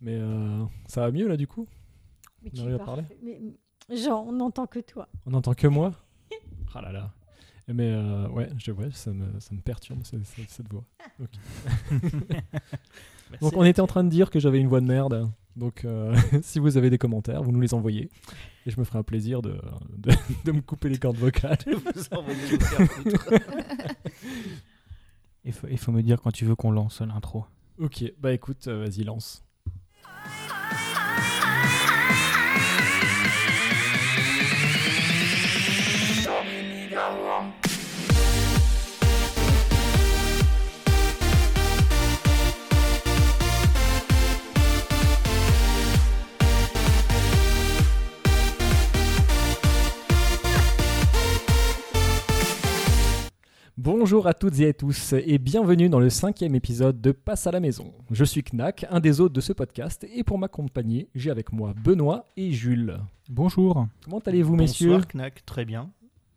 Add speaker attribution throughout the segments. Speaker 1: Mais euh, ça va mieux là du coup
Speaker 2: Mais
Speaker 1: On
Speaker 2: tu
Speaker 1: arrive à
Speaker 2: parles-
Speaker 1: parler
Speaker 2: mais- mais- Genre, on n'entend que toi.
Speaker 1: On n'entend que moi Ah là là. Mais euh, ouais, je, ouais ça, me, ça me perturbe ce- ce- cette voix. Donc on était en train de dire que j'avais une voix de merde. Donc euh, si vous avez des commentaires, vous nous les envoyez. Et je me ferai un plaisir de, de, de me couper les cordes vocales.
Speaker 3: Vous envoyez vous faire foutre.
Speaker 4: Il faut, il faut me dire quand tu veux qu'on lance l'intro.
Speaker 1: Ok, bah écoute, euh, vas-y, lance. Bonjour à toutes et à tous et bienvenue dans le cinquième épisode de Passe à la maison. Je suis Knack, un des hôtes de ce podcast, et pour m'accompagner, j'ai avec moi Benoît et Jules.
Speaker 4: Bonjour.
Speaker 1: Comment allez-vous, messieurs
Speaker 3: Bonsoir, Knack, très bien.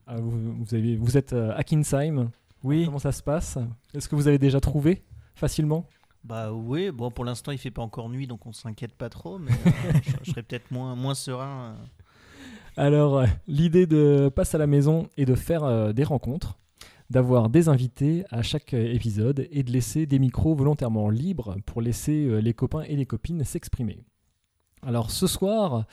Speaker 1: Ah, vous, vous avez- vous êtes euh, à Kinsheim,
Speaker 4: Oui.
Speaker 1: comment ça se passe Est-ce que vous avez déjà trouvé facilement
Speaker 3: Bah oui, bon pour l'instant il fait pas encore nuit donc on s'inquiète pas trop, mais euh, je, je serais peut-être moins, moins serein. euh.
Speaker 1: Alors, euh, l'idée de Passe à la maison est de faire euh, des rencontres, d'avoir des invités à chaque euh, épisode et de laisser des micros volontairement libres pour laisser euh, les copains et les copines s'exprimer. Alors ce soir,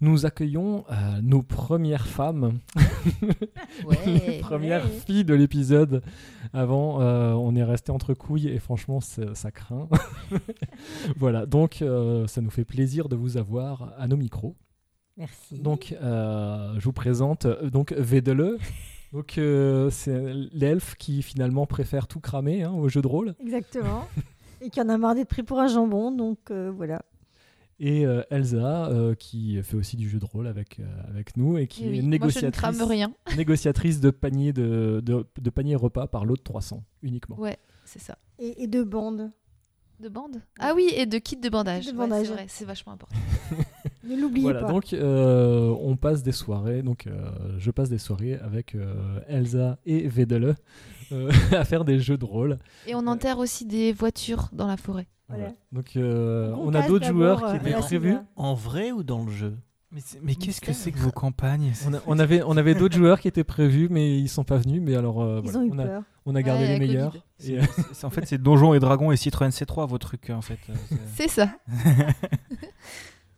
Speaker 1: nous accueillons euh, nos premières femmes,
Speaker 5: Eh
Speaker 1: les premières
Speaker 2: ouais.
Speaker 1: filles de l'épisode. Avant, euh, on est resté entre couilles et franchement, ça ça craint. voilà, donc euh, ça nous fait plaisir de vous avoir à nos micros.
Speaker 2: Merci.
Speaker 1: Donc, euh, je vous présente euh, donc Védele. Donc, euh, c'est l'elfe qui finalement préfère tout cramer hein, au jeu de rôle.
Speaker 2: Exactement. Et qui en a marre d'être pris pour un jambon, donc euh, voilà.
Speaker 1: Et euh, Elsa, euh, qui fait aussi du jeu de rôle avec, euh, avec nous et qui
Speaker 5: Eh oui,
Speaker 1: est
Speaker 5: moi, je ne
Speaker 1: négociatrice,
Speaker 5: crame rien.
Speaker 1: négociatrice de panier de, de, de panier repas par l'autre 300 uniquement.
Speaker 5: Ouais, c'est ça.
Speaker 2: Et, et deux bandes.
Speaker 5: De bande Ah oui, et de kit de bandage.
Speaker 2: Kit de
Speaker 5: Ouais,
Speaker 2: bandage.
Speaker 5: c'est vrai, c'est vachement important.
Speaker 2: Ne l'oubliez
Speaker 1: Voilà,
Speaker 2: pas.
Speaker 1: donc euh, on passe des soirées, donc euh, je passe des soirées avec euh, Elsa et Védele euh, à faire des jeux de rôle.
Speaker 5: Et on enterre aussi des voitures dans la forêt.
Speaker 2: Voilà.
Speaker 1: Voilà. Donc euh,
Speaker 2: Gros
Speaker 1: on a
Speaker 2: casse
Speaker 1: d'autres
Speaker 2: d'abord,
Speaker 1: joueurs qui
Speaker 2: euh,
Speaker 1: étaient
Speaker 2: à la
Speaker 1: prévus. Ah,
Speaker 2: Sylvia.
Speaker 3: En vrai ou dans le jeu
Speaker 4: Mais, qu'est-ce que c'est que vos campagnes
Speaker 1: On, a- on avait, on avait d'autres joueurs qui étaient prévus, mais ils sont pas venus. Mais alors, euh,
Speaker 2: Ils
Speaker 1: voilà,
Speaker 2: ont eu
Speaker 1: on, a,
Speaker 2: peur.
Speaker 1: on a gardé
Speaker 5: Ouais,
Speaker 1: les
Speaker 5: la
Speaker 1: meilleurs.
Speaker 5: Covid.
Speaker 1: Et, euh,
Speaker 4: En fait, c'est Donjons et Dragons et Citroën C3 vos trucs en fait. Euh, c'est-
Speaker 5: C'est ça.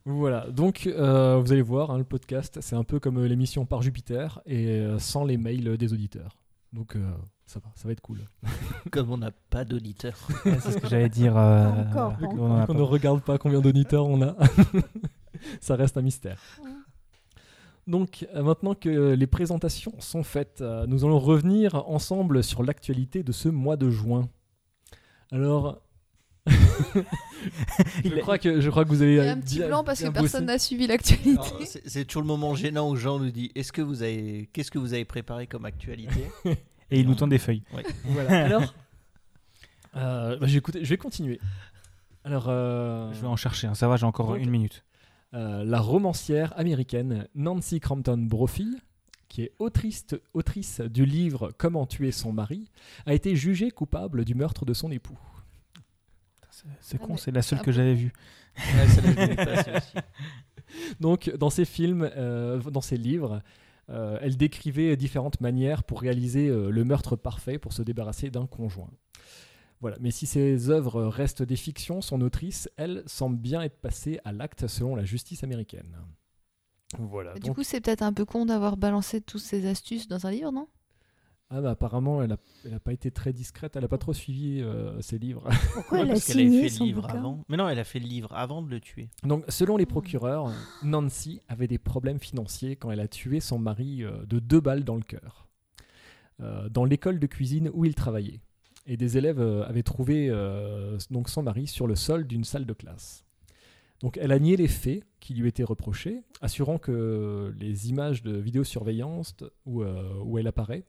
Speaker 1: voilà. Donc, euh, vous allez voir, hein, le podcast, c'est un peu comme euh, l'émission par Jupiter et euh, sans les mails euh, des auditeurs. Donc, euh, ça va, ça va être cool.
Speaker 3: Comme on n'a pas d'auditeur.
Speaker 4: Ouais, c'est ce que j'allais dire. euh,
Speaker 2: encore, pas
Speaker 4: on en
Speaker 2: encore.
Speaker 4: a
Speaker 1: On
Speaker 4: pas-
Speaker 1: ne regarde pas combien d'auditeurs on a. ça reste un mystère. Donc, euh, maintenant que les présentations sont faites, euh, nous allons revenir ensemble sur l'actualité de ce mois de juin. Alors, je, crois que, je crois que vous avez.
Speaker 5: Il y a un petit
Speaker 1: bien-
Speaker 5: blanc parce que
Speaker 1: bien
Speaker 5: personne
Speaker 1: bossé.
Speaker 5: n'a suivi
Speaker 3: Alors,
Speaker 5: l'actualité.
Speaker 3: c'est c'est toujours le moment gênant où Jean nous dit est-ce que vous avez qu'est-ce que vous avez préparé comme actualité
Speaker 4: Et il nous tend des feuilles.
Speaker 1: Voilà. Alors, euh, bah, j'ai écouté- je vais continuer. Alors, euh,
Speaker 4: Je vais en chercher. hein. Ça va, j'ai encore
Speaker 1: Donc-
Speaker 4: une minute.
Speaker 1: euh, la romancière américaine Nancy Crampton Brophy, qui est autrice, autrice du livre Comment tuer son mari, a été jugée coupable du meurtre de son époux.
Speaker 4: C'est
Speaker 5: Ah,
Speaker 4: con,
Speaker 5: mais-
Speaker 4: c'est la seule
Speaker 5: ah
Speaker 4: que
Speaker 5: bon
Speaker 4: j'avais vue.
Speaker 3: Ouais, ça nous est passé aussi.
Speaker 1: Donc, dans ses films, euh, dans ses livres, euh, elle décrivait différentes manières pour réaliser euh, le meurtre parfait pour se débarrasser d'un conjoint. Voilà, mais si ses œuvres restent des fictions, son autrice, elle, semble bien être passée à l'acte selon la justice américaine. Voilà.
Speaker 5: Du
Speaker 1: bah donc-
Speaker 5: coup, c'est peut-être un peu con d'avoir balancé toutes ces astuces dans un livre, non
Speaker 1: Ah bah apparemment, elle n'a pas été très discrète, elle n'a pas trop suivi euh, ses livres.
Speaker 2: Pourquoi
Speaker 3: Ouais,
Speaker 2: elle a
Speaker 3: parce qu'elle avait
Speaker 2: signé
Speaker 3: fait
Speaker 2: son
Speaker 3: le livre
Speaker 2: bouquin
Speaker 3: avant. Mais non, elle a fait le livre avant de le tuer.
Speaker 1: Donc selon les procureurs, Nancy avait des problèmes financiers quand elle a tué son mari euh, de deux balles dans le cœur, euh, dans l'école de cuisine où il travaillait. Et des élèves euh, avaient trouvé euh, donc son mari sur le sol d'une salle de classe. Donc elle a nié les faits qui lui étaient reprochés, assurant que les images de vidéosurveillance où, euh, où elle apparaît,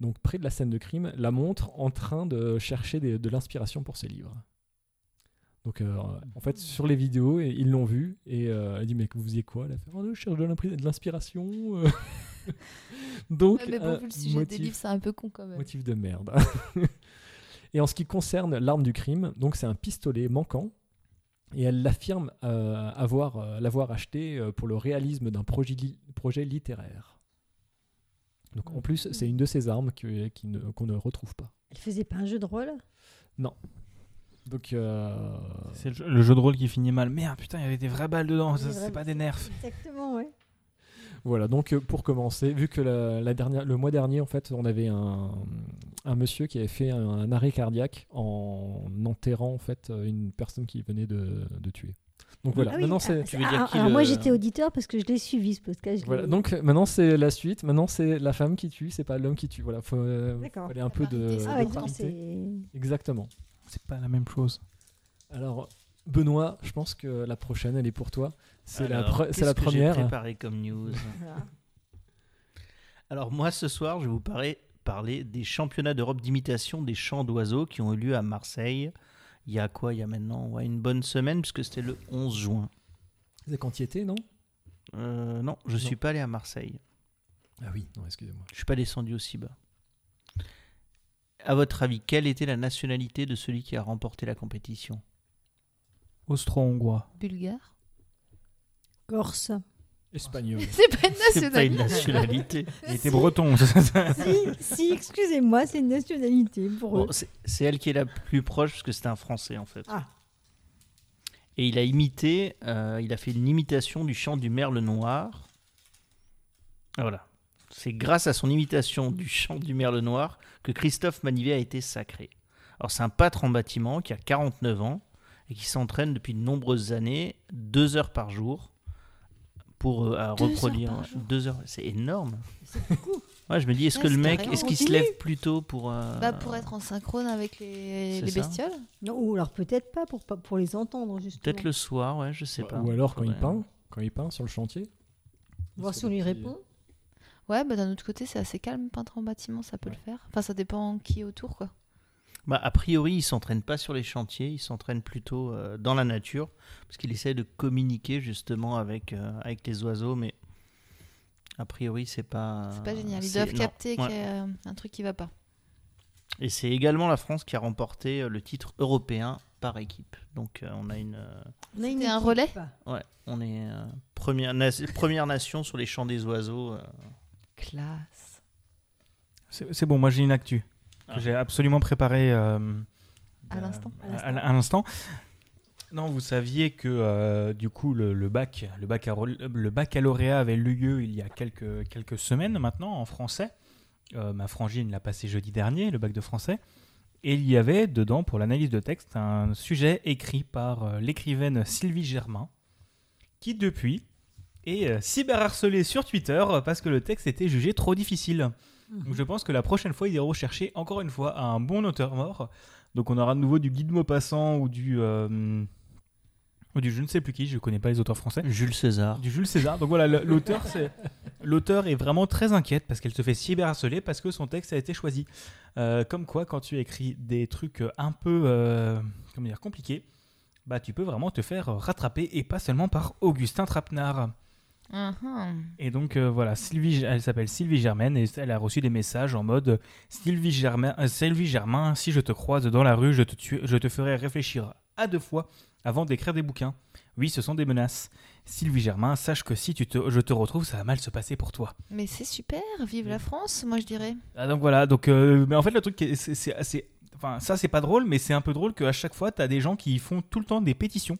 Speaker 1: donc près de la scène de crime, la montrent en train de chercher des- de l'inspiration pour ses livres. Donc, euh, en fait, sur les vidéos, et- ils l'ont vu et euh, elle dit Mais vous faisiez quoi Elle a fait Oh, je cherche de l'impri- de l'inspiration. euh. Donc,
Speaker 5: Ouais, Mais bon,
Speaker 1: un
Speaker 5: vu le sujet
Speaker 1: euh, motif,
Speaker 5: des livres, c'est un peu con quand même.
Speaker 1: motif de merde. et en ce qui concerne l'arme du crime, donc c'est un pistolet manquant et elle l'affirme euh, avoir, euh, l'avoir acheté euh, pour le réalisme d'un projet, li- projet littéraire. Donc en plus, c'est une de ces armes que- qui ne- qu'on ne retrouve pas.
Speaker 2: Elle faisait pas un jeu de rôle
Speaker 1: Donc euh,
Speaker 4: C'est le jeu- le jeu de rôle qui finit mal. Merde, putain, il y avait des vraies balles dedans.
Speaker 2: Des
Speaker 4: ça,
Speaker 2: vraies
Speaker 4: C'est pas des nerfs.
Speaker 2: Exactement, ouais.
Speaker 1: Voilà, donc euh, pour commencer, vu que la, la dernière, le mois dernier, en fait, on avait un, un monsieur qui avait fait un, un arrêt cardiaque en enterrant en fait euh, une personne qui venait de, de tuer. Donc voilà,
Speaker 2: Ah oui,
Speaker 1: maintenant
Speaker 2: ah,
Speaker 1: c'est
Speaker 3: Tu veux
Speaker 2: ah,
Speaker 3: dire
Speaker 2: ah,
Speaker 3: qui
Speaker 2: alors
Speaker 3: le-
Speaker 2: Moi j'étais auditeur parce que je l'ai suivi ce podcast. je
Speaker 1: voilà,
Speaker 2: l'ai-
Speaker 1: donc euh, maintenant c'est la suite. Maintenant c'est la femme qui tue, c'est pas l'homme qui tue. Voilà, faut, euh,
Speaker 2: D'accord.
Speaker 1: faut aller un
Speaker 5: La
Speaker 1: peu de,
Speaker 5: parité, c'est
Speaker 2: Ah
Speaker 1: de
Speaker 2: ouais,
Speaker 5: bon,
Speaker 2: donc
Speaker 1: parité.
Speaker 2: c'est.
Speaker 1: Exactement.
Speaker 4: C'est pas la même chose.
Speaker 1: Alors Benoît, je pense que la prochaine elle est pour toi. C'est la,
Speaker 3: Alors,
Speaker 1: pre- c'est la
Speaker 3: qu'est-ce que j'ai
Speaker 1: première.
Speaker 3: préparé comme news.
Speaker 2: voilà.
Speaker 3: Alors moi, ce soir, je vais vous parler, parler des championnats d'Europe d'imitation des chants d'oiseaux qui ont eu lieu à Marseille. Il y a quoi Il y a maintenant ouais, une bonne semaine, puisque c'était le 11 juin.
Speaker 1: C'est quand il était, non
Speaker 3: Euh, non, je
Speaker 1: Non.
Speaker 3: suis pas allé à Marseille.
Speaker 1: Ah oui, non, excusez-moi.
Speaker 3: Je suis pas descendu aussi bas. À votre avis, quelle était la nationalité de celui qui a remporté la compétition
Speaker 4: Austro-hongrois.
Speaker 5: Bulgare.
Speaker 2: Corse.
Speaker 1: Espagnol.
Speaker 5: Ah, C'est pas une
Speaker 3: C'est pas une
Speaker 5: nationalité.
Speaker 3: nationalité.
Speaker 4: Il était breton. c'est ça.
Speaker 2: si, si, excusez-moi, c'est une nationalité pour eux.
Speaker 3: Bon, c'est c'est elle qui est la plus proche parce que c'était un Français en fait.
Speaker 2: Ah.
Speaker 3: Et il a imité, euh, il a fait une imitation du chant du merle noir. Ah, Voilà. C'est grâce à son imitation du chant du merle noir que Christophe Manivet a été sacré. Alors c'est un pâtre en bâtiment qui a 49 ans et qui s'entraîne depuis de nombreuses années, deux heures par jour, pour euh, à
Speaker 5: Deux heures
Speaker 3: reproduire.
Speaker 5: par jour.
Speaker 3: Deux heures, c'est énorme.
Speaker 2: C'est beaucoup.
Speaker 3: Ouais, je me dis, est-ce
Speaker 5: Ouais,
Speaker 3: que le
Speaker 5: c'est
Speaker 3: mec,
Speaker 5: carrément,
Speaker 3: est-ce
Speaker 5: on
Speaker 3: qu'il se
Speaker 5: continue.
Speaker 3: lève plus tôt pour euh,
Speaker 5: Bah, pour être en synchrone avec les,
Speaker 3: C'est
Speaker 5: les
Speaker 3: ça.
Speaker 5: bestioles.
Speaker 2: Non, ou alors peut-être pas pour, pas- pour les entendre, justement.
Speaker 3: Peut-être le soir, ouais, je sais
Speaker 1: Ou-
Speaker 3: pas.
Speaker 1: Ou alors quand il
Speaker 3: Faudrait- hein.
Speaker 1: peint, quand il peint sur le chantier.
Speaker 2: Voir
Speaker 1: C'est
Speaker 2: si on lui
Speaker 1: parti.
Speaker 2: répond.
Speaker 5: Ouais, bah d'un autre côté, c'est assez calme, peintre en bâtiment, ça peut
Speaker 1: Ouais.
Speaker 5: le faire. Enfin, ça dépend qui est autour, quoi.
Speaker 3: Bah, a priori, il s'entraîne pas sur les chantiers, il s'entraîne plutôt euh, dans la nature, parce qu'il essaie de communiquer justement avec, euh, avec les oiseaux, mais a priori, c'est pas.
Speaker 5: C'est pas génial. Ils
Speaker 3: c'est-
Speaker 5: doivent
Speaker 3: non,
Speaker 5: capter
Speaker 3: ouais.
Speaker 5: qu'il y a euh, un truc qui va pas.
Speaker 3: Et c'est également la France qui a remporté euh, le titre européen par équipe. Donc euh, on a une. euh,
Speaker 2: On a une
Speaker 5: C'était un
Speaker 2: équipe.
Speaker 5: relais
Speaker 3: ouais, on est euh, première, na- première nation sur les champs des oiseaux. euh.
Speaker 5: Classe.
Speaker 4: C'est c'est bon, moi j'ai une actu que
Speaker 3: Ah.
Speaker 4: j'ai absolument préparée euh,
Speaker 5: À
Speaker 4: euh,
Speaker 5: l'instant.
Speaker 4: à- à l'instant. Non, vous saviez que euh, du coup le, le bac, le, baccaro- le baccalauréat avait eu lieu il y a quelques, quelques semaines maintenant en français. Euh, ma frangine l'a passé jeudi dernier, le bac de français. Et il y avait dedans, pour l'analyse de texte, un sujet écrit par euh, l'écrivaine Sylvie Germain, qui depuis est euh, cyberharcelée sur Twitter euh, parce que le texte était jugé trop difficile.
Speaker 2: Mhm.
Speaker 4: Donc je pense que la prochaine fois, il ira rechercher encore une fois un bon auteur mort. Donc on aura de nouveau du Guide Maupassant ou du, euh, ou du je ne sais plus qui, je ne connais pas les auteurs français.
Speaker 3: Jules César.
Speaker 4: Du Jules César. Donc voilà, le- l'auteur, c'est l'auteur est vraiment très inquiète parce qu'elle se fait cyberharceler parce que son texte a été choisi. Euh, comme quoi, quand tu écris des trucs euh, un peu, euh, comment dire, compliqués, bah tu peux vraiment te faire euh, rattraper et pas seulement par Augustin Trapenard.
Speaker 5: Mhm.
Speaker 4: Et donc euh, voilà, Sylvie, elle s'appelle Sylvie Germaine et elle a reçu des messages en mode euh, Sylvie Germain, euh, Sylvie Germain, si je te croise dans la rue, je te, tue- je te ferai réfléchir à deux fois avant d'écrire des bouquins. Oui, ce sont des menaces. Sylvie Germain, sache que si tu te, je te retrouve, ça va mal se passer pour toi.
Speaker 5: Mais c'est super, vive la France, moi je dirais.
Speaker 4: Ah, donc voilà, donc euh, mais en fait le truc qui est- c'est c'est assez- enfin ça c'est pas drôle mais c'est un peu drôle qu'à chaque fois t'as des gens qui font tout le temps des pétitions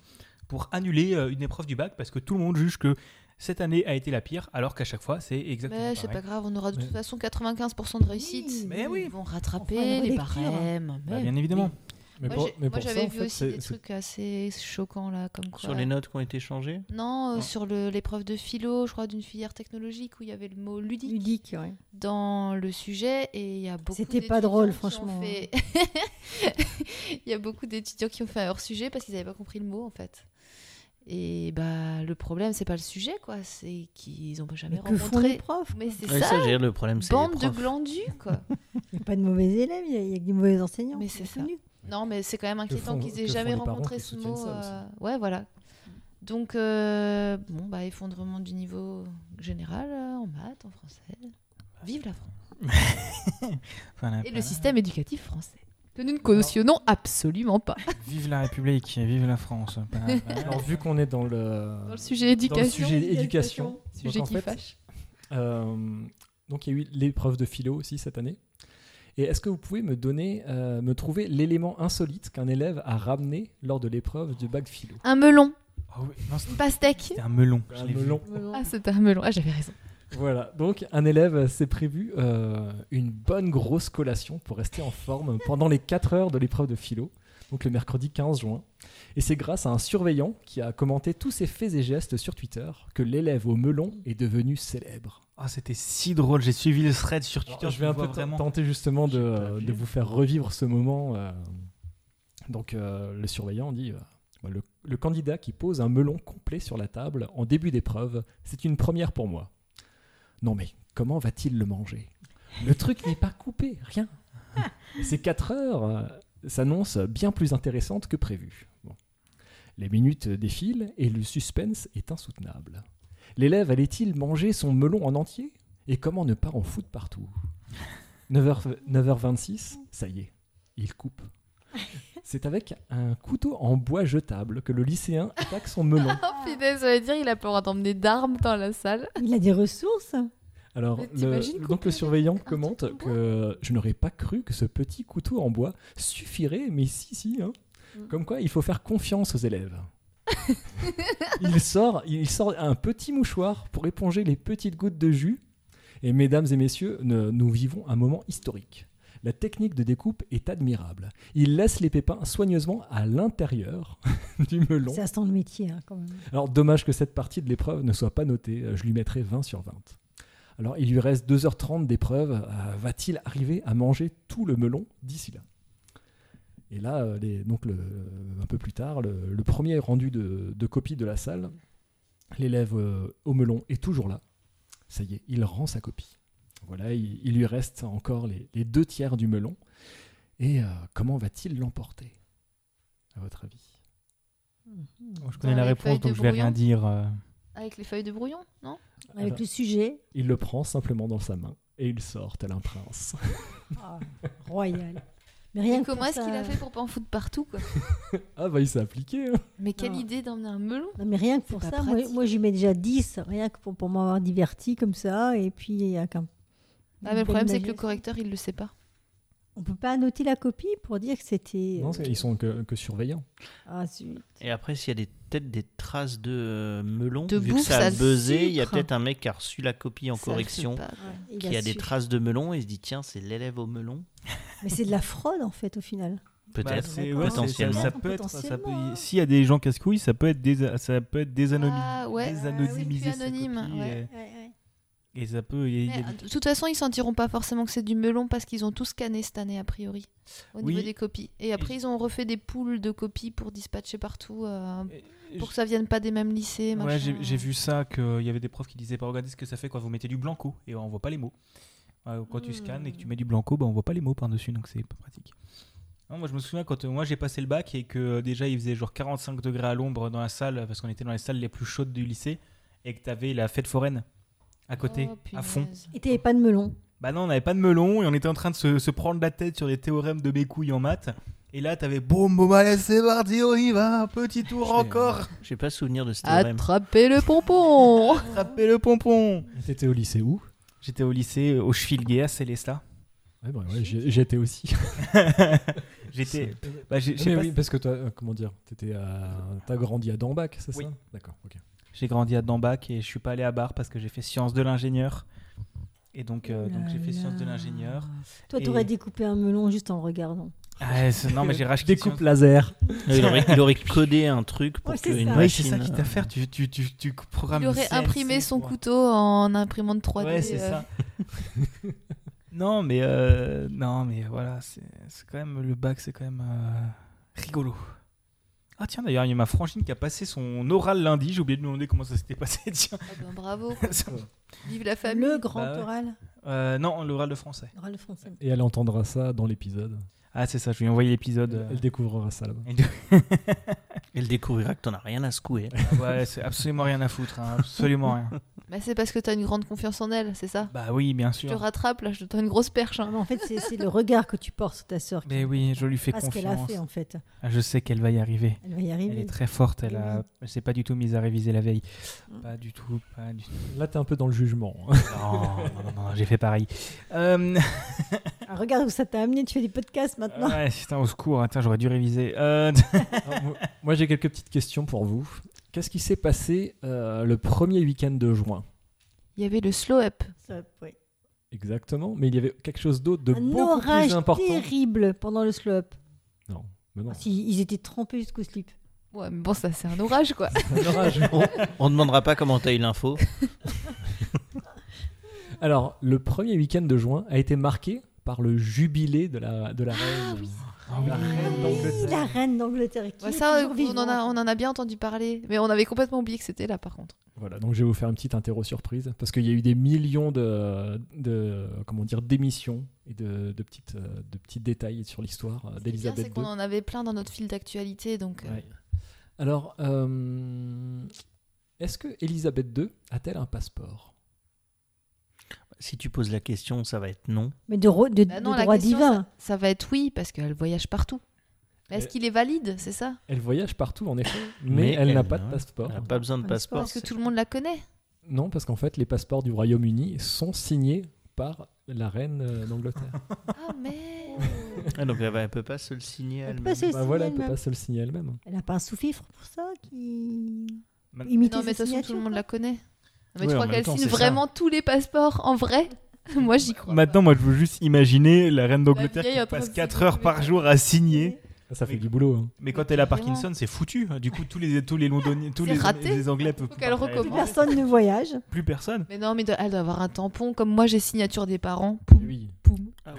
Speaker 4: pour annuler euh, une épreuve du bac parce que tout le monde juge que cette année a été la pire alors qu'à chaque fois c'est exactement
Speaker 5: Mais Bah, c'est
Speaker 4: pareil.
Speaker 5: pas grave, on aura de
Speaker 1: Mais-
Speaker 5: toute façon 95% de réussite.
Speaker 4: Mais oui.
Speaker 5: Ils vont
Speaker 2: On fera
Speaker 5: rattraper
Speaker 2: une
Speaker 5: les
Speaker 2: relecture.
Speaker 5: barèmes.
Speaker 4: Bah,
Speaker 5: Mais
Speaker 4: bien évidemment.
Speaker 1: Mais
Speaker 5: Moi,
Speaker 1: pour-
Speaker 5: j'ai-
Speaker 1: mais
Speaker 5: moi,
Speaker 1: pour ça,
Speaker 5: j'avais
Speaker 1: en
Speaker 5: vu
Speaker 1: fait,
Speaker 5: aussi
Speaker 1: c'est-
Speaker 5: des
Speaker 1: c'est-
Speaker 5: trucs assez choquants là, comme quoi.
Speaker 3: Sur les notes qui ont été changées
Speaker 5: Non, euh,
Speaker 3: Non.
Speaker 5: sur le- l'épreuve de philo, je crois, d'une filière technologique où il y avait le mot ludique
Speaker 2: Ludique, ouais.
Speaker 5: dans le sujet et il y a beaucoup.
Speaker 2: C'était pas drôle,
Speaker 5: d'étudiants qui ont
Speaker 2: franchement. hein.
Speaker 5: fait- il y a beaucoup d'étudiants qui ont fait un hors sujet parce qu'ils n'avaient pas compris le mot en fait. Et bah le problème c'est pas le sujet quoi, c'est qu'ils ont pas jamais
Speaker 2: Mais que font les
Speaker 5: rencontré.
Speaker 2: profs
Speaker 5: Mais c'est
Speaker 3: Ouais,
Speaker 5: ça,
Speaker 3: j'ai le problème, c'est les
Speaker 5: bande de
Speaker 3: profs.
Speaker 5: glandus quoi.
Speaker 2: Il n'y a pas de mauvais élèves, il n'y a, il y a que des mauvais enseignants.
Speaker 5: Mais c'est
Speaker 2: Ils sont
Speaker 5: ça.
Speaker 2: nuls.
Speaker 5: Non, mais c'est quand même inquiétant
Speaker 1: font-
Speaker 5: qu'ils aient
Speaker 1: que
Speaker 5: jamais
Speaker 1: font les parents
Speaker 5: rencontré
Speaker 1: qui
Speaker 5: ce
Speaker 1: soutiennent
Speaker 5: mot.
Speaker 1: ça aussi
Speaker 5: euh, Ouais, voilà. Donc, euh, bon, bah, effondrement du niveau général euh, en maths, en français. Vive la France.
Speaker 4: Voilà,
Speaker 5: Et le
Speaker 4: voilà.
Speaker 5: système éducatif français. que nous ne cautionnons absolument pas.
Speaker 4: Vive la République, et vive la France. Bah, bah,
Speaker 1: Alors, vu qu'on est dans le,
Speaker 5: Dans le sujet éducation.
Speaker 1: sujet éducation,
Speaker 5: Sujet
Speaker 1: donc, en
Speaker 5: qui
Speaker 1: fait,
Speaker 5: fâche.
Speaker 1: Euh, donc il y a eu l'épreuve de philo aussi cette année. Et est-ce que vous pouvez me donner, euh, me trouver l'élément insolite qu'un élève a ramené lors de l'épreuve du bac philo
Speaker 5: Un melon,
Speaker 4: Ah oui, non, c'était
Speaker 5: une pastèque.
Speaker 4: c'était un melon. je
Speaker 1: Un
Speaker 4: l'ai vu.
Speaker 1: melon.
Speaker 5: Ah, c'était un melon. Ah, j'avais raison.
Speaker 1: Voilà. Donc un élève s'est prévu euh, une bonne grosse collation pour rester en forme pendant les 4 heures de l'épreuve de philo, donc le mercredi 15 juin. Et c'est grâce à un surveillant qui a commenté tous ses faits et gestes sur Twitter que l'élève au melon est devenu célèbre.
Speaker 4: Ah, c'était si drôle. J'ai suivi le thread sur
Speaker 1: Alors,
Speaker 4: Twitter.
Speaker 1: je vais un peu
Speaker 4: vraiment.
Speaker 1: tenter justement de,
Speaker 4: J'ai pas
Speaker 1: euh,
Speaker 4: vu.
Speaker 1: de vous faire revivre ce moment. euh. Donc euh, le surveillant dit euh, Bah, le, le candidat qui pose un melon complet sur la table en début d'épreuve, c'est une première pour moi. Non mais comment va-t-il le manger Le truc n'est pas coupé, rien. Ces quatre heures euh, s'annoncent bien plus intéressantes que prévu. Bon. Les minutes défilent et le suspense est insoutenable. L'élève allait-il manger son melon en entier Et comment ne pas en foutre partout 9h, 9h26, ça y est, il coupe. C'est avec un couteau en bois jetable que le lycéen attaque son melon.
Speaker 5: Oh, punaise, ça veut dire il a pas le droit d'emmener d'armes dans la salle.
Speaker 2: Ah, Il a des ressources.
Speaker 1: Alors,
Speaker 5: Mais t'imagines
Speaker 1: le, donc
Speaker 5: couper
Speaker 1: le surveillant
Speaker 5: avec un
Speaker 1: commente
Speaker 5: truc en bois
Speaker 1: que je n'aurais pas cru que ce petit couteau en bois suffirait, mais si, si. hein.
Speaker 5: Mm.
Speaker 1: Comme quoi, il faut faire confiance aux élèves. il, sort, il sort un petit mouchoir pour éponger les petites gouttes de jus. Et mesdames et messieurs, ne- nous vivons un moment historique. La technique de découpe est admirable. Il laisse les pépins soigneusement à l'intérieur du melon.
Speaker 2: Ça sent le métier, hein, quand même.
Speaker 1: Alors, dommage que cette partie de l'épreuve ne soit pas notée. Euh, Je lui mettrai 20 sur 20. Alors, il lui reste 2h30 d'épreuve. Euh, Va-t-il arriver à manger tout le melon d'ici là Et là, euh, les- donc le- euh, un peu plus tard, le, le premier rendu de, de copie de la salle, l'élève euh, au melon est toujours là. Ça y est, il rend sa copie. Voilà, il, il lui reste encore les, les deux tiers du melon. Et euh, comment va-t-il l'emporter, à votre avis
Speaker 4: Moi, je connais
Speaker 5: Dans
Speaker 4: la
Speaker 5: les
Speaker 4: réponse,
Speaker 5: feuilles
Speaker 4: donc
Speaker 5: de
Speaker 4: je vais rien
Speaker 5: brouillon.
Speaker 4: dire. euh.
Speaker 5: Avec les feuilles de brouillon, non
Speaker 2: Avec
Speaker 1: Alors-
Speaker 2: le sujet
Speaker 1: Il le prend simplement dans sa main et il sort tel un prince.
Speaker 2: ah, royal. Mais
Speaker 5: Et
Speaker 2: rien que
Speaker 5: comment
Speaker 2: pour
Speaker 5: est-ce
Speaker 2: ça-
Speaker 5: qu'il a fait pour pas en foutre partout quoi
Speaker 1: Ah bah il s'est appliqué. hein.
Speaker 5: Mais quelle
Speaker 2: Non.
Speaker 5: idée d'emmener un melon
Speaker 2: Non, mais rien que pour
Speaker 5: pas
Speaker 2: ça, moi,
Speaker 5: pratique.
Speaker 2: moi, j'y mets déjà 10, rien que pour, pour m'avoir diverti comme ça. Et puis, il y a qu'un.
Speaker 5: Ah, mais le problème c'est que le
Speaker 2: correct
Speaker 5: correcteur il le sait pas.
Speaker 2: On peut pas annoter la copie pour dire que c'était.
Speaker 1: Non, c'est- ils sont que, que surveillants.
Speaker 2: Ah, zut.
Speaker 3: Et après, s'il y a des- peut-être des traces de euh, melon,
Speaker 5: De
Speaker 3: vu
Speaker 5: bouffe,
Speaker 3: que ça a
Speaker 5: ça le
Speaker 3: buzzé, il y a
Speaker 5: sucre.
Speaker 3: peut-être un mec qui a reçu la copie en
Speaker 5: Ça le fait
Speaker 3: correction,
Speaker 5: pas, quoi.
Speaker 2: Il
Speaker 3: qui a des
Speaker 2: su.
Speaker 3: traces de melon et se dit tiens, c'est l'élève au melon.
Speaker 2: Mais c'est de la fraude en fait au final.
Speaker 4: Bah,
Speaker 3: Peut-être,
Speaker 4: c'est-
Speaker 2: D'accord.
Speaker 4: ouais, c'est-
Speaker 3: potentiellement.
Speaker 4: Ça, ça peut être. ça peut-
Speaker 2: Potentiellement.
Speaker 4: S'il y a des gens casse-couilles, ça peut être des, ça peut être des anonymes.
Speaker 5: Ah, ouais.
Speaker 4: des
Speaker 2: Ah, oui,
Speaker 4: anonymisés,
Speaker 5: plus
Speaker 4: sa
Speaker 5: anonyme,
Speaker 4: copie,
Speaker 5: ouais.
Speaker 4: euh, et, et ça peut. il y a- il
Speaker 5: Mais, euh,
Speaker 4: y a-
Speaker 5: de toute façon, ils sentiront pas forcément que c'est du melon parce qu'ils ont tous scanné cette année, a priori, au
Speaker 4: Oui.
Speaker 5: niveau des copies. Et après, ils ont refait des poules de copies pour dispatcher partout, euh, pour que ça vienne pas des mêmes lycées.
Speaker 4: Ouais,
Speaker 5: machin.
Speaker 4: j'ai j'ai vu ça, qu'il y avait des profs qui disaient bah, regardez ce que ça fait quand vous mettez du blanco et on voit pas les mots. Ouais, quand tu
Speaker 5: Hmm.
Speaker 4: scannes et que tu mets du blanco, bah, on voit pas les mots par-dessus, donc c'est pas pratique. Non, moi je me souviens quand euh, moi j'ai passé le bac et que euh, déjà il faisait genre 45 degrés à l'ombre dans la salle parce qu'on était dans les salles les plus chaudes du lycée et que t'avais la fête foraine à côté,
Speaker 5: Oh,
Speaker 4: à fond.
Speaker 5: punaise.
Speaker 2: Et t'avais pas de melon.
Speaker 4: Bah non, on n'avait pas de melon et on était en train de se, se prendre la tête sur les théorèmes de mes couilles en maths. Et là t'avais bon, bon, allez, c'est parti, on y va, petit tour
Speaker 3: Je euh, vais-
Speaker 4: encore,
Speaker 3: J'ai pas souvenir de ce
Speaker 5: Ah,
Speaker 3: théorème.
Speaker 5: Attrapez le pompon
Speaker 4: attrapez le pompon.
Speaker 1: T'étais au lycée où
Speaker 4: J'étais au lycée euh, au Schwilgé à Célestat.
Speaker 1: ouais, bah, ouais, j'ai- J'étais aussi.
Speaker 4: J'étais. bah, j'ai- j'ai
Speaker 1: Mais
Speaker 4: pas-
Speaker 1: oui, parce que toi, euh, comment dire, t'étais à- t'as grandi à Dambac, c'est
Speaker 4: Oui.
Speaker 1: ça D'accord, ok.
Speaker 4: j'ai grandi à Dambac et je suis pas allé à Bar parce que j'ai fait sciences de l'ingénieur. Et donc, euh, donc j'ai fait sciences de l'ingénieur.
Speaker 2: Toi,
Speaker 4: Et-
Speaker 2: t'aurais découpé un melon juste en le regardant.
Speaker 4: Ah, c'est- non, mais j'ai racheté.
Speaker 1: Découpe laser.
Speaker 3: Il aurait, il aurait codé un truc pour
Speaker 2: Ouais,
Speaker 3: que
Speaker 2: c'est
Speaker 3: une
Speaker 2: ça.
Speaker 4: Oui, c'est
Speaker 3: machine.
Speaker 4: ça qui t'a fait. Tu, tu, tu, tu programmes.
Speaker 5: Il aurait
Speaker 4: CNC,
Speaker 5: imprimé son
Speaker 4: quoi.
Speaker 5: couteau en imprimante 3D.
Speaker 4: Ouais, c'est
Speaker 5: euh,
Speaker 4: ça. non, mais euh, non, mais voilà, c'est c'est quand même le bac, c'est quand même euh, rigolo. Ah tiens, d'ailleurs, il y a ma frangine qui a passé son oral lundi. J'ai oublié de me demander comment ça s'était passé. Tiens.
Speaker 5: ah ben, bravo, quoi. vive la famille.
Speaker 2: Le grand
Speaker 4: Bah ouais.
Speaker 2: oral.
Speaker 4: Euh, non, l'oral de français.
Speaker 2: Oral français.
Speaker 1: Et elle entendra ça dans l'épisode.
Speaker 4: Ah, c'est ça, je lui ai envoyé l'épisode. euh.
Speaker 1: Elle découvrira ça là-bas.
Speaker 4: Ah
Speaker 3: Elle découvrira que t'en as rien à secouer.
Speaker 4: euh, ouais, c'est absolument rien à foutre, hein, absolument rien.
Speaker 5: Mais c'est parce que t'as une grande confiance en elle, c'est ça
Speaker 4: Bah oui, bien
Speaker 5: Je te
Speaker 4: sûr.
Speaker 5: rattrape, là, je te donne une grosse perche. hein.
Speaker 2: Non, mais en fait, c'est c'est le regard que tu portes sur ta sœur. qui-
Speaker 4: Mais oui, je lui fais
Speaker 2: pas ce qu'elle a
Speaker 4: confiance.
Speaker 2: fait, en fait.
Speaker 4: Ah, Je sais qu'elle va y arriver.
Speaker 2: Elle va y
Speaker 4: Elle
Speaker 2: arriver.
Speaker 4: est très forte, elle a... elle s'est pas du tout mise à réviser la veille.
Speaker 2: Mm.
Speaker 4: Pas du tout, pas du tout.
Speaker 1: Là, t'es un peu dans le jugement. hein.
Speaker 4: Non, non, non, non, j'ai fait pareil. Euh,
Speaker 2: Ah, regarde où ça t'a amené, tu fais des podcasts maintenant.
Speaker 4: ouais, putain, au secours, attends, j'aurais dû réviser. Euh,
Speaker 1: Alors, moi- Moi, j'ai quelques petites questions pour vous. Qu'est-ce qui s'est passé euh, le premier week-end de juin
Speaker 5: Il y avait le slow up.
Speaker 2: Ça, ouais.
Speaker 1: Exactement, mais il y avait quelque chose d'autre de
Speaker 2: Un
Speaker 1: beaucoup
Speaker 2: orage
Speaker 1: plus important.
Speaker 2: terrible pendant le slow-up.
Speaker 1: Non, mais non.
Speaker 2: Ah, si, ils étaient trempés jusqu'au slip.
Speaker 5: Ouais, mais bon, ça, c'est un orage, quoi.
Speaker 1: Un orage.
Speaker 3: On demandera pas comment t'as eu l'info.
Speaker 1: Alors, le premier week-end de juin a été marqué par le jubilé de la, de la reine.
Speaker 4: Ah oui.
Speaker 1: La reine
Speaker 2: Oui,
Speaker 1: d'Angleterre.
Speaker 2: la reine d'Angleterre qui
Speaker 5: Ouais,
Speaker 2: est
Speaker 5: ça,
Speaker 2: toujours
Speaker 5: on
Speaker 2: vivante.
Speaker 5: en, a, on en a bien entendu parler. Mais on avait complètement oublié que c'était là, par contre.
Speaker 1: Voilà, donc je vais vous faire une petite interro surprise parce qu'il y a eu des millions de, de comment dire d'émissions et de, de petites euh, de petits détails sur l'histoire euh,
Speaker 5: Ce qui est bien,
Speaker 1: d'Elisabeth
Speaker 5: C'est
Speaker 1: II.
Speaker 5: qu'on en avait plein dans notre fil d'actualité. Donc, euh,
Speaker 1: Ouais. Alors, euh, est-ce que Elisabeth II a-t-elle un passeport
Speaker 3: Si tu poses la question, ça va être non.
Speaker 2: Mais de, ro- de,
Speaker 5: Bah non,
Speaker 2: de
Speaker 5: la
Speaker 2: droit
Speaker 5: question,
Speaker 2: divin.
Speaker 5: ça va être oui, parce qu'elle voyage partout. Mais est-ce
Speaker 1: Mais-
Speaker 5: qu'il est valide, c'est ça
Speaker 1: Elle voyage partout en effet, mais,
Speaker 3: Mais
Speaker 1: elle, n'a
Speaker 3: elle
Speaker 1: pas de
Speaker 3: n'a-
Speaker 1: passeport.
Speaker 3: On n'a pas besoin de
Speaker 2: Un
Speaker 4: Oh,
Speaker 3: passeport.
Speaker 5: Parce que tout le monde la connaît.
Speaker 1: Non, parce qu'en fait, les passeports du Royaume-Uni sont signés par la reine euh, d'Angleterre.
Speaker 5: Ah, mais.
Speaker 3: Ah, donc elle va- elle peut pas se le signer
Speaker 2: Elle peut pas
Speaker 3: elle-même.
Speaker 2: se-
Speaker 1: bah voilà, elle
Speaker 2: signale
Speaker 1: peut
Speaker 2: même.
Speaker 1: pas se le signer elle-même.
Speaker 2: Elle n'a pas un sous-fifre pour ça qui
Speaker 4: Man-
Speaker 2: imite
Speaker 5: non, mais de toute façon, tout le monde la connaît. Non, mais
Speaker 4: Oui,
Speaker 5: tu
Speaker 4: en
Speaker 5: crois
Speaker 4: même
Speaker 5: qu'elle
Speaker 4: temps,
Speaker 5: signe
Speaker 4: c'est ça.
Speaker 5: vraiment tous les passeports en vrai Moi, j'y crois.
Speaker 4: Maintenant, moi, je veux juste imaginer la reine d'Angleterre
Speaker 5: vieille en
Speaker 4: qui
Speaker 5: train de
Speaker 4: passe
Speaker 5: se
Speaker 4: 4 heures par
Speaker 5: dérouler.
Speaker 4: jour à signer.
Speaker 1: Ça fait
Speaker 4: Oui.
Speaker 1: du boulot. hein.
Speaker 4: Mais quand elle a Parkinson, c'est foutu. hein. Du coup, tous les, tous les Londoniens, tous
Speaker 5: C'est
Speaker 4: les,
Speaker 5: raté.
Speaker 4: les Anglais peuvent
Speaker 5: Faut qu'elle
Speaker 4: pas-
Speaker 5: recommence.
Speaker 4: Plus personne.
Speaker 2: Personne ne voyage.
Speaker 4: Plus personne.
Speaker 5: Mais non, mais doit- elle doit avoir un tampon. Comme moi, j'ai signature des parents. Poum,
Speaker 1: Oui.
Speaker 5: poum.
Speaker 3: Ah,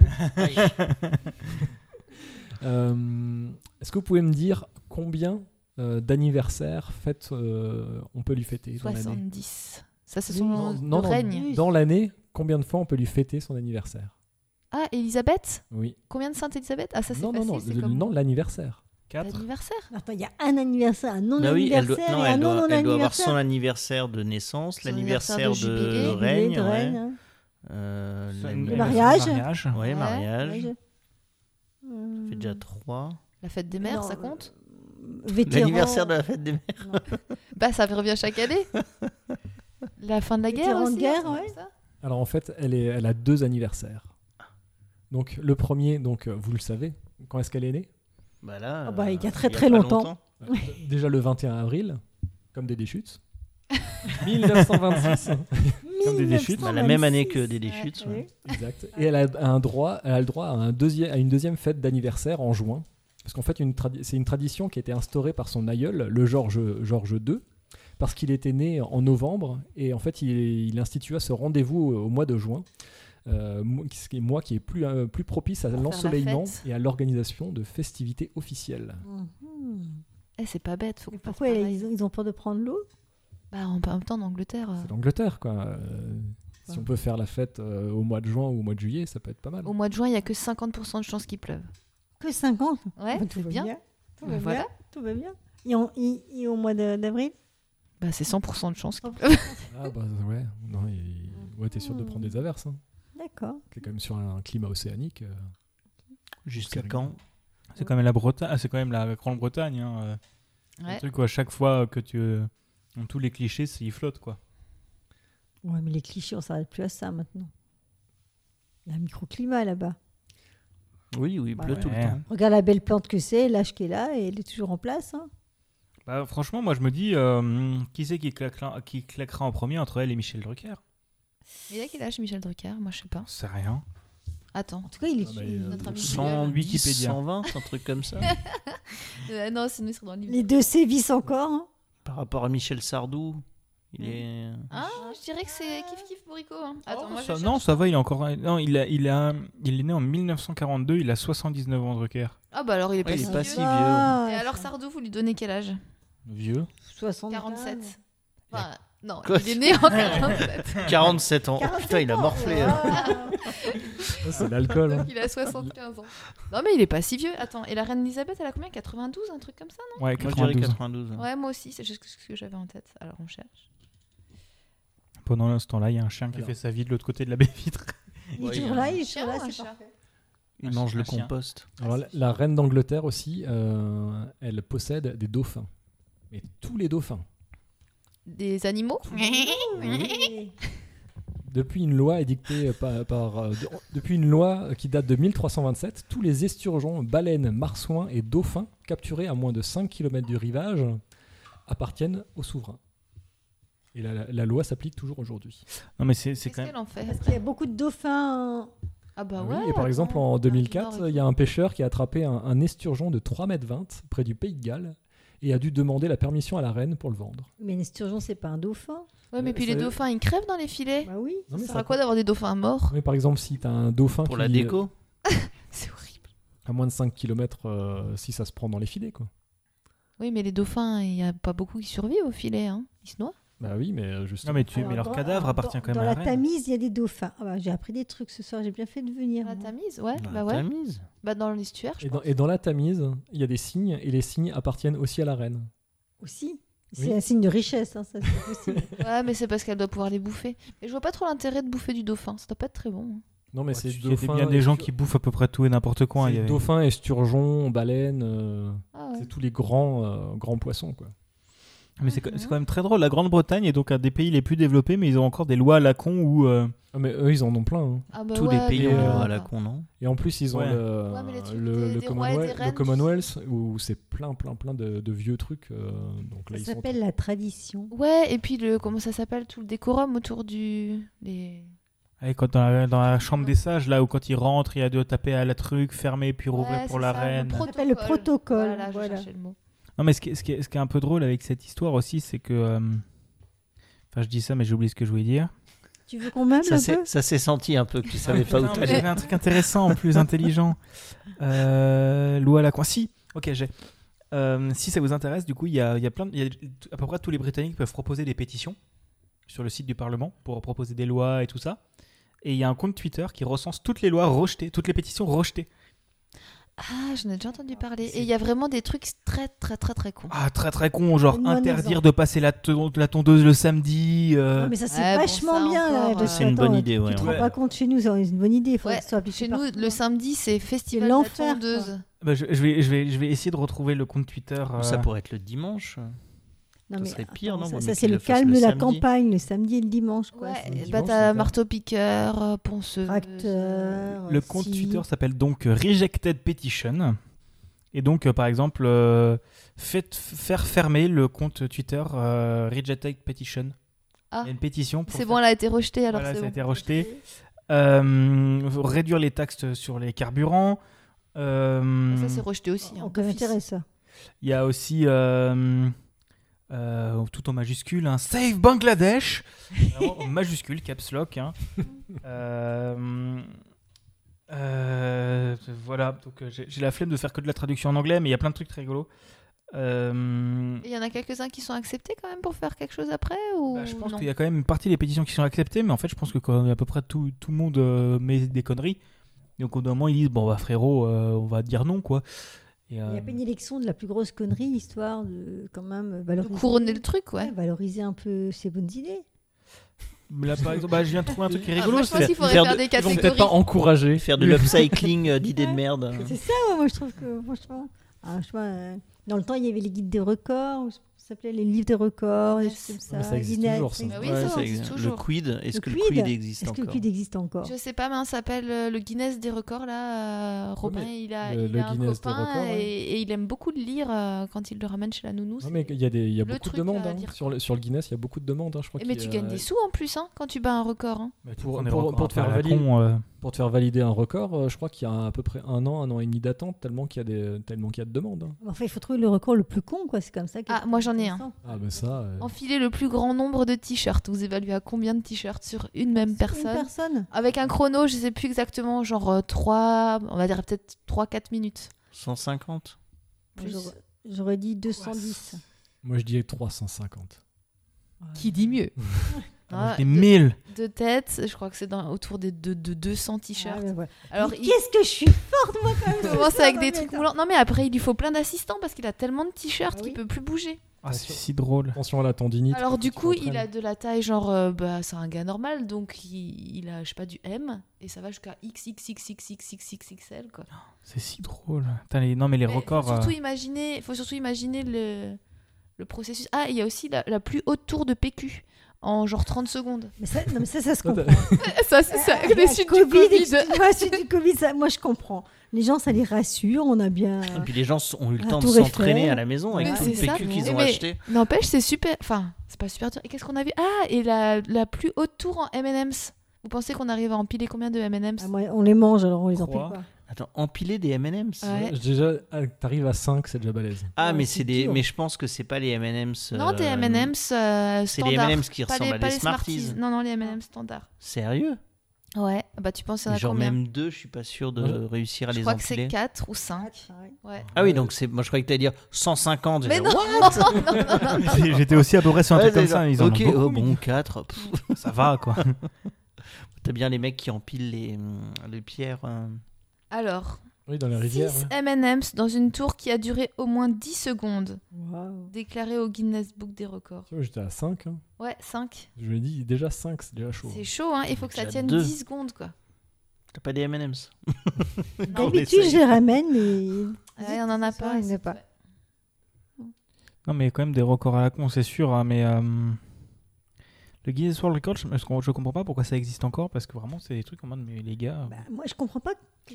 Speaker 1: Euh, Est-ce que vous pouvez me dire combien euh, d'anniversaires fêtes euh, on peut lui fêter dans l'année
Speaker 5: 70. Ça, c'est
Speaker 1: Oui,
Speaker 5: son
Speaker 1: non,
Speaker 5: son
Speaker 1: non, non.
Speaker 5: règne.
Speaker 2: Oui.
Speaker 1: Dans l'année, combien de fois on peut lui fêter son anniversaire
Speaker 5: Ah, Elisabeth
Speaker 1: Oui.
Speaker 5: Combien de Sainte-Elisabeth Ah, ça, c'est
Speaker 1: non, non,
Speaker 5: facile.
Speaker 1: non,
Speaker 5: c'est
Speaker 1: le-
Speaker 5: comme
Speaker 1: non, l'anniversaire.
Speaker 4: 4.
Speaker 5: l'anniversaire.
Speaker 2: Attends, il y a un anniversaire, un
Speaker 3: Bah oui, elle doit,
Speaker 2: non-anniversaire
Speaker 3: non,
Speaker 2: et un
Speaker 3: elle doit- elle doit avoir
Speaker 2: non-non-anniversaire.
Speaker 3: son anniversaire de naissance,
Speaker 5: Son anniversaire
Speaker 3: l'anniversaire
Speaker 5: de
Speaker 3: de,
Speaker 5: jubilé,
Speaker 2: Jubilé,
Speaker 3: règne,
Speaker 2: de
Speaker 3: ouais.
Speaker 2: reine, hein.
Speaker 3: Euh, l'anniversaire-
Speaker 2: Le mariage.
Speaker 3: Ouais,
Speaker 5: Ouais.
Speaker 3: mariage.
Speaker 2: Mariage.
Speaker 3: Ça fait déjà trois.
Speaker 5: La fête des mères,
Speaker 2: Euh, Non,
Speaker 5: ça compte
Speaker 2: Euh, vétéran.
Speaker 3: L'anniversaire de la fête des mères.
Speaker 5: Bah, ça revient chaque année. la fin de la guerre
Speaker 2: Vétéran de
Speaker 5: aussi.
Speaker 2: guerre,
Speaker 5: un truc
Speaker 2: ouais.
Speaker 5: comme ça
Speaker 1: Alors en fait, elle, est, elle a deux anniversaires. Donc le premier, donc euh, vous le savez, quand est-ce qu'elle est née
Speaker 3: Bah là,
Speaker 2: Ah bah, il y a
Speaker 3: euh,
Speaker 2: très,
Speaker 3: pas
Speaker 2: très longtemps.
Speaker 1: Déjà le 21 avril, comme des déchutes. 1926.
Speaker 4: Comme des déchutes.
Speaker 3: Bah, la même année que
Speaker 2: 1926.
Speaker 3: des déchutes. ouais.
Speaker 2: Ouais.
Speaker 1: Exact. Et elle a, un droit, elle a le droit à, un deuxième, à une deuxième fête d'anniversaire en juin. Parce qu'en fait, une tradi- c'est une tradition qui a été instaurée par son aïeul, le Georges George II, parce qu'il était né en novembre. Et en fait, il, il institua ce rendez-vous au, au mois de juin. euh, mo- ce qui est- mois qui est plus, euh, plus propice à
Speaker 5: faire la
Speaker 1: l'ensoleillement
Speaker 5: fête. Ah.
Speaker 1: et à l'organisation de festivités officielles.
Speaker 2: Mhm.
Speaker 5: Eh, c'est pas bête. Faut qu'on
Speaker 2: Et
Speaker 5: fasse
Speaker 2: pourquoi
Speaker 5: pareil.
Speaker 2: ils ont, ils ont peur de prendre l'eau
Speaker 5: Bah, en en même temps, en Angleterre. euh,
Speaker 1: C'est l'Angleterre, quoi. Euh, Si
Speaker 2: Ouais.
Speaker 1: on peut faire la fête euh, au mois de juin ou au mois de juillet, ça peut être pas mal.
Speaker 5: Au mois de juin, il y a que 50% de chances qu'il pleuve.
Speaker 2: Que 50 Bah,
Speaker 5: Ouais, c'est
Speaker 2: Tout va
Speaker 5: bien.
Speaker 2: bien. Tout
Speaker 5: Bah,
Speaker 2: va
Speaker 5: voilà.
Speaker 2: bien. Tout va bien. Et, on- et- et au mois de- d'avril
Speaker 5: Bah, c'est 100% de chances qu'il pleuve.
Speaker 1: Ah bah ouais, non, il- ouais, t'es sûr de prendre des averses. hein.
Speaker 2: D'accord.
Speaker 1: C'est quand même sur un climat océanique. euh.
Speaker 3: Jusqu'à
Speaker 1: C'est
Speaker 3: quand
Speaker 4: C'est quand même la Bretagne, ah, c'est quand même la Grande-Bretagne. hein, euh,
Speaker 5: Ouais.
Speaker 4: Le truc où à chaque fois que tu, euh, dans tous les clichés, c'est- ils flottent quoi.
Speaker 2: Ouais, mais les clichés, on s'arrête plus à ça maintenant. Il y a un microclimat là-bas.
Speaker 3: Oui, oui, il
Speaker 2: Bah,
Speaker 3: pleut tout le
Speaker 4: ouais.
Speaker 3: temps.
Speaker 2: Regarde la belle plante que c'est, l'âge qu'elle a, et elle est toujours en place. hein.
Speaker 4: Bah, franchement, moi je me dis, euh, qui c'est qui claquera, qui claquera en premier entre elle et Michel Drucker
Speaker 5: Il a quel âge, Michel Drucker Moi, je sais pas.
Speaker 4: C'est rien.
Speaker 5: Attends.
Speaker 2: En tout cas, il est.
Speaker 1: Ah, mais,
Speaker 2: il-
Speaker 1: euh,
Speaker 5: Notre ami
Speaker 4: Sans
Speaker 5: Google.
Speaker 4: Wikipédia.
Speaker 3: 120, un truc comme ça.
Speaker 5: Euh, non, sinon, ils sont dans le livre.
Speaker 2: Les deux sévissent encore. hein.
Speaker 3: Par rapport à Michel Sardou, il est.
Speaker 5: Ah, je dirais que c'est kiff kiff Borico. hein. Attends,
Speaker 4: Oh,
Speaker 5: moi, je
Speaker 4: ça-
Speaker 5: cherche.
Speaker 4: non, ça va, il est encore. Non, il, a, il, a, il est né en 1942, il a 79 ans, Drucker.
Speaker 5: Ah, bah alors, il est pas
Speaker 3: Ouais, il
Speaker 5: si
Speaker 3: est pas
Speaker 5: vieux.
Speaker 3: si vieux.
Speaker 2: Ah,
Speaker 5: Et alors, Sardou, vous lui donnez quel âge
Speaker 4: Vieux.
Speaker 2: 75.
Speaker 5: 47. Enfin, non,
Speaker 3: Quoi
Speaker 5: il est né en 47.
Speaker 3: 47 ans. Oh,
Speaker 2: 47
Speaker 3: putain, il a
Speaker 2: ans,
Speaker 3: morflé. hein.
Speaker 2: ah.
Speaker 1: Ah, c'est l'alcool. hein.
Speaker 5: Donc, il a 75 ans. Non, mais il est pas si vieux. Attends, et la reine Elisabeth, elle a combien 92, un truc comme ça
Speaker 4: Ouais,
Speaker 3: Moi, je dirais
Speaker 4: 92.
Speaker 3: 92. hein.
Speaker 5: Ouais, moi aussi, c'est juste ce que j'avais en tête. Alors, on cherche.
Speaker 4: Pendant ce temps-là, il y a un chien qui
Speaker 1: Alors.
Speaker 4: fait sa vie de l'autre côté de la baie vitre.
Speaker 2: Il est toujours
Speaker 3: Ouais, il y a
Speaker 2: là,
Speaker 3: un
Speaker 2: il est
Speaker 5: Chien
Speaker 2: toujours
Speaker 5: ou
Speaker 2: là,
Speaker 5: un
Speaker 2: c'est
Speaker 5: chat
Speaker 2: parfait.
Speaker 4: Il
Speaker 3: Un
Speaker 4: mange
Speaker 3: chien,
Speaker 4: le
Speaker 3: un chien.
Speaker 4: compost.
Speaker 1: Alors, la, la reine d'Angleterre aussi, euh, elle possède des dauphins. Mais tous les dauphins.
Speaker 5: Des animaux
Speaker 2: hein. Oui.
Speaker 1: Depuis une loi édictée par, par, euh, de- depuis une loi qui date de 1327, tous les esturgeons, baleines, marsouins et dauphins capturés à moins de 5 km du rivage appartiennent au souverain. Et la, la- la loi s'applique toujours aujourd'hui.
Speaker 4: Non, mais c'est c'est
Speaker 5: Qu'est-ce
Speaker 4: quand même.
Speaker 5: qu'elle en fait
Speaker 2: Parce qu'il y a beaucoup de dauphins.
Speaker 5: Ah bah
Speaker 1: Oui,
Speaker 5: ouais.
Speaker 1: et par exemple, en
Speaker 5: Ah,
Speaker 1: 2004,
Speaker 5: d'accord.
Speaker 1: il y a un pêcheur qui a attrapé un, un esturgeon de 3,20 m près du Pays de Galles et a dû demander la permission à la reine pour le vendre.
Speaker 2: Mais un esturgeon, c'est pas un dauphin.
Speaker 5: Ouais, mais
Speaker 1: Euh,
Speaker 5: puis
Speaker 1: ça-
Speaker 5: les dauphins, ils crèvent dans les filets.
Speaker 2: Bah oui.
Speaker 1: Non,
Speaker 5: ça
Speaker 1: mais
Speaker 5: sert
Speaker 1: ça
Speaker 5: à quoi d'avoir des dauphins morts
Speaker 1: Mais par exemple, si tu as un dauphin
Speaker 3: Pour
Speaker 1: qui
Speaker 3: la
Speaker 1: est
Speaker 3: déco
Speaker 5: C'est horrible.
Speaker 1: à moins de 5 km, si ça se prend dans les filets, quoi.
Speaker 5: Oui, mais les dauphins, il n'y a pas beaucoup qui survivent au filet. Hein. Ils se noient.
Speaker 1: Bah oui, mais justement.
Speaker 4: Non, mais, tu...
Speaker 2: Alors,
Speaker 4: mais leur
Speaker 2: dans-
Speaker 4: cadavre
Speaker 2: dans-
Speaker 4: appartient quand même
Speaker 2: Dans
Speaker 4: à
Speaker 2: la
Speaker 4: la reine.
Speaker 2: Tamise, il y a des dauphins. Ah bah, j'ai appris des trucs ce soir, j'ai bien fait de venir.
Speaker 5: La
Speaker 2: moi.
Speaker 5: Tamise, ouais.
Speaker 3: Bah,
Speaker 5: Bah ouais.
Speaker 3: Tamise.
Speaker 5: Bah dans
Speaker 4: Ah,
Speaker 5: l'estuaire, je
Speaker 1: Et dans, et dans la Tamise, il y a des signes, et les signes appartiennent aussi à la reine.
Speaker 2: Aussi.
Speaker 1: Oui.
Speaker 2: C'est un signe de richesse, hein, ça c'est possible.
Speaker 5: Ouais, mais c'est parce qu'elle doit pouvoir les bouffer. Mais je vois pas trop l'intérêt de bouffer du dauphin. Ça doit pas être très bon. hein.
Speaker 1: Non, mais
Speaker 4: Ouais,
Speaker 1: c'est
Speaker 4: tu- Il y a
Speaker 1: dauphin,
Speaker 4: bien des gens qui
Speaker 1: estur-
Speaker 4: bouffent à peu près tout et n'importe quoi.
Speaker 1: c'est
Speaker 4: il y avait-
Speaker 1: dauphin, esturgeon, baleine, euh,
Speaker 5: Ah ouais.
Speaker 1: c'est tous les grands, euh, grands poissons, quoi.
Speaker 4: Mais c'est c'est quand même très drôle. La Grande-Bretagne est donc un des pays les plus développés, mais ils ont encore des lois à la con où. euh,
Speaker 1: Ah, mais eux, ils en ont plein. hein.
Speaker 5: Ah bah
Speaker 3: Tous
Speaker 5: ouais,
Speaker 3: les pays
Speaker 5: mais
Speaker 3: ont
Speaker 1: euh,
Speaker 3: le droit à
Speaker 5: ouais.
Speaker 3: la con, non
Speaker 1: Et en plus, ils ont
Speaker 4: Ouais.
Speaker 1: le,
Speaker 5: Ouais, mais les trucs
Speaker 1: le-
Speaker 5: des-
Speaker 1: le
Speaker 5: des rois et des
Speaker 1: Commonwealth, le
Speaker 5: reines, tu
Speaker 1: Commonwealth, où c'est plein, plein, plein de, de vieux trucs. euh, donc là,
Speaker 2: ça
Speaker 1: ils sont
Speaker 2: s'appelle la tradition.
Speaker 5: Ouais, et puis le comment ça s'appelle tout le décorum autour du les
Speaker 4: ouais, quand dans, la, dans la chambre des sages, là où quand ils rentrent, il y a de taper à la truc, fermer puis rouvrir
Speaker 5: Ouais,
Speaker 4: pour
Speaker 5: c'est
Speaker 4: la
Speaker 5: ça,
Speaker 4: reine.
Speaker 2: Ça s'appelle le protocole,
Speaker 5: Voilà, je
Speaker 2: voilà.
Speaker 5: cherchais le mot.
Speaker 4: Non, mais ce qui, est- ce, qui est, ce qui est un peu drôle avec cette histoire aussi, c'est que. euh, Enfin, je dis ça, mais j'ai oublié ce que je voulais dire.
Speaker 2: Tu veux qu'on meuble
Speaker 3: Ça
Speaker 2: un peu
Speaker 3: s'est ça s'est senti un peu que tu savais pas où
Speaker 4: Putain, mais
Speaker 3: t'allais.
Speaker 4: J'avais un truc intéressant, plus intelligent. Euh, Loi à la con. Si, ok, j'ai. Euh, si ça vous intéresse, du coup, il y a, il y a plein, de- il y a t- à peu près tous les Britanniques peuvent proposer des pétitions sur le site du Parlement pour proposer des lois et tout ça. Et il y a un compte Twitter qui recense toutes les lois rejetées, toutes les pétitions rejetées.
Speaker 5: Ah, j'en ai déjà entendu parler.
Speaker 4: c'est-
Speaker 5: Et il y a vraiment des trucs très très très très cons.
Speaker 4: Ah, très très con, genre
Speaker 2: Donne-moi un
Speaker 4: interdire
Speaker 2: exemple.
Speaker 4: de passer la, ton- la tondeuse le samedi. euh,
Speaker 2: Non, Ah, mais ça c'est
Speaker 5: Ouais, bon,
Speaker 2: vachement
Speaker 5: ça
Speaker 2: bien.
Speaker 5: encore,
Speaker 2: là, parce
Speaker 5: euh,
Speaker 2: que,
Speaker 3: C'est une bonne
Speaker 2: attends,
Speaker 3: idée, ouais.
Speaker 2: Tu te
Speaker 4: ouais.
Speaker 2: rends pas compte chez nous, c'est une bonne idée. Faut
Speaker 5: Ouais,
Speaker 2: que ce soit appliqué
Speaker 5: Chez nous,
Speaker 2: partout. hein.
Speaker 5: le samedi, c'est festival
Speaker 2: C'est
Speaker 5: de la
Speaker 2: l'enfer,
Speaker 5: tondeuse.
Speaker 4: bah, je, je vais, je, vais, je vais essayer de retrouver le compte Twitter. euh,
Speaker 3: Ça pourrait être le dimanche.
Speaker 2: Non,
Speaker 3: ça
Speaker 2: mais
Speaker 3: serait pire,
Speaker 2: attends,
Speaker 3: non,
Speaker 2: Ça,
Speaker 3: mais
Speaker 2: ça,
Speaker 3: qu'ils
Speaker 2: c'est
Speaker 3: le
Speaker 2: le
Speaker 3: fassent
Speaker 2: calme
Speaker 3: le
Speaker 2: de la
Speaker 3: samedi.
Speaker 2: campagne, le samedi et le dimanche. Quoi.
Speaker 5: Ouais,
Speaker 1: le
Speaker 5: et
Speaker 2: C'est-
Speaker 5: bah
Speaker 1: dimanche,
Speaker 5: t'as
Speaker 1: c'est
Speaker 5: marteau-piqueur, ponceuse. euh,
Speaker 2: Tracteur.
Speaker 4: Le compte
Speaker 2: scie.
Speaker 4: Twitter s'appelle donc euh, Rejected Petition. Et donc, euh, par exemple, euh, faites- faire fermer le compte Twitter euh, Rejected Petition.
Speaker 5: Ah.
Speaker 4: Il y a une pétition pour.
Speaker 5: C'est
Speaker 4: faire-
Speaker 5: bon, elle a été rejetée alors
Speaker 4: Voilà,
Speaker 5: c'est
Speaker 4: ça a
Speaker 5: bon.
Speaker 4: été rejeté. Euh, réduire les taxes sur les carburants. Euh,
Speaker 5: Ça c'est
Speaker 1: Hmm.
Speaker 5: rejeté aussi. hein,
Speaker 2: Aucun
Speaker 5: d'office.
Speaker 2: intérêt, ça.
Speaker 4: Il y a aussi, euh, euh, tout en majuscule, un Save Bangladesh. Vraiment, en majuscule, caps lock. hein. Euh, euh, voilà, donc euh, j'ai j'ai la flemme de faire que de la traduction en anglais, mais il y a plein de trucs très rigolos. Euh,
Speaker 5: Et Il y en a quelques-uns qui sont acceptés quand même pour faire quelque chose après ou
Speaker 4: bah, je pense
Speaker 5: non
Speaker 4: qu'il y a quand même une partie des pétitions qui sont acceptées, mais en fait, je pense que quand à peu près tout, tout le monde euh, met des conneries. Donc au bout d'un moment, ils disent Bon, bah frérot, euh, on va dire non, quoi. Et,
Speaker 2: Il y
Speaker 4: euh,
Speaker 2: a pas une élection de la plus grosse connerie, histoire de quand même euh,
Speaker 5: De
Speaker 2: valoriser,
Speaker 5: couronner le truc, ouais.
Speaker 2: Ouais, valoriser un peu ses bonnes idées.
Speaker 4: Là, par exemple, bah, je viens de trouver un truc qui est
Speaker 5: Ah,
Speaker 4: rigolo.
Speaker 5: franchement,
Speaker 4: c'est-
Speaker 5: s'il faudrait
Speaker 3: faire
Speaker 5: faire
Speaker 3: de-
Speaker 5: des
Speaker 1: Ils vont peut-être pas
Speaker 5: catégories.
Speaker 1: encourager.
Speaker 3: Faire de l'upcycling euh, d'idées de merde.
Speaker 2: C'est ça, ouais, moi je trouve que franchement, un choix, euh, dans le temps il y avait les guides des records, ou ça s'appelait les livres des records, et
Speaker 5: Guinness.
Speaker 2: choses comme ça.
Speaker 1: Mais ça existe
Speaker 2: Guinness,
Speaker 1: toujours, ça.
Speaker 5: Ah oui,
Speaker 2: Guinness.
Speaker 5: ça,
Speaker 3: ça
Speaker 5: on dit
Speaker 3: existe. Le
Speaker 5: toujours.
Speaker 3: quid, est-ce
Speaker 2: Le
Speaker 3: que le quid
Speaker 2: quid,
Speaker 3: existe
Speaker 2: Est-ce que le
Speaker 3: encore
Speaker 2: guide existe encore
Speaker 5: Je sais pas, mais on s'appelle euh, le Guinness des records là. euh, Robin,
Speaker 1: mais
Speaker 5: il a,
Speaker 1: le-
Speaker 5: il
Speaker 1: le
Speaker 5: a un
Speaker 1: Guinness des
Speaker 5: copain
Speaker 1: records, ouais.
Speaker 5: et, et il aime beaucoup le lire euh, quand il le ramène chez la nounou.
Speaker 1: Non,
Speaker 5: c'est-
Speaker 1: mais il y a, des, il y a
Speaker 5: Le
Speaker 1: beaucoup de
Speaker 5: truc
Speaker 1: demandes.
Speaker 5: à
Speaker 1: hein.
Speaker 5: dire.
Speaker 1: Sur, le, sur le Guinness, il y a beaucoup de demandes. hein, je crois
Speaker 5: Eh, mais
Speaker 1: qu'il
Speaker 5: tu
Speaker 1: y a-
Speaker 5: gagnes des sous en plus hein, quand tu bats un record. hein.
Speaker 4: Mais tu
Speaker 1: Pour-
Speaker 4: prends des
Speaker 1: pour-
Speaker 4: records
Speaker 1: pour
Speaker 4: un
Speaker 1: te
Speaker 4: peu
Speaker 1: faire
Speaker 4: à la
Speaker 1: valider.
Speaker 4: con, euh,
Speaker 1: Pour te faire valider un record, euh, je crois qu'il y a à peu près un an, un an et demi d'attente, tellement qu'il y, a des- tellement qu'il y a de demandes. hein.
Speaker 2: Enfin, il faut trouver le record le plus con, quoi. C'est comme ça. que-
Speaker 5: Ah, moi, j'en ai un.
Speaker 1: Ah, bah ça. euh,
Speaker 5: Enfiler le plus grand nombre de t-shirts. Vous évaluez à combien de t-shirts sur une même
Speaker 2: Une
Speaker 5: personne
Speaker 2: personne.
Speaker 5: Avec un chrono, je sais plus exactement, genre 3, on va dire peut-être 3-4 minutes.
Speaker 3: 150
Speaker 5: Plus.
Speaker 2: J'aurais- J'aurais dit 210.
Speaker 1: moi, je dirais 350.
Speaker 5: Qui dit mieux
Speaker 4: moi,
Speaker 5: Ah,
Speaker 4: Des
Speaker 5: de,
Speaker 4: mille.
Speaker 5: de tête, je crois que c'est dans- autour des deux- de 200
Speaker 2: Ah,
Speaker 5: t-shirts.
Speaker 2: ben voilà.
Speaker 5: Alors,
Speaker 2: Mais
Speaker 5: il
Speaker 2: qu'est-ce que je suis forte, moi, quand même.
Speaker 5: commence
Speaker 2: ce
Speaker 5: avec
Speaker 2: soir,
Speaker 5: des
Speaker 2: non, mais
Speaker 5: trucs
Speaker 2: attends.
Speaker 5: moulants. Non, mais après, il lui faut plein d'assistants parce qu'il a tellement de t-shirts
Speaker 2: Ah
Speaker 5: qu'il
Speaker 2: oui.
Speaker 5: peut plus bouger.
Speaker 4: Ah, c'est si drôle.
Speaker 1: Attention à la tendinite.
Speaker 5: Alors du
Speaker 1: qui
Speaker 5: coup,
Speaker 1: entraîne.
Speaker 5: il a de la taille genre, euh, bah, c'est un gars normal, donc il, il a, je sais pas, du M, et ça va jusqu'à XXXXXXXXL, quoi.
Speaker 4: C'est si drôle. Putain, les- Non, mais les
Speaker 5: Mais
Speaker 4: records.
Speaker 5: Faut surtout
Speaker 4: euh,
Speaker 5: imaginer, faut surtout imaginer le, le processus. Ah, il y a aussi la, la plus haute tour de PQ en genre 30 secondes.
Speaker 2: Mais ça, non, mais ça, ça se
Speaker 1: Ça, t'as-
Speaker 2: comprend.
Speaker 5: ça, c'est ça,
Speaker 2: Ah,
Speaker 5: les
Speaker 2: la
Speaker 5: suites
Speaker 2: Covid,
Speaker 5: du Covid.
Speaker 2: excuse-moi, suite du Covid, ça, moi je comprends. Les gens, ça les rassure, on a bien.
Speaker 3: Et puis les gens s- ont eu le
Speaker 2: Ah,
Speaker 3: temps de
Speaker 2: tout réfère.
Speaker 3: s'entraîner à la maison avec
Speaker 5: Mais
Speaker 3: tout le
Speaker 5: c'est ça.
Speaker 3: PQ qu'ils ont
Speaker 5: Mais-
Speaker 3: acheté.
Speaker 5: N'empêche, c'est super. Enfin, c'est pas super dur. Et qu'est-ce qu'on a vu Ah, et la, la plus haute tour en M&M's. Vous pensez qu'on arrive à empiler combien de M&M's
Speaker 2: Ah, moi, on les mange, alors on les empile
Speaker 4: Croix.
Speaker 2: pas.
Speaker 3: Attends, empiler des M&M's.
Speaker 5: Ouais.
Speaker 1: Déjà, ah, t'arrives à 5, c'est déjà balèze.
Speaker 3: Ah,
Speaker 2: Ouais,
Speaker 3: mais
Speaker 2: c'est
Speaker 3: c'est des
Speaker 2: dur.
Speaker 3: mais je pense que c'est pas les M&M's.
Speaker 5: Non, des
Speaker 3: euh,
Speaker 5: M&M's euh,
Speaker 3: C'est les
Speaker 5: standards.
Speaker 3: M&M's qui
Speaker 5: pas
Speaker 3: ressemblent
Speaker 5: les,
Speaker 3: à
Speaker 5: pas
Speaker 3: des
Speaker 5: les Smarties.
Speaker 3: Smarties.
Speaker 5: Non, non, les M&M's standards.
Speaker 3: Sérieux
Speaker 5: Ouais. Bah, tu penses qu'il y en a
Speaker 3: Genre
Speaker 5: combien
Speaker 3: même deux, je suis pas sûr de
Speaker 1: Ouais.
Speaker 3: réussir à
Speaker 5: Je
Speaker 3: les
Speaker 5: crois que c'est
Speaker 3: empiler.
Speaker 5: 4 ou 5. Ouais.
Speaker 3: Ah oui, donc c'est moi je croyais que t'allais dire 150.
Speaker 5: Mais
Speaker 3: j'étais
Speaker 5: non,
Speaker 3: là,
Speaker 5: non, non, non, non.
Speaker 4: J'étais aussi à peu près sur un
Speaker 3: ouais,
Speaker 4: truc comme
Speaker 3: oh, c'est
Speaker 4: ça. Ils en
Speaker 3: ok,
Speaker 4: ont beaucoup,
Speaker 3: oh, bon, 4.
Speaker 4: mais Ça va, quoi.
Speaker 3: T'as bien les mecs qui empilent les, hum, les pierres. euh.
Speaker 5: Alors,
Speaker 1: Oui, dans la rivière.
Speaker 5: 6
Speaker 1: ouais.
Speaker 5: M&M's dans une tour qui a duré au moins 10 secondes,
Speaker 2: Waouh.
Speaker 5: déclaré au Guinness Book des records.
Speaker 1: Tu vois, J'étais à 5.
Speaker 5: Ouais, 5.
Speaker 1: Je me dis, déjà 5, c'est déjà chaud.
Speaker 5: C'est chaud, hein. Il faut que ça
Speaker 3: Déjà
Speaker 5: tienne
Speaker 3: deux.
Speaker 5: 10 secondes, quoi.
Speaker 3: T'as pas des M&M's
Speaker 2: D'habitude, je les ramène, mais.
Speaker 5: Ouais, on en a
Speaker 2: Ça,
Speaker 5: pas.
Speaker 2: il n'y en a pas.
Speaker 4: Non, mais quand même des records à la con, c'est sûr. hein, mais euh, le Guinness World Record, je, je- je comprends pas pourquoi ça existe encore parce que vraiment, c'est des trucs en mode, mais les gars.
Speaker 2: Bah, moi, je comprends pas.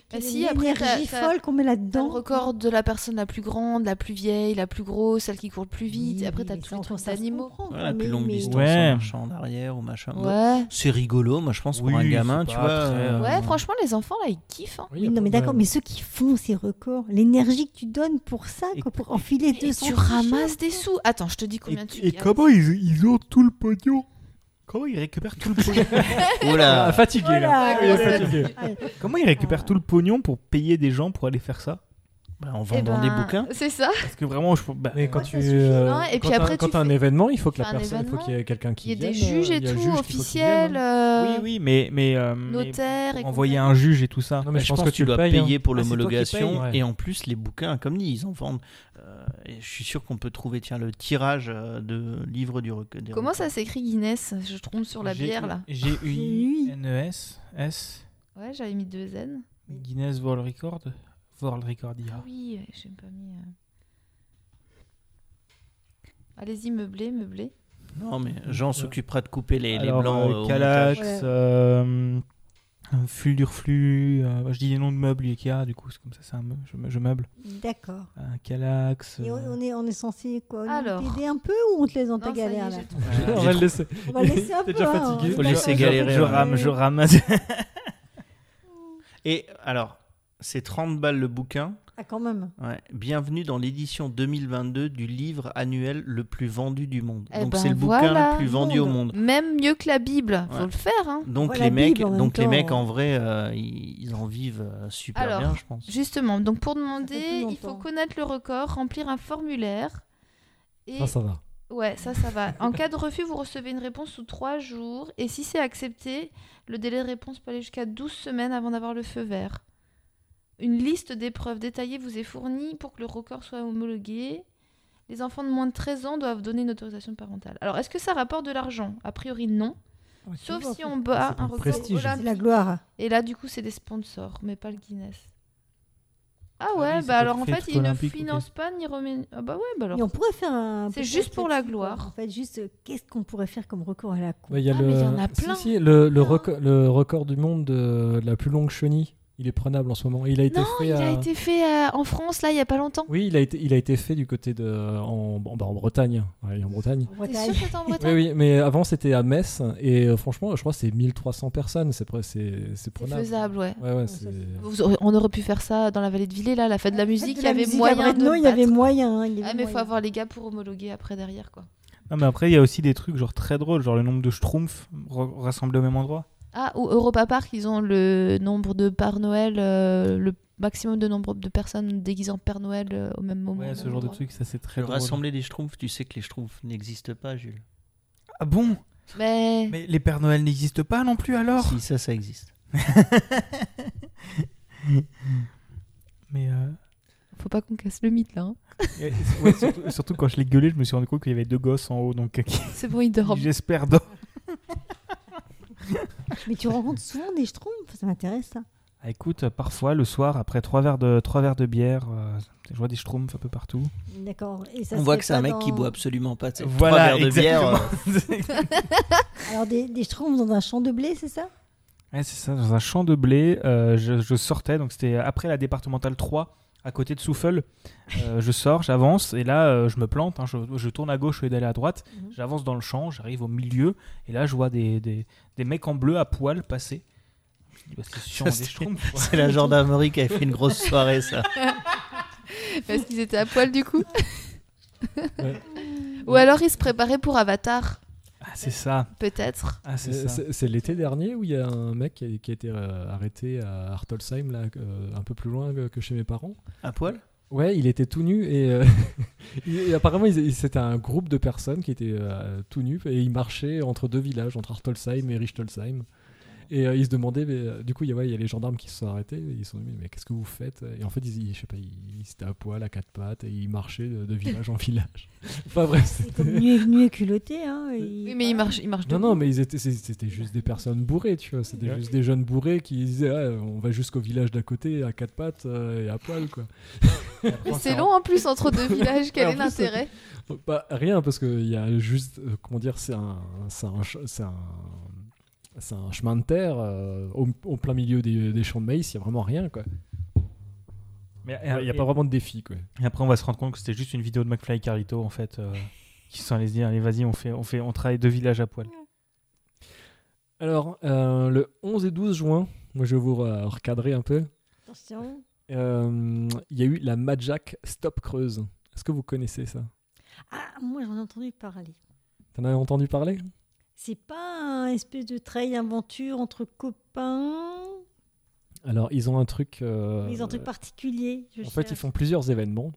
Speaker 2: Quelle
Speaker 5: si, après, t'as-
Speaker 2: énergie
Speaker 5: t'as-
Speaker 2: folle qu'on met
Speaker 5: Dans
Speaker 2: là-dedans.
Speaker 5: le record de la personne la plus grande, la plus vieille, la plus grosse, celle qui court le plus vite.
Speaker 2: Oui,
Speaker 5: Après,
Speaker 2: oui,
Speaker 5: t'as
Speaker 2: mais
Speaker 5: tous les
Speaker 2: ça,
Speaker 5: trucs
Speaker 2: ça se
Speaker 5: d'animaux.
Speaker 2: comprend,
Speaker 3: Ouais,
Speaker 2: quoi,
Speaker 3: La plus
Speaker 2: mais-
Speaker 3: longue
Speaker 2: mais-
Speaker 3: distance
Speaker 4: Ouais.
Speaker 3: en marchant en arrière ou machin.
Speaker 5: Ouais.
Speaker 3: C'est rigolo, moi je pense, pour
Speaker 4: Oui,
Speaker 3: un
Speaker 4: c'est
Speaker 3: gamin,
Speaker 4: pas
Speaker 3: tu vois.
Speaker 4: très,
Speaker 3: euh,
Speaker 4: euh,
Speaker 5: Ouais, franchement, les enfants, là, ils kiffent. hein.
Speaker 1: Oui, y
Speaker 2: Oui,
Speaker 1: a
Speaker 2: non,
Speaker 1: pas
Speaker 2: mais
Speaker 1: de-
Speaker 2: d'accord, mais ceux qui font ces records, l'énergie que tu donnes pour ça,
Speaker 4: Et-
Speaker 2: quoi, pour enfiler
Speaker 5: Et
Speaker 2: 200
Speaker 5: tu
Speaker 2: t-shirts,
Speaker 5: ramasses des
Speaker 2: quoi.
Speaker 5: sous. Attends, je te dis combien tu gagnes.
Speaker 4: ils, ont tout le pognon Comment ils récupèrent tout le pognon
Speaker 3: Oh
Speaker 1: Ah,
Speaker 3: là
Speaker 1: fatigué, là.
Speaker 2: Voilà.
Speaker 1: Il est
Speaker 5: Ouais.
Speaker 1: fatigué.
Speaker 2: Ouais.
Speaker 4: Comment ils récupèrent tout le pognon pour payer des gens pour aller faire ça
Speaker 3: Bah, En
Speaker 5: Eh
Speaker 3: vendant des
Speaker 5: ben,
Speaker 3: bouquins
Speaker 5: C'est ça.
Speaker 4: Parce que vraiment, je. bah,
Speaker 1: Mais quand
Speaker 2: Ouais,
Speaker 1: tu.
Speaker 2: ça suffit,
Speaker 1: euh,
Speaker 5: hein. Et
Speaker 1: quand
Speaker 5: puis
Speaker 1: t'as-
Speaker 5: après,
Speaker 1: quand
Speaker 5: tu
Speaker 1: t'as un
Speaker 5: fais-
Speaker 1: événement, il faut que la
Speaker 5: Fais un
Speaker 1: personne. Il faut
Speaker 5: événement.
Speaker 1: qu'il y ait quelqu'un qui.
Speaker 5: Il y a des
Speaker 1: vienne,
Speaker 5: juges
Speaker 1: euh,
Speaker 5: et
Speaker 1: il y a le
Speaker 5: tout,
Speaker 1: juge qu'il faut qu'il vienne.
Speaker 5: officiels, euh,
Speaker 4: hein. Oui, oui, mais. mais euh, mais
Speaker 5: notaires et
Speaker 4: Envoyer un juge et tout ça.
Speaker 1: Non, mais
Speaker 3: je,
Speaker 1: je
Speaker 3: pense, que, tu
Speaker 1: le
Speaker 3: dois
Speaker 1: payes, hein.
Speaker 3: payer pour
Speaker 4: Ah, c'est toi qui
Speaker 3: l'homologation
Speaker 1: payes.
Speaker 3: et en plus les bouquins, comme dit, ils en vendent. Euh, et je suis sûr qu'on peut trouver tiens le tirage euh, de livres du rec- des
Speaker 5: Comment
Speaker 3: records.
Speaker 5: ça s'écrit Guinness Je trompe sur la
Speaker 4: J'ai-
Speaker 3: E
Speaker 5: bière là.
Speaker 4: J'ai eu
Speaker 2: Oui.
Speaker 4: NES, E S,
Speaker 5: Ouais, j'avais mis deux N.
Speaker 4: Guinness World Record. World Record, il y a.
Speaker 5: Ah oui, ouais, j'ai pas mis. euh. Allez-y, meublez, meublez.
Speaker 3: Non mais Jean s'occupera de couper les, les
Speaker 4: Alors,
Speaker 3: blancs.
Speaker 4: euh,
Speaker 3: euh, au montage.
Speaker 4: Kallax,
Speaker 2: montage. Ouais.
Speaker 4: euh, Fulgurflu, euh, je dis les noms de meubles Ikea, du coup, c'est comme ça, c'est un meuble, je, me- je meuble.
Speaker 2: Ah, D'accord.
Speaker 4: Un Kallax.
Speaker 2: Et on,
Speaker 4: euh,
Speaker 2: on est, on est censé quoi
Speaker 5: Alors.
Speaker 2: t'aider un peu ou on te laisse dans ta
Speaker 5: Non, ça y est,
Speaker 2: galère
Speaker 5: j'ai
Speaker 2: là
Speaker 5: trouvé.
Speaker 3: J'ai
Speaker 1: hein. On va le laisser.
Speaker 2: On va laisser un
Speaker 1: T'es
Speaker 2: peu.
Speaker 1: déjà
Speaker 2: hein,
Speaker 1: fatigué.
Speaker 2: on
Speaker 3: Faut
Speaker 2: est
Speaker 3: laisser
Speaker 2: d'accord.
Speaker 3: galérer,
Speaker 4: Je
Speaker 3: ouais.
Speaker 4: rame, je ramasse.
Speaker 3: Et alors, c'est 30 balles le bouquin.
Speaker 2: Ah, quand même.
Speaker 3: Ouais. Bienvenue dans l'édition 2022 du livre annuel le plus vendu du monde.
Speaker 5: Eh
Speaker 3: donc
Speaker 5: ben,
Speaker 3: c'est le bouquin
Speaker 5: voilà.
Speaker 3: le plus vendu au
Speaker 2: Monde.
Speaker 3: monde.
Speaker 5: Même mieux que la Bible, faut
Speaker 3: Ouais.
Speaker 5: le faire. Hein.
Speaker 3: Donc
Speaker 2: Voilà,
Speaker 3: les
Speaker 2: la
Speaker 3: mecs,
Speaker 2: Bible en même
Speaker 3: donc les
Speaker 2: temps.
Speaker 3: mecs en vrai, euh, ils, ils en vivent euh, super
Speaker 5: Alors,
Speaker 3: bien, je pense.
Speaker 5: Justement, donc pour
Speaker 2: Ça fait
Speaker 5: demander,
Speaker 2: plus
Speaker 5: il faut
Speaker 2: longtemps.
Speaker 5: connaître le record, remplir un formulaire. Et
Speaker 1: Ça, ça va.
Speaker 5: ouais, ça, ça va. En cas de refus, vous recevez une réponse sous trois jours. Et si c'est accepté, le délai de réponse peut aller jusqu'à 12 semaines avant d'avoir le feu vert. Une liste d'épreuves détaillée vous est fournie pour que le record soit homologué. Les enfants de moins de 13 ans doivent donner une autorisation parentale. Alors, est-ce que ça rapporte de l'argent A priori, non.
Speaker 2: Ouais,
Speaker 5: Sauf
Speaker 2: tu vois,
Speaker 5: si on bat
Speaker 1: pas
Speaker 5: un
Speaker 1: le
Speaker 5: record
Speaker 1: prestige. C'est la
Speaker 2: C'est la
Speaker 5: olympique.
Speaker 2: gloire.
Speaker 5: Et là, du coup, c'est des sponsors, mais pas le Guinness. Ah
Speaker 4: Ah
Speaker 5: ouais,
Speaker 4: oui, ça
Speaker 5: bah
Speaker 4: peut
Speaker 5: alors
Speaker 4: être
Speaker 5: en
Speaker 4: fait
Speaker 5: fait,
Speaker 4: truc
Speaker 5: ils ne
Speaker 4: olympique, ok.
Speaker 5: financent pas ni remet. Ah bah ouais, bah alors.
Speaker 2: Et on pourrait faire un.
Speaker 5: C'est
Speaker 2: podcast
Speaker 5: juste pour la
Speaker 2: là-dessus, quoi.
Speaker 5: gloire.
Speaker 2: En fait, juste euh, qu'est-ce qu'on pourrait faire comme record à la con.
Speaker 1: Ouais, il y a
Speaker 5: Ah,
Speaker 1: le...
Speaker 5: mais il y en a
Speaker 1: si,
Speaker 5: plein.
Speaker 1: si, le, le,
Speaker 5: Plein.
Speaker 1: reco- le record du monde de la plus longue chenille, il est prenable en ce moment. Il a été
Speaker 5: Non,
Speaker 1: fait.
Speaker 5: il a
Speaker 1: à-
Speaker 5: été fait euh, en France, là, il y a pas longtemps.
Speaker 1: Oui, il a été, il a été fait du côté de. En, en- bah, en Bretagne. Ouais, en Bretagne.
Speaker 2: En
Speaker 5: T'es
Speaker 2: Bretagne.
Speaker 5: sûr que t'es en
Speaker 1: Oui,
Speaker 5: Bretagne
Speaker 1: oui, mais avant c'était à Metz et euh, franchement, je crois que c'est 1300 personnes. C'est pres- c'est c'est
Speaker 5: C'est
Speaker 1: prenable.
Speaker 5: faisable, ouais.
Speaker 1: Ouais, ouais,
Speaker 2: ça,
Speaker 1: c'est-
Speaker 5: Vous aurez- on aurait pu faire ça dans la vallée de Villers, là, la fête de
Speaker 2: Ah,
Speaker 5: la musique, il y avait moyen. De
Speaker 2: Non, il y avait
Speaker 5: battre.
Speaker 2: moyen. hein, il y
Speaker 5: Ah,
Speaker 2: avait
Speaker 5: mais faut
Speaker 2: moyen.
Speaker 5: avoir les gars pour homologuer après derrière, quoi.
Speaker 4: non, mais après, il y a aussi des trucs genre très drôles, genre le nombre de schtroumpfs re- rassemblés au même endroit.
Speaker 5: Ah, ou Europa Park, ils ont le nombre de Père Noël, euh, le maximum de nombre de personnes déguisées en Père Noël euh, au même moment.
Speaker 4: Ouais,
Speaker 5: au
Speaker 4: ce
Speaker 5: même
Speaker 4: genre de
Speaker 5: endroit.
Speaker 4: trucs, ça c'est très
Speaker 3: Le
Speaker 4: drôle.
Speaker 3: rassembler des schtroumpfs, tu sais que les schtroumpfs n'existent pas, Jules.
Speaker 4: Ah bon
Speaker 5: Mais.
Speaker 4: Mais les Pères Noël n'existent pas non plus alors
Speaker 3: Si ça, ça existe.
Speaker 4: Mais euh,
Speaker 5: Faut pas qu'on casse le mythe là. hein.
Speaker 4: Et- ouais, surtout, surtout quand je l'ai gueulé, je me suis rendu compte qu'il y avait deux gosses en haut, donc euh, qui,
Speaker 5: C'est bon, il dort.
Speaker 4: j'espère dorment.
Speaker 2: Mais tu rencontres souvent des schtroumpfs, ça m'intéresse ça.
Speaker 4: Ah, écoute, euh, parfois le soir, après trois verres de, trois verres de bière, euh, je vois des schtroumpfs un peu partout.
Speaker 2: D'accord. Et ça
Speaker 3: On
Speaker 2: se
Speaker 3: voit
Speaker 2: fait
Speaker 3: que c'est un
Speaker 2: pas
Speaker 3: mec qui
Speaker 2: dans-
Speaker 3: boit absolument pas. tu sais,
Speaker 4: Voilà,
Speaker 3: trois verres de bière.
Speaker 4: exactement.
Speaker 3: euh,
Speaker 2: Alors des, des schtroumpfs dans un champ de blé, c'est ça
Speaker 4: Ouais, c'est ça, dans un champ de blé, euh, je, je sortais, donc c'était après la départementale 3, à côté de Souffle. Euh, je sors, j'avance, et là, euh, je me plante, hein, je, je tourne à gauche au lieu d'aller à droite,
Speaker 2: Mhm.
Speaker 4: j'avance dans le champ, j'arrive au milieu, et là, je vois des, des, des mecs en bleu à poil passer. Je me dis, bah, c'est sûrement
Speaker 3: Ça,
Speaker 4: des
Speaker 3: c'est-
Speaker 4: schtroumpfs, quoi.
Speaker 3: euh, C'est la gendarmerie qui a fait une grosse soirée, ça.
Speaker 5: Parce qu'ils étaient à poil du coup.
Speaker 1: Ouais.
Speaker 5: Ou alors ils se préparaient pour Avatar,
Speaker 4: Ah, c'est ça,
Speaker 5: peut-être.
Speaker 4: ah,
Speaker 1: Euh,
Speaker 4: c'est ça.
Speaker 1: C'est c'est l'été dernier où il y a un mec qui a, qui a été euh, arrêté à Hartolsheim, là, euh, un peu plus loin que- que chez mes parents.
Speaker 3: À poil
Speaker 1: Ouais, il était tout nu et, euh, et apparemment ils- ils- c'était un groupe de personnes qui étaient euh, tout nus et ils marchaient entre deux villages, entre Hartolsheim et Richtolsheim. Et euh, ils se demandaient, mais, euh, du coup, il y, a- ouais, il y a les gendarmes qui se sont arrêtés, et ils se sont dit, mais, mais qu'est-ce que vous faites Et en fait, ils, ils- je sais pas, ils, ils étaient à poil, à quatre pattes, et ils marchaient de, de village en village. Enfin bref,
Speaker 2: C'est comme
Speaker 1: c'était...
Speaker 2: nu et venu et culotté. Hein, et-
Speaker 5: Oui, mais ils marchent, ils marchent
Speaker 1: Non,
Speaker 5: debout.
Speaker 1: non, mais ils étaient, c'est- c'était juste des personnes bourrées, tu vois. C'était
Speaker 4: Ouais.
Speaker 1: juste des jeunes bourrés qui disaient, Ah, on va jusqu'au village d'à côté, à quatre pattes euh, et à poil, quoi.
Speaker 5: Mais c'est long en plus entre deux villages, quel
Speaker 1: En
Speaker 5: est
Speaker 1: plus,
Speaker 5: l'intérêt
Speaker 1: Bah, rien, parce qu'il y a juste. euh, comment dire C'est un, c'est un, ch- c'est un, c'est un chemin de terre euh, au, au plein milieu des, des champs de maïs, il n'y a vraiment rien, quoi.
Speaker 4: Mais,
Speaker 1: Il n'y a pas vraiment de défi, quoi.
Speaker 4: Et après, on va se rendre compte que c'était juste une vidéo de McFly et Carlito, en fait, euh, qui sont allés se dire allez, vas-y, on, fait, on, fait, on travaille deux villages à poil.
Speaker 1: Alors, euh, le 11 et 12 juin, moi je vais vous euh, recadrer un peu.
Speaker 2: Attention.
Speaker 1: Euh, Il y a eu la Majak Stop Creuse. Est-ce que vous connaissez ça
Speaker 2: Ah, moi j'en ai entendu parler.
Speaker 1: T'en avais entendu parler
Speaker 2: C'est pas un espèce de trail aventure entre copains
Speaker 1: Alors, ils ont un truc. euh,
Speaker 2: Ils ont un truc particulier. Je
Speaker 1: en fait, ils
Speaker 2: cherche.
Speaker 1: font plusieurs événements.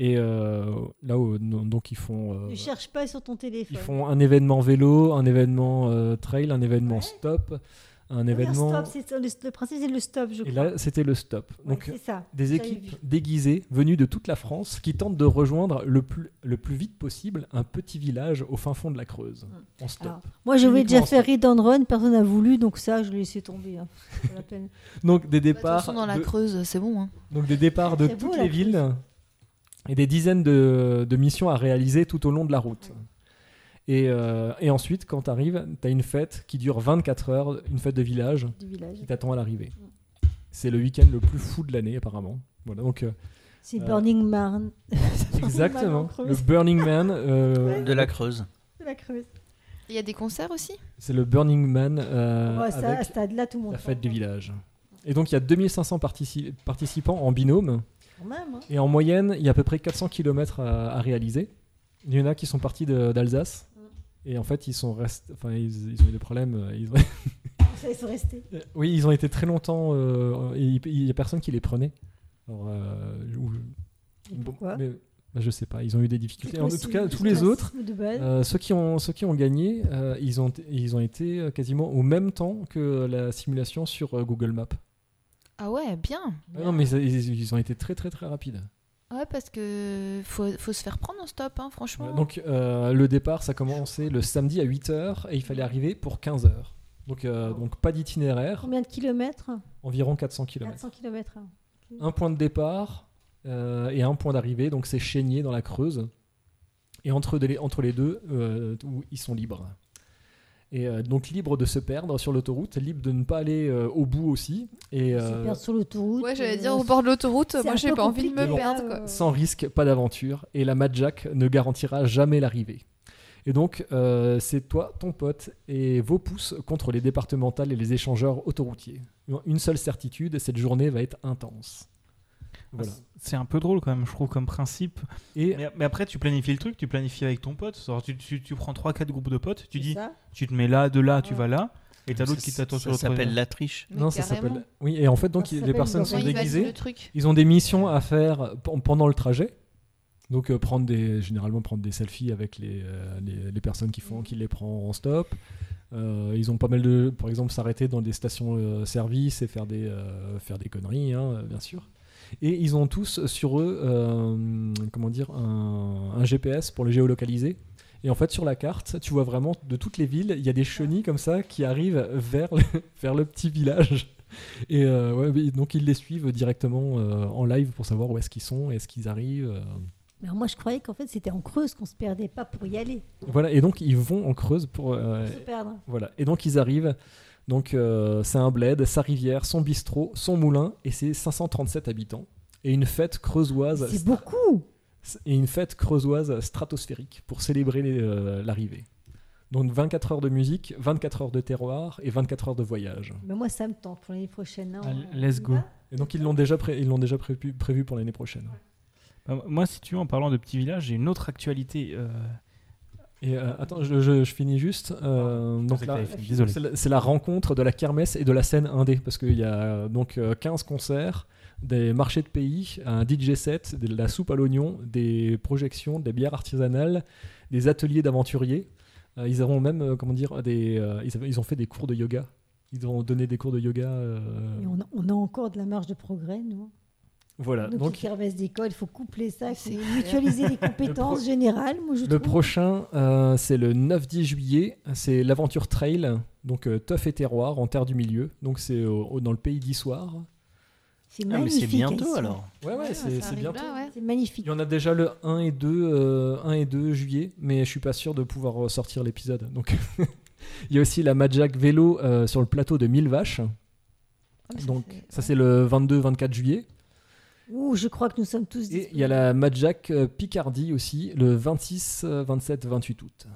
Speaker 1: Et euh, là, où, donc, ils font. euh,
Speaker 2: Ne cherche pas sur ton téléphone.
Speaker 1: Ils font un événement vélo, un événement euh, trail, un événement
Speaker 2: Ouais.
Speaker 1: stop, un
Speaker 2: Ah,
Speaker 1: événement.
Speaker 2: stop, c'est ça, le, le principe c'est le stop, je
Speaker 1: Et
Speaker 2: crois.
Speaker 1: là, c'était le stop.
Speaker 2: Ouais,
Speaker 1: Donc, euh,
Speaker 2: c'est ça.
Speaker 1: des
Speaker 2: j'avais
Speaker 1: équipes
Speaker 2: vu.
Speaker 1: déguisées venues de toute la France qui tentent de rejoindre le plus, le plus vite possible un petit village au fin fond de la Creuse. En stop.
Speaker 2: Alors, moi, je voulais déjà
Speaker 1: Uniquement
Speaker 2: faire
Speaker 1: stop.
Speaker 2: Read and Run, personne n'a voulu, donc ça, je l'ai laissé tomber. hein. Pas la peine.
Speaker 1: Donc, des départs.
Speaker 5: Attention dans la
Speaker 1: de-
Speaker 5: Creuse, c'est bon. Hein.
Speaker 1: Donc des départs de
Speaker 2: C'est beau,
Speaker 1: toutes
Speaker 2: la
Speaker 1: les
Speaker 2: Creuse.
Speaker 1: villes et des dizaines de, de missions à réaliser tout au long de la route. Et, euh, et ensuite, quand tu arrives, tu as une fête qui dure 24 heures, une fête de village
Speaker 2: Du village.
Speaker 1: qui t'attend à l'arrivée. C'est le week-end le plus fou de l'année, apparemment. Voilà, donc euh,
Speaker 2: C'est
Speaker 1: Euh,
Speaker 2: Burning Man.
Speaker 1: exactement.
Speaker 2: Creuse.
Speaker 1: le Burning Man, euh,
Speaker 3: De la Creuse.
Speaker 2: De la Creuse.
Speaker 5: Il y a des concerts aussi
Speaker 1: c'est le Burning Man euh,
Speaker 2: Ouais, ça, à ce
Speaker 1: avec
Speaker 2: stade-là, tout le monde.
Speaker 1: la fête
Speaker 2: s'entend.
Speaker 1: du village. Et donc il y a 2500 partici- participants en binôme.
Speaker 2: Quand même, hein.
Speaker 1: Et en moyenne, il y a à peu près 400 km à, à réaliser. Il y en a qui sont partis de- d'Alsace.
Speaker 2: Mm.
Speaker 1: Et en fait, ils sont restés. Enfin, ils, ils ont eu des problèmes. euh, ils ont-
Speaker 2: Ça, ils sont restés.
Speaker 1: Euh, oui, ils ont été très longtemps. euh, et il- il n'y a personne qui les prenait. Alors, euh, ou- bon,
Speaker 2: pourquoi
Speaker 1: mais- bah, Je sais pas. Ils ont eu des difficultés. En tout cas, tous les
Speaker 2: Classisme
Speaker 1: autres,
Speaker 2: de base.
Speaker 1: euh, ceux, qui ont, ceux qui ont gagné, euh, ils, ont, ils ont été euh, quasiment au même temps que la simulation sur euh, Google Maps.
Speaker 5: Ah ouais, bien.
Speaker 1: Ah non, mais ils, ils- ils ont été très, très, très rapides.
Speaker 5: Ouais, parce que faut, faut se faire prendre en stop, hein, franchement.
Speaker 1: Voilà, Donc euh, le départ, ça commençait le samedi à 8h et il fallait arriver pour 15h. Donc, euh, donc pas d'itinéraire,
Speaker 2: Combien de kilomètres
Speaker 1: environ 400 km.
Speaker 2: 400 kilomètres.
Speaker 1: Un point de départ euh, et un point d'arrivée, donc c'est Chénier dans la Creuse. Et entre, des- entre les deux, euh, où ils sont libres. Et euh, donc libres de se perdre sur l'autoroute, libres de ne pas aller euh, au bout aussi, et euh,
Speaker 2: Se perdre sur l'autoroute.
Speaker 5: Ouais, j'allais
Speaker 2: euh,
Speaker 5: dire au bord de l'autoroute,
Speaker 2: c'est
Speaker 5: moi
Speaker 2: un
Speaker 5: j'ai
Speaker 2: peu
Speaker 5: pas envie de me
Speaker 2: compliqué,
Speaker 5: perdre.
Speaker 2: là,
Speaker 5: quoi.
Speaker 2: euh,
Speaker 1: sans risque, pas d'aventure. Et la Madjack ne garantira jamais l'arrivée. Et donc, euh, c'est toi, ton pote et vos pouces contre les départementales et les échangeurs autoroutiers. Une seule certitude, cette journée va être intense. Voilà.
Speaker 4: C'est un peu drôle quand même, je trouve, comme principe.
Speaker 1: Et
Speaker 4: Mais, mais après, tu planifies le truc, tu planifies avec ton pote. Genre, tu, tu, tu prends 3-4 groupes de potes, tu
Speaker 2: c'est
Speaker 4: dis
Speaker 2: ça.
Speaker 4: tu te mets là, de là, tu
Speaker 2: Ouais.
Speaker 4: vas là, et t'as
Speaker 3: Ça-
Speaker 4: l'autre qui t'attend sur le
Speaker 3: Ça s'appelle
Speaker 4: troisième.
Speaker 3: la triche.
Speaker 5: Mais
Speaker 1: non, ça
Speaker 5: carrément.
Speaker 1: s'appelle. Oui, et en fait, donc
Speaker 2: Ça
Speaker 1: les
Speaker 2: s'appelle
Speaker 1: personnes
Speaker 2: une
Speaker 1: sont
Speaker 5: Ouais, ils valident
Speaker 1: déguisées.
Speaker 5: le truc.
Speaker 1: Ils ont des missions à faire p- pendant le trajet. Donc euh, prendre des, généralement prendre des selfies avec les, euh, les, les personnes qui font, qui les prend en stop. Euh, ils ont pas mal de, par exemple, s'arrêter dans des stations-service et faire des, euh, faire des conneries, hein, euh, bien sûr. Et ils ont tous sur eux, euh, comment dire, un, un GPS pour les géolocaliser. Et en fait, sur la carte, tu vois vraiment de toutes les villes, il y a des chenilles comme ça qui arrivent vers le, vers le petit village. Et euh, ouais, mais donc ils les suivent directement euh, en live pour savoir où est-ce qu'ils sont, est-ce qu'ils arrivent. euh.
Speaker 2: Mais moi, je croyais qu'en fait, c'était en Creuse qu'on se perdait pas pour y aller.
Speaker 1: Voilà, et donc ils vont en Creuse pour. euh,
Speaker 2: Se perdre.
Speaker 1: Voilà. Et donc ils arrivent. Donc euh, c'est un bled, sa rivière, son bistrot, son moulin et ses 537 habitants. Et une fête creusoise,
Speaker 2: C'est beaucoup.
Speaker 1: et une fête creusoise stratosphérique pour célébrer les, euh, l'arrivée. Donc 24 heures de musique, 24 heures de terroir et 24 heures de voyage.
Speaker 2: Mais moi, ça me tente pour l'année prochaine. hein.
Speaker 4: Ah, let's
Speaker 2: On y
Speaker 4: go.
Speaker 2: va
Speaker 1: Et donc ils l'ont déjà, pré- ils l'ont déjà prévu, prévu pour l'année prochaine.
Speaker 4: Bah, Moi, si tu veux, en parlant de petits villages, j'ai une autre actualité. euh,
Speaker 1: Et euh, attends, je, je- je finis juste. Euh, donc
Speaker 4: Ah, que
Speaker 1: là,
Speaker 4: t'avais fini, désolé.
Speaker 1: c'est la, c'est la rencontre de la kermesse et de la scène indé, parce qu'il y a euh, donc euh, 15 concerts, des marchés de pays, un DJ set, de la soupe à l'oignon, des projections, des bières artisanales, des ateliers d'aventuriers. Euh, ils auront même, euh, comment dire, des, euh, ils, avaient- ils ont fait des cours de yoga. Ils ont donné des cours de yoga. euh,
Speaker 2: Mais on, a, on a encore de la marge de progrès, nous.
Speaker 1: voilà.
Speaker 2: Donc,
Speaker 1: Ah, Donc, Ah,
Speaker 2: les kermesses d'école, il faut coupler ça,
Speaker 5: C'est
Speaker 2: c'est mutualiser les compétences générales. Moi, je
Speaker 1: Le
Speaker 2: trouve.
Speaker 1: prochain, euh, c'est le 9-10 juillet, c'est l'aventure trail, donc euh, teuf et terroir en terre du milieu, donc c'est au- au- dans le pays d'Issoire.
Speaker 2: C'est
Speaker 3: Ah, mais
Speaker 2: magnifique.
Speaker 3: c'est
Speaker 2: elles
Speaker 3: bientôt
Speaker 2: sont-
Speaker 3: alors.
Speaker 1: Ouais, ouais, c'est c'est bientôt.
Speaker 2: C'est
Speaker 1: Il
Speaker 2: magnifique.
Speaker 1: y en a déjà le 1 et 2, euh, 1 et 2 juillet, mais je suis pas sûr de pouvoir euh, sortir l'épisode. Donc il y a aussi la Madjac vélo euh, sur le plateau de Mille Vaches.
Speaker 5: Ah,
Speaker 1: Donc ça c'est le 22-24 juillet.
Speaker 2: Ouh, je crois que nous sommes tous.
Speaker 1: Et il y a la Madjac euh, Picardie aussi le 26, euh, 27, 28 août.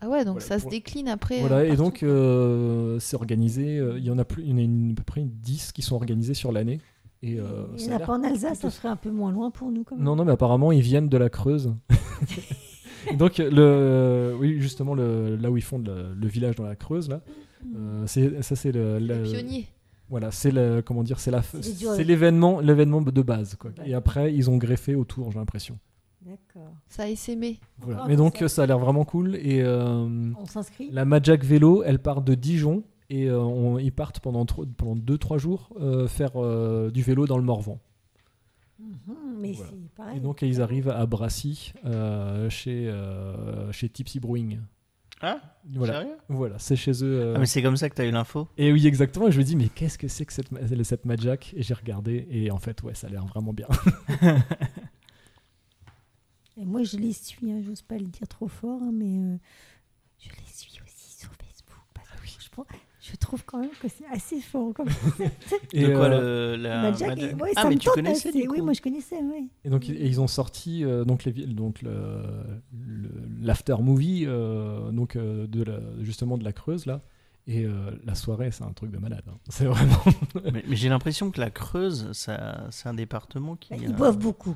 Speaker 5: Ah ouais, donc
Speaker 1: Voilà,
Speaker 5: ça se
Speaker 1: pour-
Speaker 5: décline après.
Speaker 1: Voilà,
Speaker 5: euh,
Speaker 1: et
Speaker 5: partout,
Speaker 1: donc
Speaker 5: quoi.
Speaker 1: euh, c'est organisé. euh, Il y en a plus, il y en a une- à peu près une 10 qui sont organisées sur l'année. Et, euh,
Speaker 2: Il
Speaker 1: ça
Speaker 2: n'y
Speaker 1: a
Speaker 2: en a
Speaker 1: l'air-
Speaker 2: pas en Alsace,
Speaker 1: plutôt-
Speaker 2: ça serait un peu moins loin pour nous quand même.
Speaker 1: Non, non, mais apparemment ils viennent de la Creuse. Et donc le, oui, justement le, là où ils font le, le village dans la Creuse là, euh, c'est ça c'est le,
Speaker 5: Les
Speaker 1: la-
Speaker 5: pionniers.
Speaker 1: voilà, c'est le comment dire, c'est la,
Speaker 2: C'est les durées.
Speaker 1: c'est l'événement, l'événement de base quoi.
Speaker 2: Ouais.
Speaker 1: Et après ils ont greffé autour, j'ai l'impression.
Speaker 2: D'accord.
Speaker 5: Ça a essaimé.
Speaker 1: Voilà.
Speaker 2: Encore
Speaker 1: Mais
Speaker 2: un
Speaker 1: donc
Speaker 2: concert.
Speaker 1: ça a l'air vraiment cool et euh,
Speaker 2: On s'inscrit
Speaker 1: La Majak Vélo, elle part de Dijon et euh, on- ils partent pendant 2-3 jours euh, faire euh, du vélo dans le Morvan.
Speaker 2: Mhm, Mais
Speaker 1: Voilà.
Speaker 2: c'est pareil.
Speaker 1: Et donc ils arrivent à Brassy euh, chez, euh, chez Tipsy Brewing.
Speaker 3: Ah,
Speaker 1: Voilà,
Speaker 3: Sérieux
Speaker 1: voilà c'est chez eux. euh.
Speaker 3: Ah, mais c'est comme ça que t'as eu l'info
Speaker 1: Et oui, exactement. Et je me dis, mais qu'est-ce que c'est que cette, ma- cette Majak Et j'ai regardé et en fait, ouais, ça a l'air vraiment bien.
Speaker 2: Et moi, je les suis, hein, j'ose pas le dire trop fort, hein, mais euh, je les suis aussi sur Facebook. parce
Speaker 1: Ah
Speaker 2: que je, pense- je trouve quand même que c'est assez fort. Comme
Speaker 1: Et,
Speaker 3: De quoi
Speaker 1: euh,
Speaker 3: le, la
Speaker 2: Bah, Jack,
Speaker 3: Madjack
Speaker 2: et- ouais,
Speaker 3: Ah,
Speaker 2: ça
Speaker 3: mais
Speaker 2: me
Speaker 3: tu
Speaker 2: tente
Speaker 3: connaissais
Speaker 2: assez.
Speaker 3: du coup
Speaker 2: Oui, moi, je connaissais, oui.
Speaker 1: Et donc ils- et ils ont sorti euh, donc les vi- donc le le- l'after movie euh, donc euh, de la- justement de la Creuse là et euh, la soirée c'est un truc de malade. hein. C'est vraiment
Speaker 3: Mais, mais j'ai l'impression que la Creuse, ça- c'est un département qui.
Speaker 2: Bah,
Speaker 3: euh,
Speaker 2: ils boivent beaucoup.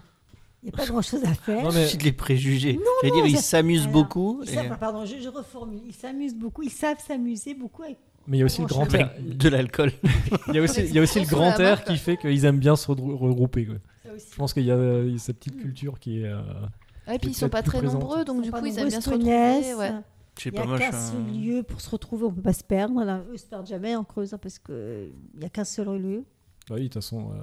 Speaker 2: Il n'y a pas grand-chose à faire.
Speaker 1: Non, mais-
Speaker 3: suscite les préjugés.
Speaker 2: Non,
Speaker 3: J'allais dire, ils
Speaker 2: ça-
Speaker 3: s'amusent
Speaker 2: Alors,
Speaker 3: beaucoup.
Speaker 2: Ils
Speaker 3: et-
Speaker 2: savent- pardon, je, je reformule. Ils s'amusent beaucoup. Ils savent s'amuser beaucoup avec
Speaker 1: mais il y a aussi le
Speaker 2: Avec
Speaker 1: grand air.
Speaker 3: Avec de l'alcool.
Speaker 1: Il y a aussi il y a aussi le
Speaker 5: Sur la
Speaker 1: grand air
Speaker 5: marque.
Speaker 1: qui fait qu'ils aiment bien se redrou- regrouper. quoi.
Speaker 2: ça aussi.
Speaker 1: Je pense qu'il y a euh, cette petite culture qui est euh,
Speaker 5: Ah, et puis
Speaker 1: C'est
Speaker 5: ils sont
Speaker 1: peut-être
Speaker 5: pas
Speaker 1: plus
Speaker 5: très
Speaker 1: présent.
Speaker 5: nombreux, donc du
Speaker 2: Pas
Speaker 5: coup ils
Speaker 2: nombreux
Speaker 5: aiment bien se
Speaker 2: connaissent.
Speaker 5: retrouver. ouais.
Speaker 3: Je sais
Speaker 2: Il n'y
Speaker 3: pas, hein.
Speaker 2: a
Speaker 3: moi, je
Speaker 2: qu'un
Speaker 3: suis un-
Speaker 2: seul lieu pour se retrouver. On ne peut pas se perdre. Là, eux ne se perdent jamais en creusant parce qu'il n'y a qu'un seul lieu.
Speaker 1: bah oui de toute façon euh,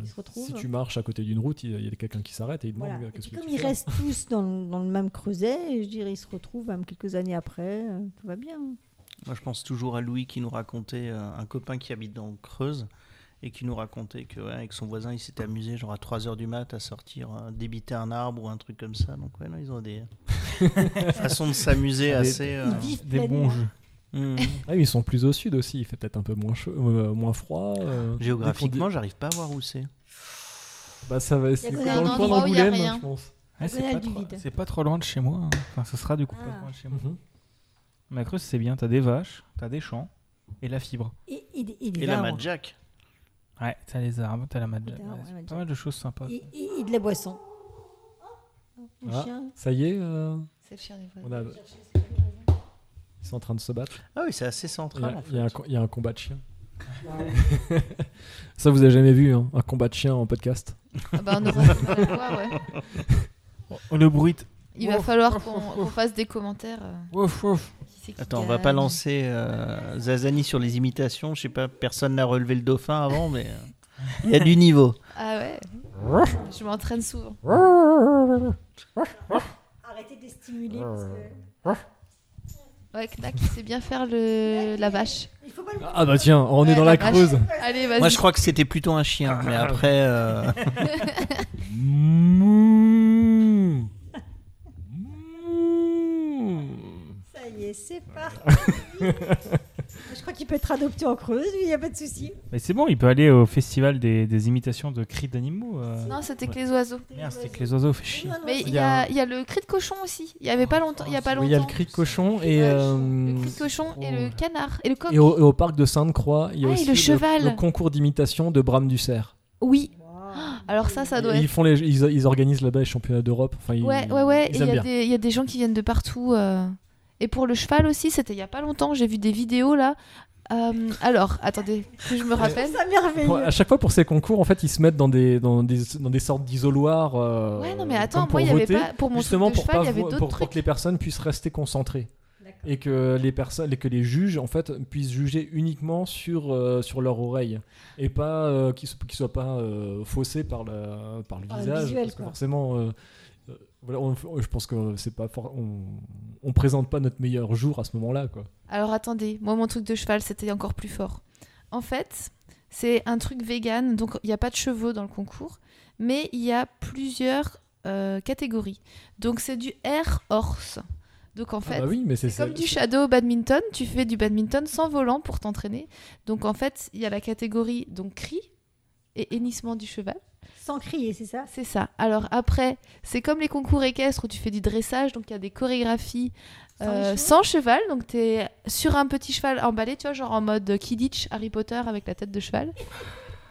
Speaker 2: Ils se retrouvent.
Speaker 1: si tu marches à côté d'une route il y a- il y a quelqu'un qui s'arrête et il demande
Speaker 2: Voilà.
Speaker 1: euh,
Speaker 2: Et
Speaker 1: qu'est-ce
Speaker 2: puis
Speaker 1: que
Speaker 2: comme
Speaker 1: tu
Speaker 2: ils
Speaker 1: fais
Speaker 2: restent tous dans, le- dans le même creuset, je dirais ils se retrouvent même quelques années après, euh, tout va bien.
Speaker 3: Moi, je pense toujours à Louis qui nous racontait euh, un copain qui habite dans Creuse et qui nous racontait que ouais, avec son voisin, il s'était amusé genre à 3h du mat à sortir euh, débiter un arbre ou un truc comme ça. Donc ouais, non, ils ont des façons de s'amuser assez euh,
Speaker 2: Ils vivent
Speaker 4: des
Speaker 2: pleinement.
Speaker 4: bons jeux.
Speaker 3: hmm.
Speaker 1: Ah oui, ils sont plus au sud aussi il fait peut-être un peu moins chaud, euh, moins froid. euh, dès qu'on-
Speaker 3: géographiquement, j'arrive pas à voir où c'est.
Speaker 1: bah ça va
Speaker 2: Il
Speaker 1: c'est
Speaker 2: y a
Speaker 1: dans
Speaker 2: un
Speaker 1: le coin
Speaker 5: endroit où il y a
Speaker 1: d'Angoulême
Speaker 5: rien.
Speaker 1: je pense.
Speaker 4: Ouais, c'est
Speaker 2: Canal
Speaker 4: pas,
Speaker 2: du
Speaker 4: trop-
Speaker 2: Vide.
Speaker 4: c'est pas trop loin de chez moi. hein. Enfin, ce sera du coup pas
Speaker 2: Ah.
Speaker 4: loin de chez moi.
Speaker 1: Mhm.
Speaker 4: La Creuse, c'est bien. T'as des vaches, t'as des champs et la fibre.
Speaker 2: Et, et, des- et
Speaker 3: Et,
Speaker 2: des
Speaker 3: la
Speaker 2: arbres.
Speaker 3: Madjack.
Speaker 4: Ouais, t'as les arbres, t'as la Madjack.
Speaker 2: Et t'as-
Speaker 4: Ouais,
Speaker 2: ouais,
Speaker 4: c'est
Speaker 2: Madjack.
Speaker 4: pas mal de choses sympas.
Speaker 2: Et, et- et de la boisson. Oh, mon
Speaker 1: Ah.
Speaker 2: chien.
Speaker 1: Ça y est euh,
Speaker 5: C'est le chien des voisins.
Speaker 1: on a- Ils sont en train de se battre.
Speaker 3: Ah oui, c'est assez
Speaker 1: Il y a-
Speaker 3: central. en fait.
Speaker 1: il y, a un co- il y a un combat de chiens. Ça, vous avez jamais vu, hein, un combat de chiens en podcast
Speaker 5: Ah bah, on aura du mal à le voir, ouais.
Speaker 4: Oh, le bruit.
Speaker 5: Il va falloir qu'on qu'on fasse des commentaires. euh,
Speaker 4: Ouf, ouf.
Speaker 5: qui c'est qui
Speaker 3: Attends, on va pas
Speaker 5: gagne.
Speaker 3: lancer euh, Zazani sur les imitations. Je sais pas, personne n'a relevé le dauphin avant, mais euh, Il y a du niveau.
Speaker 5: Ah ouais Je m'entraîne souvent.
Speaker 2: Arrêtez de stimuler parce que...
Speaker 5: Ouais, Knack, il sait bien faire le... la vache.
Speaker 2: Il faut pas le...
Speaker 1: Ah bah tiens, on est
Speaker 5: Ouais,
Speaker 1: dans la
Speaker 5: vache.
Speaker 1: creuse.
Speaker 5: Allez, vas-y.
Speaker 3: Moi, je crois que c'était plutôt un chien, mais après. euh,
Speaker 1: Mouh. Mouh.
Speaker 2: Ça y est, c'est parti. Je crois qu'il peut être adopté en creuse, lui, il n'y a pas de souci.
Speaker 4: Mais c'est bon, il peut aller au festival des, des imitations de cris d'animaux. euh.
Speaker 5: Non, c'était que les oiseaux.
Speaker 4: Merde, c'est que les oiseaux fait chier.
Speaker 2: Non, non,
Speaker 5: Mais il
Speaker 4: y
Speaker 5: y,
Speaker 4: a-
Speaker 5: a... il y a le cri de cochon aussi. Il y avait pas longtemps. Il y a pas
Speaker 1: Oui,
Speaker 5: longtemps.
Speaker 1: il y a le cri de cochon et,
Speaker 5: Ouais,
Speaker 1: euh, oh.
Speaker 5: Le cri de cochon et le canard et le coq.
Speaker 1: et au, et au parc de Sainte-Croix, il y a
Speaker 5: Ah, et
Speaker 1: aussi
Speaker 5: le cheval.
Speaker 1: le concours d'imitation de Brame du Cerf.
Speaker 5: Oui.
Speaker 2: Wow.
Speaker 5: Alors ça, ça doit
Speaker 1: Et
Speaker 5: être.
Speaker 1: Ils, font les, ils, ils organisent là-bas les championnats d'Europe. Enfin, ils-
Speaker 5: Ouais, ouais, ouais.
Speaker 1: ils
Speaker 5: Et il
Speaker 1: aiment
Speaker 5: y,
Speaker 1: bien.
Speaker 5: a des- il y a des gens qui viennent de partout. euh. Et pour le cheval aussi, c'était il y a pas longtemps. J'ai vu des vidéos là. Euh, alors, attendez, que je me rappelle.
Speaker 2: Ça merveilleux.
Speaker 1: Pour- à chaque fois pour ces concours, en fait, ils se mettent dans des, dans des, dans des sortes d'isoloirs. euh,
Speaker 5: Ouais, non, mais
Speaker 1: comme
Speaker 5: attends,
Speaker 1: pour
Speaker 5: moi, il y avait
Speaker 1: voter,
Speaker 5: pas. Pour mon
Speaker 1: justement
Speaker 5: truc de
Speaker 1: pour,
Speaker 5: cheval,
Speaker 1: pas
Speaker 5: il y avait
Speaker 1: vo-
Speaker 5: d'autres
Speaker 1: pour- pour
Speaker 5: trucs.
Speaker 1: que les personnes puissent rester concentrées
Speaker 2: D'accord.
Speaker 1: et que les personnes et que les juges en fait puissent juger uniquement sur euh, sur leur oreille et pas euh, qu'ils so- qu'ils soient pas euh, faussés par le par le
Speaker 2: Par le
Speaker 1: visage
Speaker 2: visuel,
Speaker 1: parce que
Speaker 2: quoi.
Speaker 1: forcément euh, euh, voilà, on- je pense que c'est pas for- on, on présente pas notre meilleur jour à ce moment-là quoi.
Speaker 5: Alors attendez, moi mon truc de cheval c'était encore plus fort. En fait, c'est un truc vegan, donc il n'y a pas de chevaux dans le concours, mais il y a plusieurs euh, catégories. Donc c'est du air horse. Donc en fait,
Speaker 1: ah bah oui, mais c'est
Speaker 5: c'est comme
Speaker 1: c'est-
Speaker 5: du shadow au badminton, tu fais du badminton sans volant pour t'entraîner. Donc en fait, il y a la catégorie donc cri et hennissement du cheval.
Speaker 2: Sans crier, c'est ça
Speaker 5: C'est ça. Alors après, c'est comme les concours équestres où tu fais du dressage, donc il y a des chorégraphies
Speaker 2: Sans
Speaker 5: euh,
Speaker 2: les chevaux
Speaker 5: sans cheval, donc tu es sur un petit cheval emballé, tu vois, genre en mode Kidditch, Harry Potter avec la tête de cheval.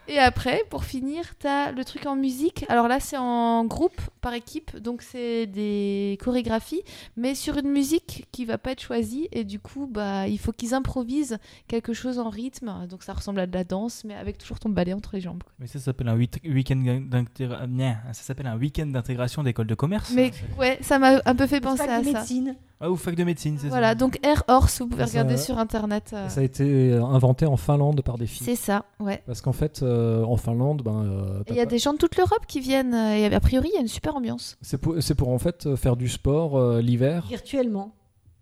Speaker 5: Et après, pour finir, tu as le truc en musique. Alors là, c'est en groupe, par équipe, donc c'est des chorégraphies, mais sur une musique qui va pas être choisie, et du coup, bah, il faut qu'ils improvisent quelque chose en rythme, donc ça ressemble à de la danse, mais avec toujours ton balai entre les jambes. quoi.
Speaker 4: Mais ça s'appelle un huit- week-end d'intégr- Nya, ça s'appelle un week-end d'intégration d'école de commerce.
Speaker 5: Mais
Speaker 4: ça.
Speaker 5: ouais, ça m'a un peu fait
Speaker 2: C'est
Speaker 5: penser
Speaker 2: pas
Speaker 5: à
Speaker 2: de
Speaker 5: ça.
Speaker 2: médecine.
Speaker 4: Ah, ou fac de médecine, c'est
Speaker 5: Voilà,
Speaker 4: ça.
Speaker 5: donc Air Horse, vous pouvez
Speaker 1: Ça-
Speaker 5: regarder sur internet. euh,
Speaker 1: ça a été inventé en Finlande par des filles.
Speaker 5: C'est ça, ouais.
Speaker 1: Parce qu'en fait, euh, en Finlande, ben, euh,
Speaker 5: Et
Speaker 1: t'as
Speaker 5: Il y a
Speaker 1: pas-
Speaker 5: des gens de toute l'Europe qui viennent, euh, et a priori, il y a une super ambiance.
Speaker 1: c'est pour, c'est pour en fait euh, faire du sport euh, l'hiver.
Speaker 2: Virtuellement.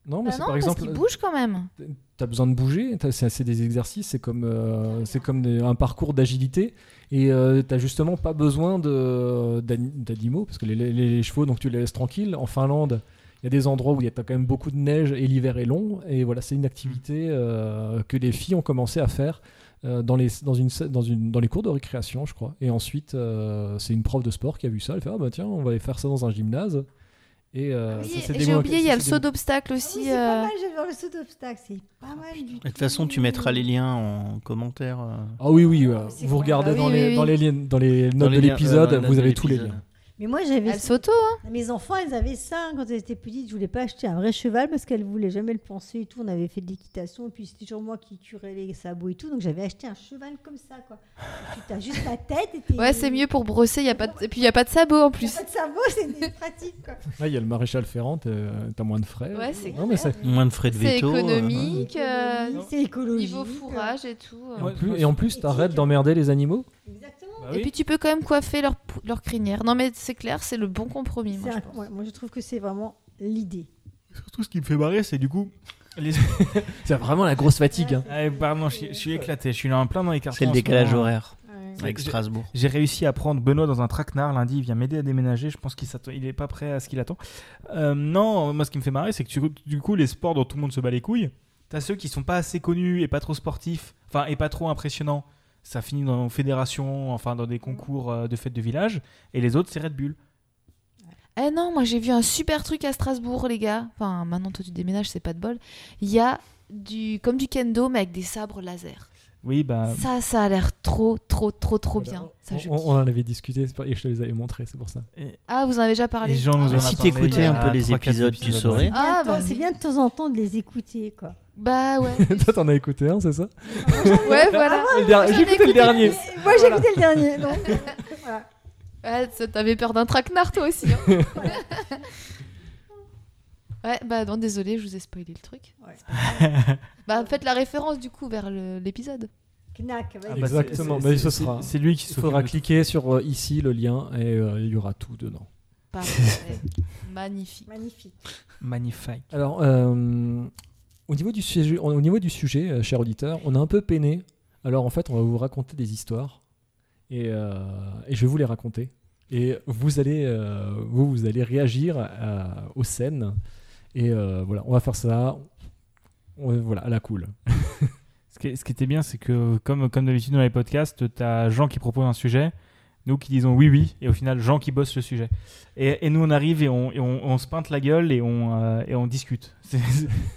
Speaker 1: Non, mais
Speaker 5: Bah
Speaker 1: c'est
Speaker 5: non,
Speaker 1: par
Speaker 5: parce
Speaker 1: exemple, euh,
Speaker 5: qu'ils bougent quand même.
Speaker 1: T'as besoin de bouger, t'as- c'est c'est des exercices, c'est comme, euh, c'est comme des- un parcours d'agilité. Et euh, t'as justement pas besoin de- d'ani- d'animaux, parce que les, les- les chevaux, donc tu les laisses tranquilles. En Finlande, il y a des endroits où il y a t'as quand même beaucoup de neige et l'hiver est long. Et voilà, c'est une activité euh, que les filles ont commencé à faire euh, dans, les, dans, une, sa- dans, une, dans les cours de récréation, je crois. Et ensuite, euh, c'est une prof de sport qui a vu ça. Elle fait Ah bah tiens, on va aller faire ça dans un gymnase. Et euh,
Speaker 5: Ah Oui,
Speaker 1: ça, c'est des
Speaker 5: J'ai
Speaker 1: mo-
Speaker 5: oublié, il y a
Speaker 1: c'est
Speaker 5: le
Speaker 1: des-
Speaker 5: saut d'obstacle
Speaker 2: Ah oui,
Speaker 5: aussi.
Speaker 2: c'est
Speaker 5: euh,
Speaker 2: pas mal, j'ai vu le saut d'obstacle. C'est pas mal du tout.
Speaker 3: Ah, De toute façon, tu mettras les liens en commentaire. euh,
Speaker 1: Ah oui, oui, euh,
Speaker 2: C'est
Speaker 1: vous
Speaker 2: cool.
Speaker 1: regardez
Speaker 5: Ah
Speaker 1: dans,
Speaker 5: oui,
Speaker 1: les,
Speaker 5: oui,
Speaker 1: dans,
Speaker 5: oui.
Speaker 1: les, liens- dans les notes
Speaker 3: dans les
Speaker 1: de
Speaker 3: liens- euh,
Speaker 1: l'épisode,
Speaker 3: dans les
Speaker 1: vous
Speaker 3: notes
Speaker 1: avez
Speaker 3: de
Speaker 1: tous les
Speaker 3: l'épisode.
Speaker 1: liens.
Speaker 2: Mais moi, j'avais.
Speaker 5: Elle s'auto,
Speaker 2: Mes enfants, ils avaient ça hein, quand elles étaient petites. Je voulais pas acheter un vrai cheval parce qu'elles voulaient jamais le penser et tout. On avait fait de l'équitation et puis c'était toujours moi qui curais les sabots et tout. Donc j'avais acheté un cheval comme ça, quoi. Et tu as juste la tête et t'es-
Speaker 5: Ouais, c'est mieux pour brosser, il y a pas de- et puis il n'y a pas de sabot en
Speaker 2: T'as
Speaker 5: plus.
Speaker 2: Pas de sabot, c'est pratique, quoi.
Speaker 1: Là, il y a le maréchal Ferrand, euh, t'as moins de frais.
Speaker 5: Ouais, c'est
Speaker 1: Non, mais c'est-
Speaker 3: Moins de frais de
Speaker 5: C'est
Speaker 3: veto. euh,
Speaker 5: économique, euh,
Speaker 2: C'est écologique.
Speaker 5: niveau fourrage et tout. euh.
Speaker 1: en
Speaker 4: Ouais.
Speaker 1: plus- Et en plus, t'arrêtes d'emmerder les animaux.
Speaker 2: Exactement.
Speaker 4: Bah
Speaker 5: Et
Speaker 4: oui.
Speaker 5: puis tu peux quand même coiffer leur, pou- leur crinière. Non mais c'est clair, c'est le bon compromis. Moi,
Speaker 2: C'est
Speaker 5: je
Speaker 2: un-
Speaker 5: pense.
Speaker 2: ouais, moi, je trouve que c'est vraiment l'idée.
Speaker 4: Surtout, ce qui me fait barrer, c'est du coup. les-
Speaker 1: C'est vraiment la grosse fatigue. hein.
Speaker 4: Ah, pardon, je, suis- je suis éclaté. Je suis là en plein dans les cartons.
Speaker 3: C'est le
Speaker 4: en ce
Speaker 3: décalage
Speaker 4: moment.
Speaker 3: horaire
Speaker 2: Ouais.
Speaker 3: avec
Speaker 4: J'ai-
Speaker 3: Strasbourg.
Speaker 4: J'ai réussi à prendre Benoît dans un traquenard lundi. Il vient m'aider à déménager. Je pense qu'il s'attend- il est pas prêt à ce qu'il attend. Euh, non, moi, ce qui me fait marrer, c'est que tu- du coup, les sports dont tout le monde se bat les couilles, t'as ceux qui sont pas assez connus et pas trop sportifs, enfin, et pas trop impressionnants. Ça finit dans nos fédérations, enfin, dans des concours euh, de fêtes de village. Et les autres, c'est Red Bull.
Speaker 5: Eh non, moi j'ai vu un super truc à Strasbourg, les gars. Enfin, maintenant toi tu déménages, c'est pas de bol. Il y a du comme du kendo mais avec des sabres laser.
Speaker 4: Oui, bah.
Speaker 5: Ça, ça a l'air trop, trop, trop, trop bien. Ça, je
Speaker 1: Ah on,
Speaker 5: kiffe.
Speaker 1: on en avait discuté c'est pas- et je te les avais montrés, c'est pour ça.
Speaker 5: Ah, vous en avez déjà parlé.
Speaker 4: les gens nous en
Speaker 3: Si
Speaker 4: a parlé
Speaker 3: t'écoutais
Speaker 4: il y a
Speaker 3: un peu les
Speaker 4: trois, quatre
Speaker 3: épisodes, tu saurais.
Speaker 5: Ah,
Speaker 2: Ah,
Speaker 5: bah
Speaker 2: c'est
Speaker 5: oui.
Speaker 2: bien de temps en temps de les écouter, quoi.
Speaker 5: Bah ouais.
Speaker 1: Toi, t'en as écouté un, c'est ça
Speaker 5: ouais, voilà.
Speaker 2: Ah
Speaker 1: Le dernier-
Speaker 5: Ah, j'en ai
Speaker 1: J'ai écouté le
Speaker 5: écouté
Speaker 1: dernier.
Speaker 2: Moi, j'ai écouté le dernier. donc, euh, voilà.
Speaker 5: Ouais, ça, T'avais peur d'un traquenard toi aussi. hein. ouais, bah non, désolé, je vous ai spoilé le truc.
Speaker 2: Ouais.
Speaker 5: Bah faites la référence du coup vers le- l'épisode.
Speaker 2: Knack,
Speaker 4: Ah
Speaker 2: vas-y.
Speaker 4: bah, c'est-
Speaker 1: Exactement,
Speaker 4: c'est-
Speaker 1: mais ce
Speaker 4: c'est-
Speaker 1: sera-
Speaker 4: C'est lui qui
Speaker 1: Il faudra
Speaker 4: s'occupe de-
Speaker 1: cliquer sur euh, ici le lien et euh, il y aura tout dedans.
Speaker 5: Parfait. Magnifique.
Speaker 2: Magnifique.
Speaker 4: Magnifique.
Speaker 1: Alors, euh, au, niveau du sujet, au niveau du sujet, euh, cher auditeur, on a un peu peiné. Alors, en fait, on va vous raconter des histoires et, euh, et je vais vous les raconter. Et vous allez, euh, vous, vous allez réagir à- aux scènes. Et euh, voilà, on va faire ça. On- voilà, à la cool.
Speaker 4: Ce qui, ce qui était bien, c'est que comme, comme d'habitude dans les podcasts, t'as Jean qui propose un sujet, nous qui disons oui, oui, et au final, Jean qui bosse le sujet. Et, et nous, on arrive et on, et on- on se peinte la gueule et on, euh, et on discute. C'est-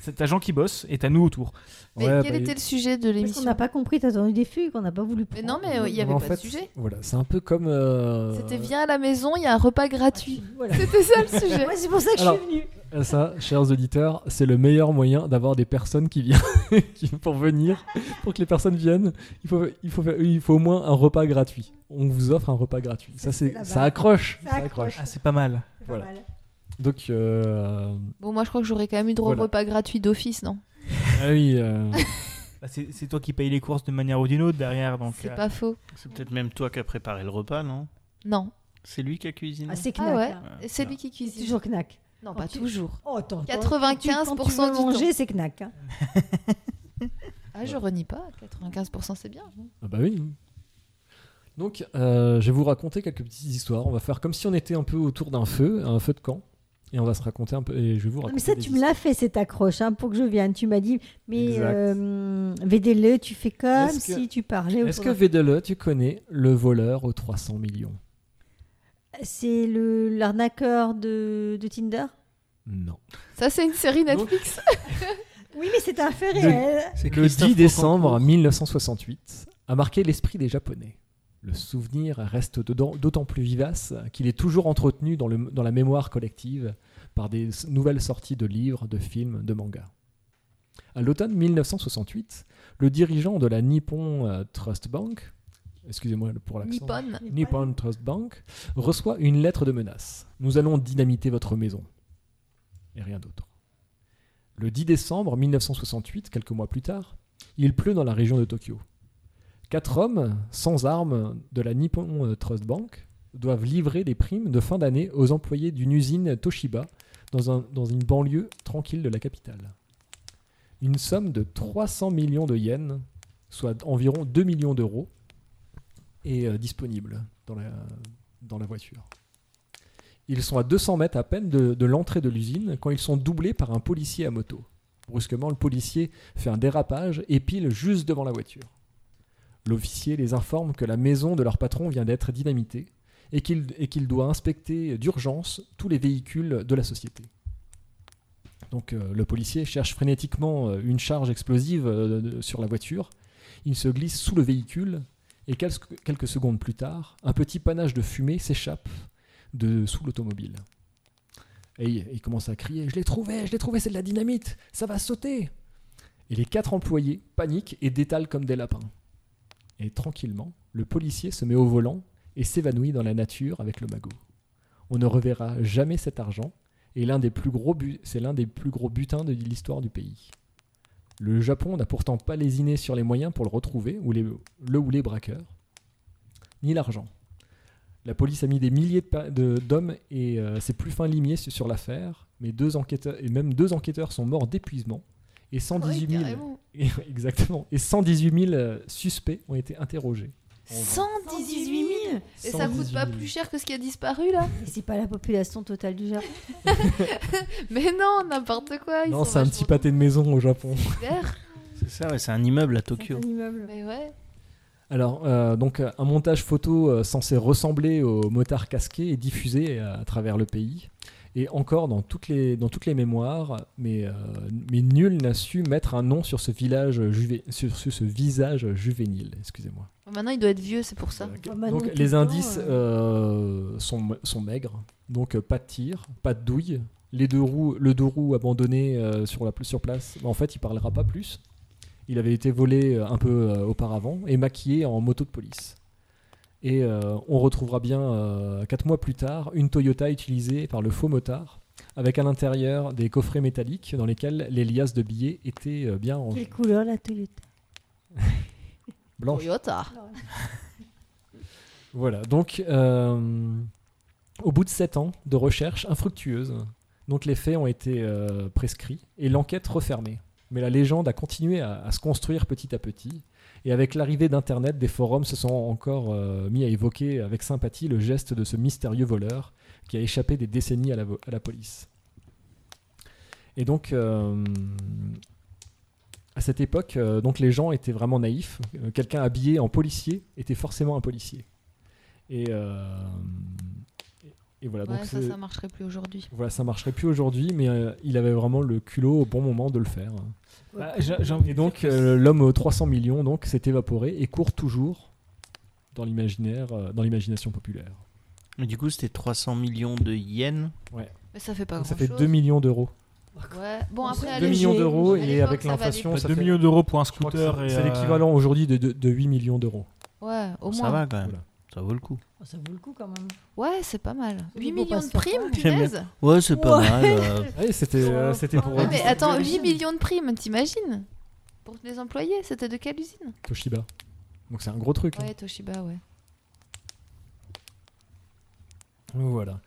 Speaker 4: c'est- T'as Jean qui bosse et t'as nous autour.
Speaker 5: Mais
Speaker 1: Ouais,
Speaker 5: quel
Speaker 1: bah,
Speaker 5: était le sujet de
Speaker 2: Parce qu'on
Speaker 5: l'émission
Speaker 2: n'a pas compris, t'as tendu des fugues, on n'a pas voulu
Speaker 5: Mais
Speaker 2: prendre.
Speaker 5: non, mais euh, il n'y
Speaker 1: Mais
Speaker 5: avait
Speaker 1: Bah, en
Speaker 5: pas de
Speaker 1: fait,
Speaker 5: sujet.
Speaker 1: Voilà, c'est un peu comme. euh,
Speaker 5: C'était viens à la maison, il y a un repas gratuit.
Speaker 2: Voilà.
Speaker 5: C'était ça le sujet.
Speaker 2: Ah, Ouais, c'est pour ça que
Speaker 1: Alors-
Speaker 2: je suis venue.
Speaker 1: Ah, Ça, chers auditeurs, c'est le meilleur moyen d'avoir des personnes qui viennent qui- pour venir, pour que les personnes viennent. Il faut, il faut, faire- il faut au moins un repas gratuit. On vous offre un repas gratuit. Ça,
Speaker 2: Ça, c'est
Speaker 1: c'est,
Speaker 2: la
Speaker 1: ça
Speaker 2: base.
Speaker 1: accroche.
Speaker 2: Ça accroche.
Speaker 4: Ah, c'est pas mal.
Speaker 2: C'est pas
Speaker 1: Voilà.
Speaker 2: mal.
Speaker 1: Donc, euh,
Speaker 5: Bon, moi je crois que j'aurais quand même eu droit
Speaker 1: Voilà.
Speaker 5: au repas gratuit d'office, non
Speaker 1: ah oui, euh,
Speaker 4: Bah, c'est c'est toi qui paye les courses de manière ou d'une autre derrière. donc.
Speaker 5: C'est
Speaker 4: euh,
Speaker 5: pas faux.
Speaker 3: C'est peut-être même toi qui as préparé le repas, non
Speaker 5: Non.
Speaker 3: C'est lui qui a cuisiné
Speaker 2: Ah, c'est
Speaker 5: Ah
Speaker 2: knack.
Speaker 5: ouais
Speaker 2: hein.
Speaker 5: Et C'est
Speaker 3: voilà.
Speaker 5: lui qui
Speaker 2: C'est
Speaker 5: cuisine.
Speaker 2: toujours knack.
Speaker 5: Non,
Speaker 2: Quand
Speaker 5: pas
Speaker 2: tu-
Speaker 5: toujours.
Speaker 2: Oh, attends, quand- quand tu
Speaker 5: 95%
Speaker 2: veux
Speaker 5: du
Speaker 2: manger, c'est knack. hein.
Speaker 5: Ah, je renie pas. 95% c'est bien.
Speaker 1: ah bah oui. Donc, euh, je vais vous raconter quelques petites histoires. On va faire comme si on était un peu autour d'un feu, un feu de camp, et on va se raconter un peu. Et je vais vous raconter.
Speaker 2: Ah, Mais ça,
Speaker 1: des
Speaker 2: tu me l'as fait cette accroche hein, pour que je vienne. Tu m'as dit, mais
Speaker 1: Exact.
Speaker 2: euh, VDLE, tu fais comme
Speaker 1: Est-ce que-
Speaker 2: si tu parlais.
Speaker 1: histoires.
Speaker 2: au
Speaker 1: Est-ce que
Speaker 2: programme.
Speaker 1: Védele, tu connais le voleur aux 300 millions
Speaker 2: C'est le- l'arnaqueur de, de Tinder
Speaker 1: Non.
Speaker 5: Ça, c'est une série
Speaker 1: Donc-
Speaker 5: Netflix.
Speaker 2: Oui, mais c'est un fait
Speaker 1: De-
Speaker 2: réel.
Speaker 1: Le 10 décembre 1968 a marqué l'esprit des Japonais. Le souvenir reste dedans- d'autant plus vivace qu'il est toujours entretenu dans, le- dans la mémoire collective par des s- nouvelles sorties de livres, de films, de mangas. À l'automne 1968, le dirigeant de la Nippon euh, Trust Bank, excusez-moi pour l'accent,
Speaker 5: Nippon.
Speaker 1: Nippon Trust Bank, reçoit une lettre de menace. Nous allons dynamiter votre maison. Et rien d'autre. Le 10 décembre 1968, quelques mois plus tard, il pleut dans la région de Tokyo. Quatre hommes, sans armes, de la Nippon Trust Bank doivent livrer des primes de fin d'année aux employés d'une usine Toshiba dans, un- dans une banlieue tranquille de la capitale. Une somme de 300 millions de yens, soit environ 2 millions d'euros, est euh, disponible dans la, dans la voiture. Ils sont à 200 mètres à peine de, de l'entrée de l'usine quand ils sont doublés par un policier à moto. Brusquement, le policier fait un dérapage et pile juste devant la voiture. L'officier les informe que la maison de leur patron vient d'être dynamitée et qu'il et qu'il doit inspecter d'urgence tous les véhicules de la société. Donc euh, le policier cherche frénétiquement euh, une charge explosive euh, de- sur la voiture. Il se glisse sous le véhicule et quelques, quelques secondes plus tard, un petit panache de fumée s'échappe de sous l'automobile. Et il, il commence à crier Je l'ai trouvé, je l'ai trouvé, c'est de la dynamite, ça va sauter Et les quatre employés paniquent et détalent comme des lapins. Et tranquillement, le policier se met au volant et s'évanouit dans la nature avec le magot. On ne reverra jamais cet argent, et l'un des plus gros bu- c'est l'un des plus gros butins de l'histoire du pays. Le Japon n'a pourtant pas lésiné sur les moyens pour le retrouver, ou les, le ou les braqueurs, ni l'argent. La police a mis des milliers de pa- de- d'hommes et euh, ses plus fins limiers su- sur l'affaire, mais deux enquêteurs et même deux enquêteurs sont morts d'épuisement et 118 000
Speaker 5: carrément.
Speaker 1: et- exactement et 118 000 euh, suspects ont été interrogés.
Speaker 5: 118 000 Et ça
Speaker 1: 118
Speaker 5: coûte pas
Speaker 1: 000.
Speaker 5: plus cher que ce qui a disparu là
Speaker 2: Mais c'est pas la population totale du Japon.
Speaker 5: Mais non, n'importe quoi. ils
Speaker 1: Non,
Speaker 5: sont
Speaker 1: c'est un petit
Speaker 5: vachement
Speaker 1: pâté de maison au Japon.
Speaker 5: verts.
Speaker 3: C'est ça, ouais, c'est un immeuble à
Speaker 2: C'est un
Speaker 3: Tokyo.
Speaker 2: immeuble.
Speaker 5: Mais ouais.
Speaker 1: Alors, euh, donc, euh, un montage photo euh, censé ressembler au motard casqué est diffusé euh, à travers le pays. Et encore dans toutes les, dans toutes les mémoires, mais, euh, mais nul n'a su mettre un nom sur ce, village juvé- sur, sur ce visage juvénile. Excusez-moi.
Speaker 5: Maintenant, il doit être vieux, c'est pour ça.
Speaker 1: Voilà.
Speaker 2: Bah, maintenant,
Speaker 1: Donc,
Speaker 2: tout le
Speaker 1: les
Speaker 2: temps,
Speaker 1: indices
Speaker 2: euh,
Speaker 1: euh, sont, sont maigres. Donc, euh, pas de tir, pas de douille. Les deux roues, le deux roues abandonné euh, sur, la, sur place, en fait, il parlera pas plus. Il avait été volé euh, un peu euh, auparavant et maquillé en moto de police. Et euh, on retrouvera bien, euh, quatre mois plus tard, une Toyota utilisée par le faux motard, avec à l'intérieur des coffrets métalliques dans lesquels les liasses de billets étaient euh, bien rangées.
Speaker 2: Quelle couleur la Toyota
Speaker 1: Blanche.
Speaker 5: Toyota.
Speaker 1: Voilà, donc euh, au bout de 7 ans de recherche infructueuse, donc les faits ont été euh, prescrits et l'enquête refermée. Mais la légende a continué à, à se construire petit à petit. Et avec l'arrivée d'Internet, des forums se sont encore euh, mis à évoquer avec sympathie le geste de ce mystérieux voleur qui a échappé des décennies à la, vo- à la police. Et donc, euh, à cette époque, euh, donc les gens étaient vraiment naïfs. Euh, Quelqu'un habillé en policier était forcément un policier. Et, euh, et, et voilà,
Speaker 5: Ouais,
Speaker 1: Ah, donc
Speaker 5: ça,
Speaker 1: c'est-
Speaker 5: ça marcherait plus aujourd'hui.
Speaker 1: voilà, ça marcherait plus aujourd'hui, mais euh, il avait vraiment le culot au bon moment de le faire.
Speaker 4: Bah, j'ai- j'ai envie
Speaker 1: Et
Speaker 4: de
Speaker 1: donc
Speaker 4: dire que
Speaker 1: euh, l'homme aux 300 millions donc s'est évaporé et court toujours dans l'imaginaire, euh, dans l'imagination populaire.
Speaker 3: Mais du coup, c'était 300 millions de yens.
Speaker 5: Mais ça fait pas
Speaker 1: Donc, ça
Speaker 5: grand-chose.
Speaker 1: fait 2 millions d'euros.
Speaker 5: Ouais. Bon, après, à
Speaker 1: 2 millions
Speaker 5: l'époque-
Speaker 1: d'euros
Speaker 5: à
Speaker 1: et
Speaker 5: l'époque,
Speaker 1: avec
Speaker 5: ça valait
Speaker 1: l'inflation,
Speaker 5: plus.
Speaker 1: ça
Speaker 4: 2
Speaker 1: fait-
Speaker 4: millions d'euros pour un
Speaker 1: Je crois que
Speaker 4: scooter.
Speaker 1: c'est-
Speaker 4: et,
Speaker 1: C'est
Speaker 4: euh,
Speaker 1: l'équivalent aujourd'hui de, de- de 8 millions d'euros.
Speaker 5: Ouais, au
Speaker 3: Ça
Speaker 5: moins.
Speaker 3: va quand même.
Speaker 1: Voilà.
Speaker 3: Ça vaut le coup.
Speaker 2: Oh, Ça vaut le coup quand même.
Speaker 5: Ouais, c'est pas mal. 8
Speaker 2: vaut
Speaker 5: millions
Speaker 2: pas
Speaker 5: de
Speaker 2: se faire
Speaker 5: primes,
Speaker 3: J'aime bien.
Speaker 5: punaise.
Speaker 3: Ouais, c'est pas mal. euh,
Speaker 1: Ouais, c'était euh, c'était pour
Speaker 5: Ouais,
Speaker 1: euh,
Speaker 5: mais
Speaker 2: distribuer
Speaker 5: attends,
Speaker 2: les
Speaker 5: 8
Speaker 2: chaînes.
Speaker 5: millions de primes, t'imagines Pour les employés, c'était de quelle usine
Speaker 1: Toshiba. Donc c'est un gros truc. hein.
Speaker 5: Ouais, Toshiba, ouais.
Speaker 1: Voilà.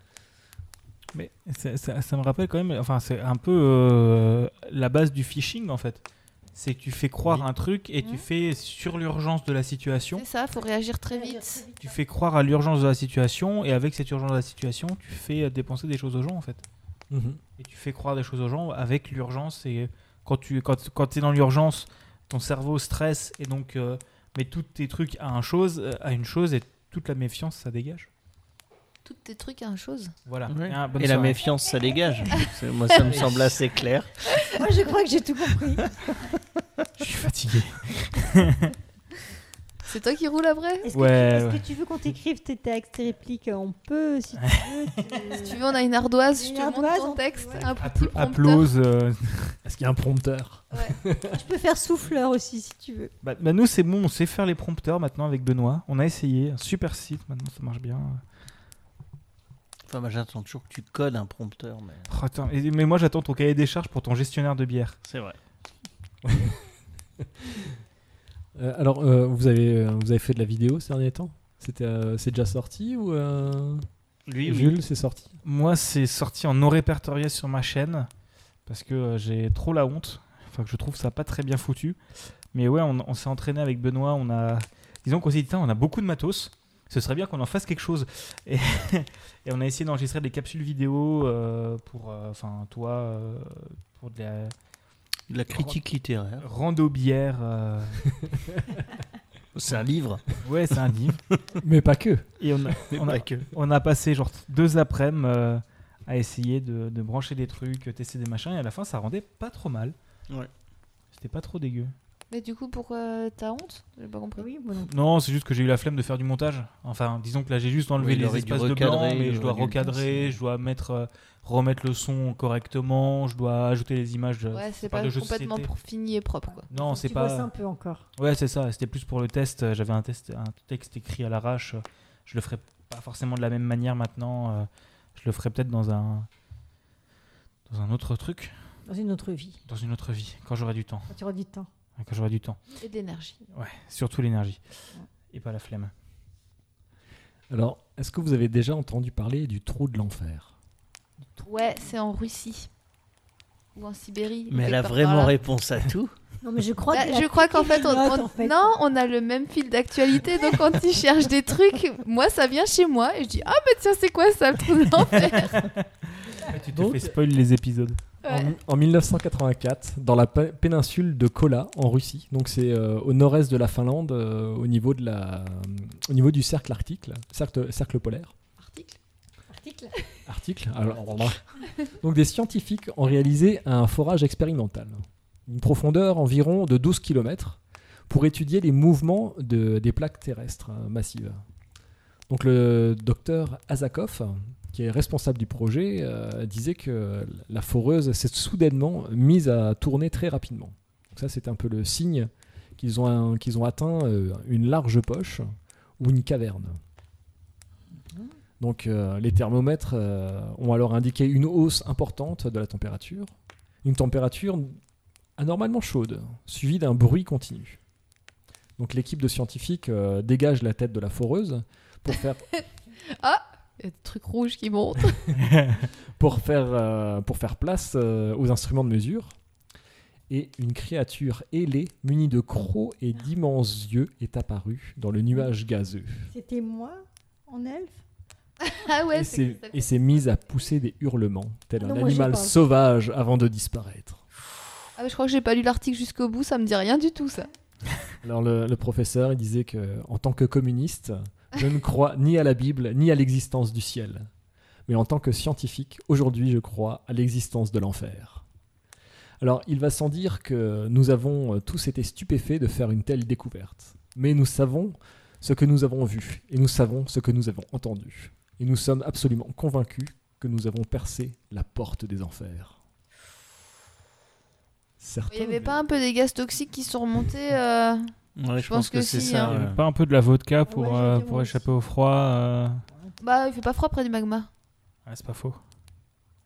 Speaker 4: Mais ça, ça- ça me rappelle quand même, enfin, c'est un peu euh, la base du phishing en fait. C'est que tu fais croire
Speaker 1: Oui.
Speaker 4: un truc et tu
Speaker 5: Mhm.
Speaker 4: fais sur l'urgence de la situation.
Speaker 5: C'est ça, faut réagir très vite.
Speaker 4: Tu fais croire à l'urgence de la situation et avec cette urgence de la situation, tu fais euh, dépenser des choses aux gens en fait.
Speaker 1: Mhm.
Speaker 4: Et tu fais croire des choses aux gens avec l'urgence. Et quand tu quand, quand es dans l'urgence, ton cerveau stresse et donc euh, met tous tes trucs à, un chose, euh, à une chose et toute la méfiance ça dégage.
Speaker 5: Tout tes trucs à une chose.
Speaker 4: Voilà.
Speaker 3: ouais.
Speaker 4: Ah, bonne
Speaker 3: Et la
Speaker 4: soirée.
Speaker 3: méfiance, ça dégage. C'est- Moi, ça me semble assez clair.
Speaker 2: Moi, je crois que j'ai tout compris.
Speaker 4: Je suis fatigué.
Speaker 5: C'est toi qui roule après
Speaker 2: Est-ce que,
Speaker 4: Ouais,
Speaker 2: tu, est-ce
Speaker 4: ouais.
Speaker 2: que tu veux qu'on t'écrive tes textes, tes répliques On peut, si tu veux.
Speaker 5: Si tu veux, on a une ardoise, je
Speaker 2: Une
Speaker 5: te montre
Speaker 2: ardoise,
Speaker 5: ton
Speaker 2: on-
Speaker 5: texte.
Speaker 2: ouais.
Speaker 5: Un petit prompteur.
Speaker 4: Applause. euh,
Speaker 1: Est-ce qu'il y a un prompteur
Speaker 2: Je peux faire souffleur aussi, si tu veux.
Speaker 4: Bah, bah, nous, c'est bon, on sait faire les prompteurs maintenant avec Benoît. On a essayé, un super site, maintenant ça marche bien.
Speaker 3: Enfin, moi, j'attends toujours que tu codes un prompteur. Mais...
Speaker 4: Oh, attends, et- mais moi, j'attends ton cahier des charges pour ton gestionnaire de bière.
Speaker 3: C'est vrai.
Speaker 1: Euh, Alors, euh, vous, avez, euh, vous avez fait de la vidéo ces derniers temps C'était, euh, C'est déjà sorti ou euh,
Speaker 3: Lui, oui.
Speaker 1: Jules, c'est sorti
Speaker 4: Moi, c'est sorti en non répertorié sur ma chaîne parce que euh, j'ai trop la honte. Enfin, que je trouve ça pas très bien foutu. Mais ouais, on, on s'est entraîné avec Benoît. On a, disons qu'on s'est dit, Tain, on a beaucoup de matos. Ce serait bien qu'on en fasse quelque chose. Et, et on a essayé d'enregistrer des capsules vidéo euh, pour, euh, enfin, toi, euh, pour de la
Speaker 3: De La critique littéraire.
Speaker 4: rando bière. euh,
Speaker 3: C'est un livre.
Speaker 4: Ouais, c'est un livre.
Speaker 1: Mais pas que.
Speaker 4: Et on a, on a-
Speaker 3: euh,
Speaker 4: on a passé genre deux après-midi euh, à essayer de, de brancher des trucs, tester des machins, et à la fin, ça rendait pas trop mal.
Speaker 3: Ouais.
Speaker 4: C'était pas trop dégueu.
Speaker 5: Mais du coup, pourquoi t'as honte J'ai pas compris.
Speaker 2: Oui, moi non plus.
Speaker 4: Non, c'est juste que j'ai eu la flemme de faire du montage. Enfin, disons que là, j'ai juste
Speaker 3: Oui,
Speaker 4: enlevé
Speaker 3: il
Speaker 4: les
Speaker 3: aurait dû
Speaker 4: espaces de
Speaker 3: recadrer,
Speaker 4: blanc, mais
Speaker 3: il
Speaker 4: je dois
Speaker 3: aurait dû le
Speaker 4: recadrer,
Speaker 3: penser.
Speaker 4: je dois mettre, euh, remettre le son correctement, je dois ajouter les images. euh,
Speaker 5: Ouais, c'est
Speaker 4: pas
Speaker 5: pas,
Speaker 4: de jeu de
Speaker 5: complètement
Speaker 4: société.
Speaker 5: pour fini et propre, quoi.
Speaker 4: Non, c'est
Speaker 2: Tu vois ça
Speaker 4: pas.
Speaker 2: un peu encore.
Speaker 4: Ouais, c'est ça. C'était plus pour le test. Euh, J'avais un, test, un texte écrit à l'arrache. Euh, Je le ferai pas forcément de la même manière maintenant. Euh, Je le ferai peut-être dans un dans un autre truc,
Speaker 2: Dans une autre vie,
Speaker 4: dans une autre vie, quand j'aurai du temps.
Speaker 2: quand tu auras du temps.
Speaker 4: Quand j'aurai du temps.
Speaker 5: Et de l'énergie.
Speaker 4: Ouais, surtout l'énergie et pas la flemme.
Speaker 1: Alors, est-ce que vous avez déjà entendu parler du trou de l'enfer
Speaker 5: Ouais, c'est en Russie. Ou en Sibérie.
Speaker 3: Mais elle
Speaker 5: quelque
Speaker 3: a
Speaker 5: part
Speaker 3: vraiment
Speaker 5: par là.
Speaker 3: réponse à tout.
Speaker 2: Non, mais Bah, je crois
Speaker 5: Là,
Speaker 2: qu'elle a
Speaker 5: Bah, je crois qu'en
Speaker 2: piqué
Speaker 5: fait,
Speaker 2: les
Speaker 5: on,
Speaker 2: notes,
Speaker 5: on-
Speaker 2: en fait.
Speaker 5: non, on a le même fil d'actualité, donc quand il cherche des trucs, moi ça vient chez moi et je dis ah mais tiens c'est quoi ça le trou de l'enfer
Speaker 4: tu te
Speaker 1: Donc-
Speaker 4: fais spoil les épisodes.
Speaker 5: Ouais.
Speaker 1: En, en 1984, dans la pe- péninsule de Kola, en Russie, donc c'est euh, au nord-est de la Finlande, euh, au, niveau de la, au niveau du cercle arctique, là, cercle, cercle polaire.
Speaker 5: Article.
Speaker 2: Article.
Speaker 1: Article. Alors, donc des scientifiques ont réalisé un forage expérimental, une profondeur environ de 12 km, pour étudier les mouvements de- des plaques terrestres euh, massives. Donc le docteur Azakov, qui est responsable du projet, euh, disait que la foreuse s'est soudainement mise à tourner très rapidement. Donc ça, c'est un peu le signe qu'ils ont, un- qu'ils ont atteint euh, une large poche ou une caverne. Donc euh, les thermomètres euh, ont alors indiqué une hausse importante de la température, une température anormalement chaude, suivie d'un bruit continu. Donc l'équipe de scientifiques euh, dégage la tête de la foreuse pour faire,
Speaker 5: Il y a des trucs rouges qui montent.
Speaker 1: pour faire, euh, pour faire place euh, aux instruments de mesure. Et une créature ailée, munie de crocs et d'immenses yeux, est apparue dans le nuage gazeux.
Speaker 2: C'était moi en elfe
Speaker 5: ah ouais,
Speaker 1: et
Speaker 5: c'est
Speaker 1: s'est et s'est mise à pousser des hurlements, tel
Speaker 2: Ah Non,
Speaker 1: un
Speaker 2: moi, j'ai
Speaker 1: animal
Speaker 2: pas.
Speaker 1: sauvage avant de disparaître.
Speaker 5: Ah, mais je crois que j'ai pas lu l'article jusqu'au bout, ça me dit rien du tout ça.
Speaker 1: Alors le, le professeur il disait que, en tant que communiste, je ne crois ni à la Bible ni à l'existence du ciel. Mais en tant que scientifique, aujourd'hui, je crois à l'existence de l'enfer. Alors, il va sans dire que nous avons euh, tous été stupéfaits de faire une telle découverte. Mais nous savons ce que nous avons vu et nous savons ce que nous avons entendu. Et nous sommes absolument convaincus que nous avons percé la porte des enfers. Certains,
Speaker 5: Il y avait pas un peu des gaz toxiques qui sont remontés euh,
Speaker 3: Ouais, je, pense, que, c'est
Speaker 5: si,
Speaker 3: ça.
Speaker 5: hein.
Speaker 4: Il y avait
Speaker 3: ouais.
Speaker 4: Ah, Pas un peu de la vodka pour,
Speaker 2: Ouais,
Speaker 4: euh,
Speaker 2: j'allais dire
Speaker 4: pour
Speaker 2: aussi.
Speaker 4: échapper au froid euh,
Speaker 5: Bah, il fait pas froid près du magma.
Speaker 4: ah, C'est pas faux.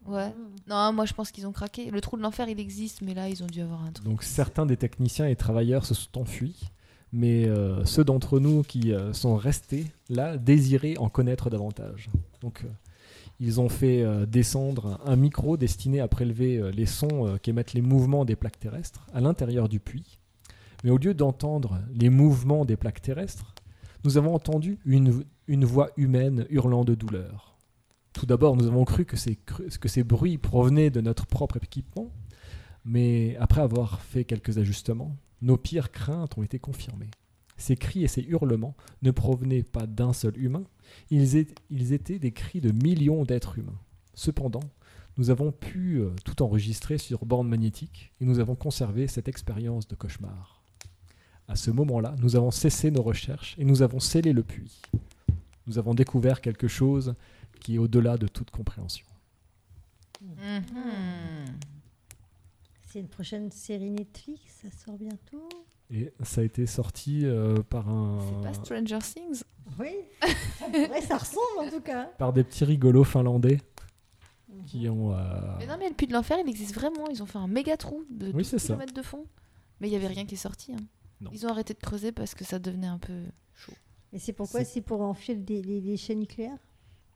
Speaker 5: Ouais. Non, moi je pense qu'ils ont craqué. Le trou de l'enfer, il existe, mais là, ils ont dû avoir un truc.
Speaker 1: Donc certains des techniciens et travailleurs se sont enfuis, mais euh, ceux d'entre nous qui euh, sont restés là désiraient en connaître davantage. Donc euh, ils ont fait euh, descendre un micro destiné à prélever euh, les sons euh, qu'émettent les mouvements des plaques terrestres à l'intérieur du puits. Mais au lieu d'entendre les mouvements des plaques terrestres, nous avons entendu une, une voix humaine hurlant de douleur. Tout d'abord, nous avons cru que ces, cru- que ces bruits provenaient de notre propre équipement, mais après avoir fait quelques ajustements, nos pires craintes ont été confirmées. Ces cris et ces hurlements ne provenaient pas d'un seul humain, ils, é- ils étaient des cris de millions d'êtres humains. Cependant, nous avons pu euh, tout enregistrer sur bande magnétique et nous avons conservé cette expérience de cauchemar. À ce moment-là, nous avons cessé nos recherches et nous avons scellé le puits. Nous avons découvert quelque chose qui est au-delà de toute compréhension.
Speaker 5: Mhm.
Speaker 2: C'est une prochaine série Netflix, ça sort bientôt.
Speaker 1: Et ça a été sorti euh, par un...
Speaker 5: C'est pas Stranger Things
Speaker 2: Oui, ça, pourrait, ça ressemble en tout cas.
Speaker 1: par des petits rigolos finlandais qui ont. euh,
Speaker 5: Mhm. Mais non, mais le puits de l'enfer, il existe vraiment. Ils ont fait un méga trou de
Speaker 1: Oui,
Speaker 5: 12
Speaker 1: c'est ça.
Speaker 5: km de fond. Mais il n'y avait rien qui est sorti. hein.
Speaker 1: Non.
Speaker 5: Ils ont arrêté de creuser parce que ça devenait un peu chaud.
Speaker 2: Mais c'est pourquoi C'est pour enfiler des, des- des chaînes nucléaires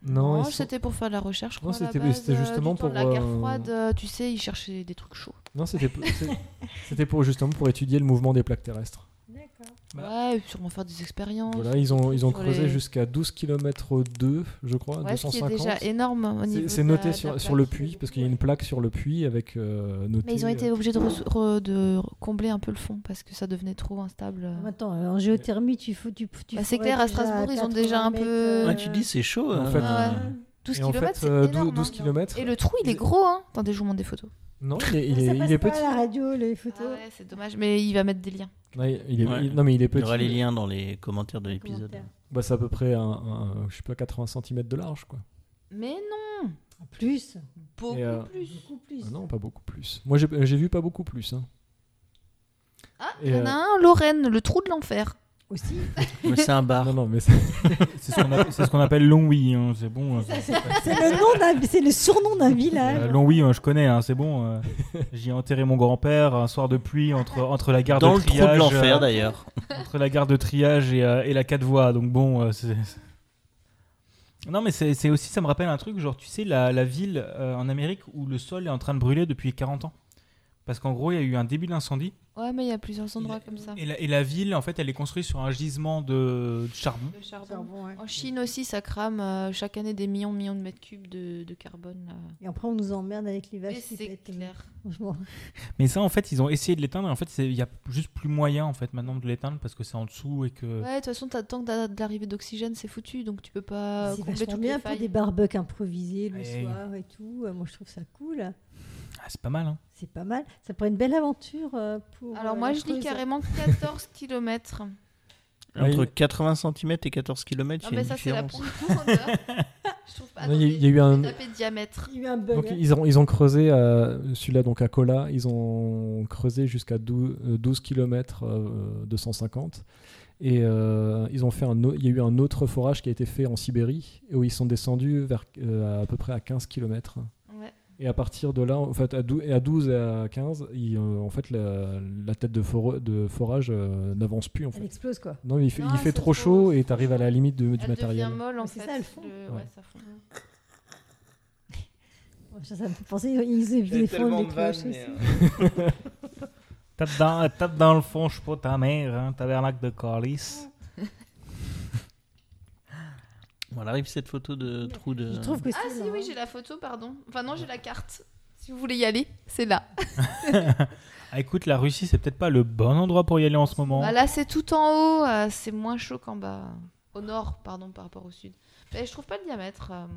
Speaker 1: Non, ils sont-
Speaker 5: c'était pour faire de la recherche. je
Speaker 1: Non,
Speaker 5: crois, à la
Speaker 1: c'était-
Speaker 5: base,
Speaker 1: c'était
Speaker 5: euh, du
Speaker 1: justement
Speaker 5: temps de
Speaker 1: pour,
Speaker 5: La guerre
Speaker 1: euh,
Speaker 5: froide, euh, tu sais, ils cherchaient des trucs chauds.
Speaker 1: non, c'était pour- c'est- c'était pour justement pour étudier le mouvement des plaques terrestres.
Speaker 2: D'accord.
Speaker 5: Ouais, et sûrement faire des expériences.
Speaker 1: Bah. Voilà, ils ont, ils ont
Speaker 5: Ah, Sur
Speaker 1: creusé
Speaker 5: les-
Speaker 1: jusqu'à 12 km 2, je crois,
Speaker 5: Ouais, ce qui est
Speaker 1: 250.
Speaker 5: déjà énorme au
Speaker 1: C'est-
Speaker 5: niveau
Speaker 1: c'est
Speaker 5: de la-
Speaker 1: noté
Speaker 5: de la
Speaker 1: sur,
Speaker 5: plaque.
Speaker 1: sur le puits, parce qu'il y a une plaque sur le puits avec euh, noté.
Speaker 5: Mais ils ont été obligés de, ressou- re- de combler un peu le fond parce que ça devenait trop instable. euh.
Speaker 2: Attends, euh, en géothermie, tu fous tu, tu
Speaker 5: Bah, c'est
Speaker 2: fourrais
Speaker 5: clair, à
Speaker 2: déjà
Speaker 5: Strasbourg, ils ont
Speaker 2: 80
Speaker 5: déjà un
Speaker 2: mètres,
Speaker 5: peu-
Speaker 2: euh,
Speaker 3: Ah, tu dis c'est chaud.
Speaker 1: En
Speaker 3: hein.
Speaker 1: fait,
Speaker 5: Ah Ouais. 12
Speaker 1: et en
Speaker 5: km,
Speaker 1: fait,
Speaker 5: c'est
Speaker 1: euh,
Speaker 5: énorme.
Speaker 1: 12
Speaker 5: hein.
Speaker 1: km.
Speaker 5: Et le Ah, trou, il est gros, hein. Attendez, je vous montre des photos.
Speaker 1: Non, il est, il
Speaker 2: mais
Speaker 1: est-
Speaker 2: ça
Speaker 1: il
Speaker 2: passe
Speaker 1: est
Speaker 2: pas
Speaker 1: petit.
Speaker 2: à la radio, les photos.
Speaker 5: Ah ouais, c'est dommage, mais il va mettre des liens.
Speaker 1: Non, il- il est-
Speaker 3: Ouais.
Speaker 1: il- non, mais il est
Speaker 3: Il y
Speaker 1: petit.
Speaker 3: aura les liens dans les commentaires de l'épisode.
Speaker 2: Commentaire.
Speaker 1: Bah, c'est à peu près un, un- je sais pas, 80 cm de large, quoi.
Speaker 5: Mais non,
Speaker 2: En Plus,
Speaker 5: beaucoup
Speaker 1: Et, euh,
Speaker 5: plus.
Speaker 2: beaucoup plus.
Speaker 1: Ah non, pas beaucoup plus. Moi, j'ai j'ai vu pas beaucoup plus. hein.
Speaker 5: Ah,
Speaker 1: Et,
Speaker 5: il y
Speaker 1: euh,
Speaker 5: en a un, Lorraine, le trou de l'enfer.
Speaker 2: Aussi,
Speaker 3: Mais c'est un
Speaker 5: Ah.
Speaker 3: bar.
Speaker 1: Non, non, mais ça-
Speaker 4: C'est ce qu'on appelle, c'est ce qu'on appelle Longwy. hein, C'est bon. euh,
Speaker 2: c'est le nom d'un- c'est le surnom d'un
Speaker 4: euh,
Speaker 2: village.
Speaker 4: Longwy, hein, je connais. hein, C'est bon. euh, J'y ai enterré mon grand-père un soir de pluie entre, entre la gare
Speaker 3: Dans
Speaker 4: de
Speaker 3: le trou
Speaker 4: triage.
Speaker 3: de hein. l'enfer
Speaker 4: euh,
Speaker 3: d'ailleurs.
Speaker 4: entre la gare de triage et, euh, et la 4 voies. Donc bon, euh, c'est. c'est- Non, mais c'est c'est aussi, ça me rappelle un truc, genre, tu sais, la, la ville euh, en Amérique où le sol est en train de brûler depuis 40 ans. Parce qu'en gros, il y a eu un début d'incendie.
Speaker 5: Ouais, mais il y a plusieurs endroits
Speaker 4: Il-
Speaker 5: comme ça.
Speaker 4: Et, la- et la ville, en fait, elle est construite sur un gisement de, de charbon.
Speaker 5: Le charbon.
Speaker 2: Charbon, ouais.
Speaker 5: En Chine aussi, ça crame euh, chaque année des millions, millions de mètres cubes de, de carbone. euh. là.
Speaker 2: Et après, on nous emmerde avec les
Speaker 5: Mais
Speaker 2: vaches qui
Speaker 5: c'est
Speaker 2: pètent. euh,
Speaker 5: clair.
Speaker 2: Franchement.
Speaker 4: Mais ça, en fait, ils ont essayé de l'éteindre. Et en fait, c'est- il y a juste plus moyen, en fait, maintenant de l'éteindre parce que c'est en dessous et que.
Speaker 5: Ouais, de toute façon, t'attends que t'as de l'arrivée d'oxygène, c'est foutu, donc tu peux pas
Speaker 2: c'est
Speaker 5: combler
Speaker 2: vachement
Speaker 5: Euh, toutes
Speaker 2: bien
Speaker 5: les
Speaker 2: pour
Speaker 5: failles.
Speaker 2: des barbecues improvisés le
Speaker 4: Et-
Speaker 2: soir et tout. Euh, Moi, je trouve ça cool.
Speaker 4: Ah, c'est pas mal, hein.
Speaker 2: C'est pas mal. Ça pourrait être une belle aventure euh, pour.
Speaker 5: Alors
Speaker 2: euh,
Speaker 5: moi,
Speaker 2: la
Speaker 5: je dis
Speaker 2: creuse.
Speaker 5: carrément 14 km.
Speaker 3: Entre
Speaker 1: Oui.
Speaker 3: 80 cm et 14 km,
Speaker 5: Ah
Speaker 3: il y a une
Speaker 5: ben ça, c'est la
Speaker 3: différence.
Speaker 5: profondeur. je trouve pas.
Speaker 1: Non, il y a-
Speaker 5: Bah, Attendez,
Speaker 1: il y a eu
Speaker 5: je vais
Speaker 1: un-
Speaker 5: taper diamètre.
Speaker 2: Il y a eu un bug.
Speaker 1: Donc
Speaker 2: hein.
Speaker 1: ils ont, ils ont creusé, euh, celui-là donc à Cola, ils ont creusé jusqu'à 12, euh, 12 km 250. Et euh, ils ont fait un au- il y a eu un autre forage qui a été fait en Sibérie, et où ils sont descendus vers, euh, à peu près à 15 km.
Speaker 5: Ouais.
Speaker 1: Et à partir de là, en fait, à, dou- et à 12 et à 15, il, euh, en fait, la, la tête de, for- de forage euh, n'avance plus. En
Speaker 2: Elle
Speaker 1: fait.
Speaker 2: explose quoi.
Speaker 1: Non, il fait,
Speaker 5: Non,
Speaker 1: il fait
Speaker 5: c'est
Speaker 1: trop
Speaker 5: trop-
Speaker 1: chaud
Speaker 5: c'est
Speaker 1: et
Speaker 5: trop
Speaker 1: t'arrives à
Speaker 5: chaud.
Speaker 1: la limite de- du
Speaker 5: Elle devient
Speaker 1: matériel.
Speaker 5: molle en
Speaker 2: Mais
Speaker 5: fait.
Speaker 2: c'est ça, le fond.
Speaker 5: Le-
Speaker 1: Ouais.
Speaker 5: ouais, ça fond.
Speaker 2: Ça, ça me fait penser, ils effondrent les cloches aussi.
Speaker 3: euh,
Speaker 4: Tape dans, tape dans le fond, je sais pas, ta mère, hein, tabernacle de Carlis.
Speaker 3: Bon, elle arrive cette photo de trou de.
Speaker 2: Je trouve que
Speaker 5: Ah
Speaker 2: c'est
Speaker 5: si
Speaker 2: marrant.
Speaker 5: oui, j'ai la photo, pardon. Enfin non, j'ai la carte. Si vous voulez y aller, c'est là.
Speaker 4: Ah, écoute, la Russie, c'est peut-être pas le bon endroit pour y aller en ce moment.
Speaker 5: Bah, là, c'est tout en haut, euh, c'est moins chaud qu'en bas. Au nord, pardon, par rapport au sud. Mais je trouve pas le diamètre. euh.
Speaker 2: Alors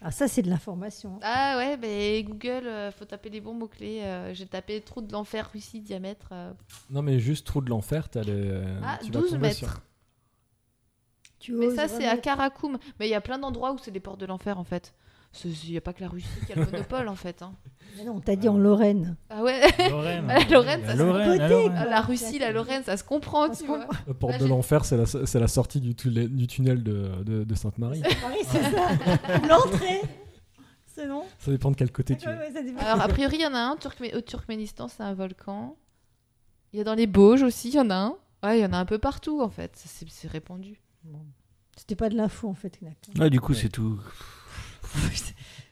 Speaker 2: Ah, ça, c'est de l'information. hein.
Speaker 5: Ah ouais, mais Google, euh, faut taper les bons mots-clés. euh, J'ai tapé trou de l'enfer, Russie, diamètre. euh.
Speaker 1: Non, mais juste trou de l'enfer, t'as le-
Speaker 5: Ah,
Speaker 1: tu vas
Speaker 5: 12
Speaker 1: tomber sur-
Speaker 5: mètres.
Speaker 2: Tu
Speaker 5: Mais
Speaker 2: oses
Speaker 5: ça, c'est à
Speaker 2: remettre-
Speaker 5: Karakoum. Mais il y a plein d'endroits où c'est des portes de l'enfer, en fait. Il n'y a pas que la Russie qui a le monopole, en fait. hein.
Speaker 2: Mais Non, t'as dit en Lorraine.
Speaker 5: Ah ouais,
Speaker 4: Lorraine.
Speaker 5: La Lorraine, ça se
Speaker 4: Lorraine,
Speaker 2: côté,
Speaker 4: la Lorraine.
Speaker 2: quoi.
Speaker 5: la Russie, la Lorraine, ça se comprend,
Speaker 2: Ah, Ça se
Speaker 5: tu vois.
Speaker 1: La porte
Speaker 5: Là,
Speaker 1: de
Speaker 5: j'ai-
Speaker 1: l'enfer, c'est la, c'est la sortie du, tunnel- du tunnel de, de- de Sainte-Marie.
Speaker 2: Paris, c'est ça. L'entrée. C'est non.
Speaker 1: ça dépend de quel côté tu
Speaker 2: Ah,
Speaker 1: es.
Speaker 2: ouais, ça dépend.
Speaker 5: Alors, a priori, il y en a un Turkmé- au Turkménistan, c'est un volcan. Il y a dans les Bauges aussi, il y en a un. Ouais, il y en a un peu partout, en fait. Ça, C'est c'est répandu.
Speaker 2: C'était pas de l'info en fait, Knack.
Speaker 3: Ah, du coup, c'est tout.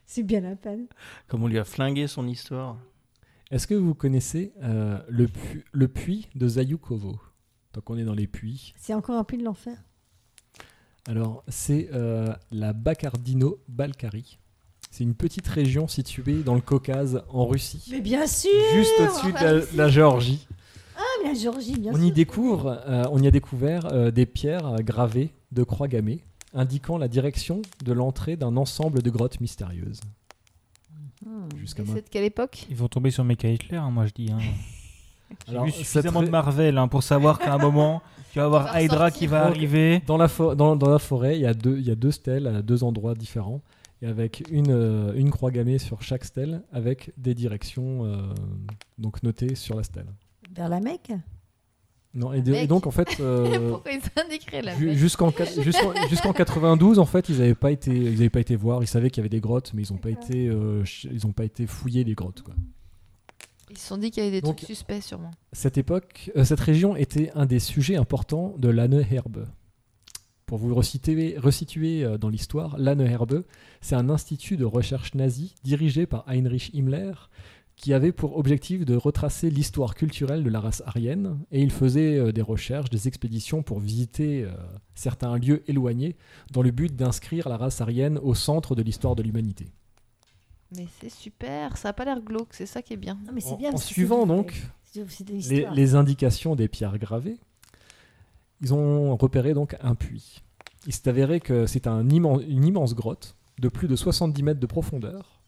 Speaker 2: C'est bien la peine.
Speaker 3: Comme on lui a flingué son histoire.
Speaker 1: Est-ce que vous connaissez euh, le, pu- le puits de Zayukovo Tant qu'on est dans les puits.
Speaker 2: C'est encore un puits de l'enfer.
Speaker 1: Alors, c'est euh, la Bakardino-Balkari. C'est une petite région située dans le Caucase, en Russie,
Speaker 2: Mais bien sûr.
Speaker 1: juste au-dessus de la, de la Géorgie.
Speaker 2: Ah, mais la Géorgie, bien
Speaker 1: On y
Speaker 2: sûr.
Speaker 1: découvre, euh, on y a découvert euh, des pierres euh, gravées de croix gammées, indiquant la direction de l'entrée d'un ensemble de grottes mystérieuses.
Speaker 2: Hmm.
Speaker 1: Jusqu'à
Speaker 5: Et
Speaker 1: maintenant.
Speaker 5: c'est de quelle époque
Speaker 4: Ils vont tomber sur Mecha Hitler, hein, moi je dis. Hein. J'ai
Speaker 1: Alors,
Speaker 4: vu
Speaker 1: cette
Speaker 4: suffisamment
Speaker 1: ré-
Speaker 4: de Marvel hein, pour savoir qu'à un moment, tu vas
Speaker 5: Ça
Speaker 4: avoir
Speaker 5: va
Speaker 4: Hydra
Speaker 5: ressortir.
Speaker 4: qui va arriver.
Speaker 1: Dans la, fo- dans, dans la forêt, il y, a deux, il y a deux stèles à deux endroits différents, et avec une, euh, une croix gammée sur chaque stèle, avec des directions euh, donc notées sur la stèle.
Speaker 2: Vers la Mecque.
Speaker 1: Non, et, de- et
Speaker 5: Mec.
Speaker 1: donc, en fait, euh,
Speaker 5: Pourquoi ils ont indiqué la
Speaker 1: ju-
Speaker 5: date
Speaker 1: jusqu'en quat- jusqu'en jusqu'en 92, en fait, ils n'avaient pas, été- ils avaient pas été voir. Ils savaient qu'il y avait des grottes, mais ils n'ont pas, été, euh, ch- ils ont pas été fouiller les grottes. Quoi.
Speaker 5: Ils se sont dit qu'il y avait des
Speaker 1: Donc-
Speaker 5: trucs suspects, sûrement.
Speaker 1: Cette époque, euh, cette région était un des sujets importants de l'Anneherbe. Pour vous resituer, resituer euh, dans l'histoire, l'Anneherbe, c'est un institut de recherche nazi dirigé par Heinrich Himmler qui avait pour objectif de retracer l'histoire culturelle de la race aryenne et il faisait euh, des recherches, des expéditions pour visiter euh, certains lieux éloignés dans le but d'inscrire la race aryenne au centre de l'histoire de l'humanité.
Speaker 5: Mais c'est super, ça a pas l'air glauque, c'est ça qui est bien.
Speaker 2: Non, mais c'est
Speaker 1: En-
Speaker 2: bien.
Speaker 1: en
Speaker 2: parce que c'est
Speaker 1: suivant
Speaker 2: du-
Speaker 1: donc
Speaker 2: c'est- C'est de
Speaker 1: les,
Speaker 2: l'histoire.
Speaker 1: les indications des pierres gravées, ils ont repéré donc un puits. Il s'est avéré que c'est un immen- une immense grotte de plus de 70 mètres de profondeur,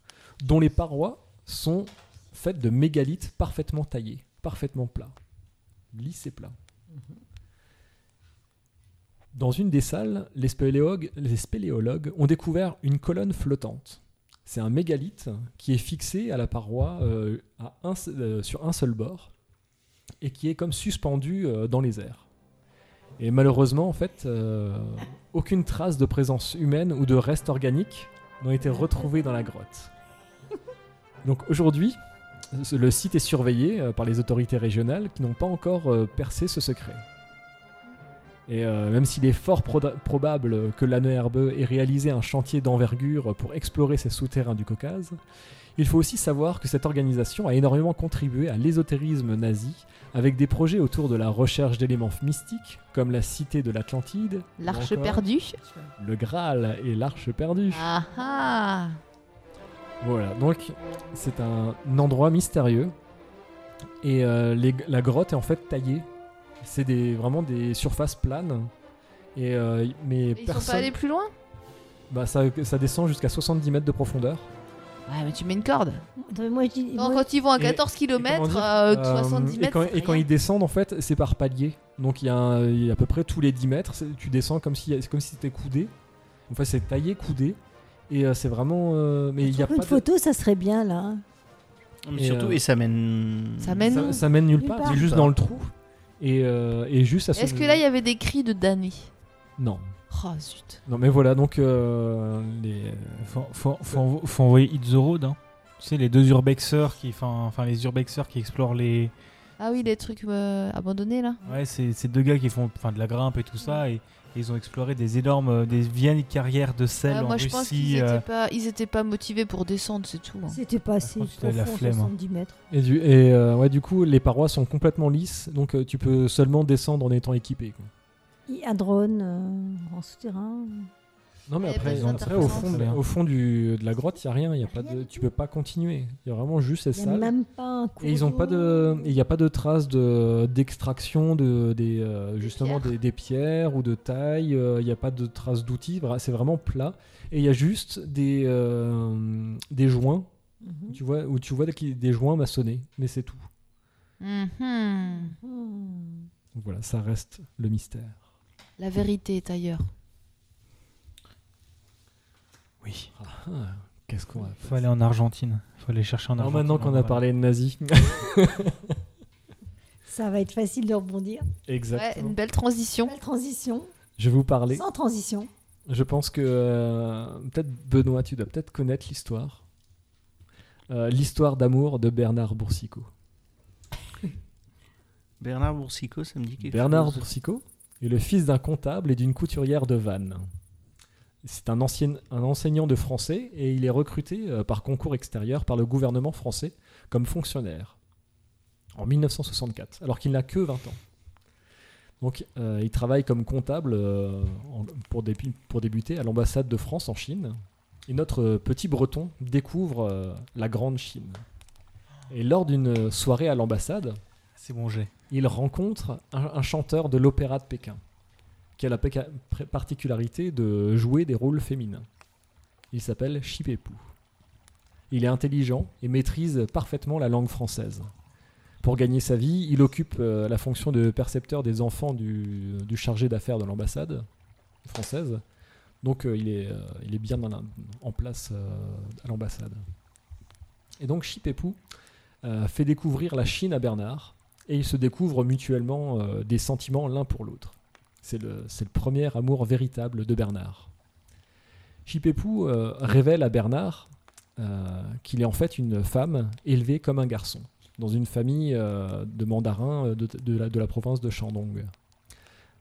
Speaker 1: dont les parois sont faites de mégalithes parfaitement taillés, parfaitement plats, lisses et plats. Dans une des salles, les spéléologues, les spéléologues ont découvert une colonne flottante. C'est un mégalithe qui est fixé à la paroi euh, à un se- euh, sur un seul bord et qui est comme suspendu euh, dans les airs. Et malheureusement, en fait, euh, aucune trace de présence humaine ou de reste organique n'ont été retrouvés dans la grotte. Donc aujourd'hui, ce- le site est surveillé euh, par les autorités régionales qui n'ont pas encore euh, percé ce secret. Et euh, même s'il est fort proda- probable que l'ANERBE ait réalisé un chantier d'envergure pour explorer ces souterrains du Caucase, il faut aussi savoir que cette organisation a énormément contribué à l'ésotérisme nazi avec des projets autour de la recherche d'éléments mystiques comme la cité de l'Atlantide, ou
Speaker 5: L'arche
Speaker 1: encore
Speaker 5: perdue
Speaker 1: le Graal et l'arche perdue.
Speaker 5: Ah ah
Speaker 1: Voilà, donc c'est un endroit mystérieux. Et euh, les- la grotte est en fait taillée. C'est des, vraiment des surfaces planes. Et, euh, y- mais
Speaker 5: Ils sont
Speaker 1: personne.
Speaker 5: pas allés plus loin
Speaker 1: Bah, ça, ça descend jusqu'à 70 mètres de profondeur.
Speaker 5: Ouais, mais tu mets une corde.
Speaker 2: Attends, mais moi, je dis.
Speaker 5: Non,
Speaker 2: moi-
Speaker 5: quand ils vont à
Speaker 1: Et-
Speaker 5: 14
Speaker 1: et comment
Speaker 5: km,
Speaker 1: dire, Euh,
Speaker 5: 70
Speaker 1: et
Speaker 5: mètres.
Speaker 1: quand,
Speaker 5: c'est
Speaker 1: et quand
Speaker 5: rien.
Speaker 1: ils descendent, en fait, c'est par palier. Donc il y, a un- il y a à peu près tous les 10 mètres, c'est- tu descends comme si c'est comme si c'était coudé. En fait, c'est taillé, coudé. Et euh, c'est vraiment. euh, mais il n'y a
Speaker 2: Pour
Speaker 1: pas
Speaker 2: une
Speaker 1: de-
Speaker 2: photo, ça serait bien là. hein.
Speaker 3: Mais
Speaker 1: Et
Speaker 3: surtout,
Speaker 1: euh,
Speaker 3: et ça mène.
Speaker 5: Ça mène
Speaker 1: ça,
Speaker 5: où
Speaker 1: ça mène nulle
Speaker 2: Nulle
Speaker 1: part.
Speaker 2: part.
Speaker 1: C'est juste dans le trou. Et, euh, et juste à ce
Speaker 5: Est-ce que là, il y avait des cris de damnés
Speaker 1: Non.
Speaker 5: Oh zut.
Speaker 1: Non mais voilà donc euh, les...
Speaker 4: Faut, faut, faut envo- faut envoyer Itzorod. Hein. Tu sais, les deux urbexeurs qui, enfin, enfin les urbexeurs qui explorent les.
Speaker 5: Ah oui, les trucs euh, abandonnés là.
Speaker 4: Ouais, c'est ces deux gars qui font, enfin, de la grimpe et tout ça, et, et ils ont exploré des énormes, euh, des vieilles carrières de sel
Speaker 5: Ah,
Speaker 4: en
Speaker 5: moi je pense qu'ils
Speaker 4: Russie.
Speaker 5: étaient,
Speaker 4: euh,
Speaker 5: pas, ils étaient pas motivés pour descendre, c'est tout. hein.
Speaker 2: C'était
Speaker 1: Ah,
Speaker 2: pas assez
Speaker 4: pense que t'as de la
Speaker 2: profond,
Speaker 4: flemme, hein.
Speaker 2: 70 mètres.
Speaker 1: Et, du, et euh, ouais, du coup, les parois sont complètement lisses, donc euh, tu peux seulement descendre en étant équipé. quoi.
Speaker 2: Et un drone euh, en souterrain.
Speaker 1: Non, mais
Speaker 5: Eh
Speaker 1: après,
Speaker 5: ben, ça
Speaker 1: après, au
Speaker 5: t'apprend.
Speaker 1: fond, de-
Speaker 4: Très bien.
Speaker 1: au fond du, de la grotte, il n'y a rien, y a pas
Speaker 2: Rien
Speaker 1: de,
Speaker 2: du
Speaker 1: tu peux pas continuer. Il y a vraiment juste ces
Speaker 2: Il n'y a
Speaker 1: salles.
Speaker 2: même pas un cours
Speaker 1: Et ils ont pas de, il n'y a pas de traces de d'extraction de des euh, justement
Speaker 5: pierres.
Speaker 1: des, des pierres ou de taille. euh, Il n'y a pas de traces d'outils. vra- C'est vraiment plat. Et il y a juste des euh, des joints.
Speaker 2: Mhm.
Speaker 1: Tu vois où tu vois qu'il y a des joints maçonnés, mais c'est tout.
Speaker 5: Mhm.
Speaker 2: Hmm.
Speaker 1: Donc voilà, ça reste le mystère.
Speaker 5: La vérité est ailleurs.
Speaker 4: Oui.
Speaker 1: Ah, Qu'est-ce qu'on va
Speaker 4: Faut aller en Argentine. Faut aller chercher en
Speaker 1: Alors
Speaker 4: Argentine.
Speaker 1: maintenant qu'on a
Speaker 4: Ouais.
Speaker 1: parlé de nazis.
Speaker 2: Ça va être facile de rebondir.
Speaker 5: Ouais,
Speaker 1: Exactement.
Speaker 5: une belle transition.
Speaker 2: Belle transition.
Speaker 1: Je vais vous parler.
Speaker 2: Sans transition.
Speaker 1: Je pense que euh, peut-être Benoît, tu dois peut-être connaître l'histoire. Euh, l'histoire d'amour de Bernard Boursicot.
Speaker 3: Bernard Boursicot, ça me dit quelque
Speaker 1: Bernard
Speaker 3: chose.
Speaker 1: Boursicot est le fils d'un comptable et d'une couturière de Vannes. C'est un, ancien, un enseignant de français et il est recruté euh, par concours extérieur par le gouvernement français comme fonctionnaire en 1964, alors qu'il n'a que 20 ans. Donc euh, il travaille comme comptable euh, en- pour, dé- pour débuter à l'ambassade de France en Chine. Et notre euh, petit breton découvre euh, la Grande Chine. Et lors d'une euh, soirée à l'ambassade,
Speaker 4: C'est bon, j'ai.
Speaker 1: il rencontre un, un chanteur de l'opéra de Pékin, qui a la péca- pré- particularité de jouer des rôles féminins. Il s'appelle Chipépou. Il est intelligent et maîtrise parfaitement la langue française. Pour gagner sa vie, il occupe euh, la fonction de percepteur des enfants du, du chargé d'affaires de l'ambassade française. Donc euh, il, est, euh, il est bien dans la- en place euh, à l'ambassade. Et donc Chipépou euh, fait découvrir la Chine à Bernard, et ils se découvrent mutuellement euh, des sentiments l'un pour l'autre. C'est le, c'est le premier amour véritable de Bernard. Chipépou euh, révèle à Bernard euh, qu'il est en fait une femme élevée comme un garçon, dans une famille euh, de mandarins euh, de, de la, de la province de Shandong.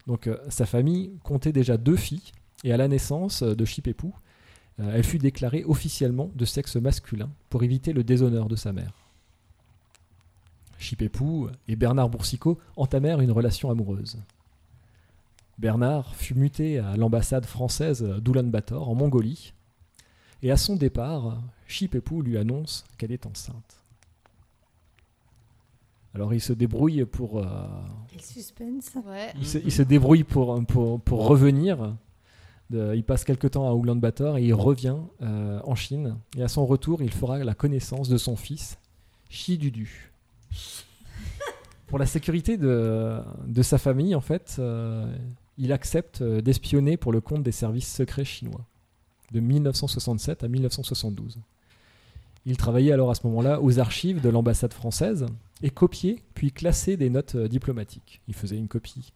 Speaker 1: Donc euh, sa famille comptait déjà deux filles, et à la naissance euh, de Chipépou, euh, elle fut déclarée officiellement de sexe masculin pour éviter le déshonneur de sa mère. Chipépou et Bernard Boursicot entamèrent une relation amoureuse. Bernard fut muté à l'ambassade française d'Oulan-Bator en Mongolie, et à son départ, Chipépou lui annonce qu'elle est enceinte. Alors il se débrouille pour, euh,
Speaker 2: Quel suspense.
Speaker 5: Ouais.
Speaker 1: il, se, il se débrouille pour, pour, pour revenir. De- il passe quelque temps à Oulan-Bator et il revient euh, en Chine. Et à son retour, il fera la connaissance de son fils, Shi Dudu. Pour la sécurité de, de sa famille, en fait, euh, il accepte euh, d'espionner pour le compte des services secrets chinois de 1967 à 1972. Il travaillait alors à ce moment-là aux archives de l'ambassade française et copier puis classer des notes euh, diplomatiques. Il faisait une copie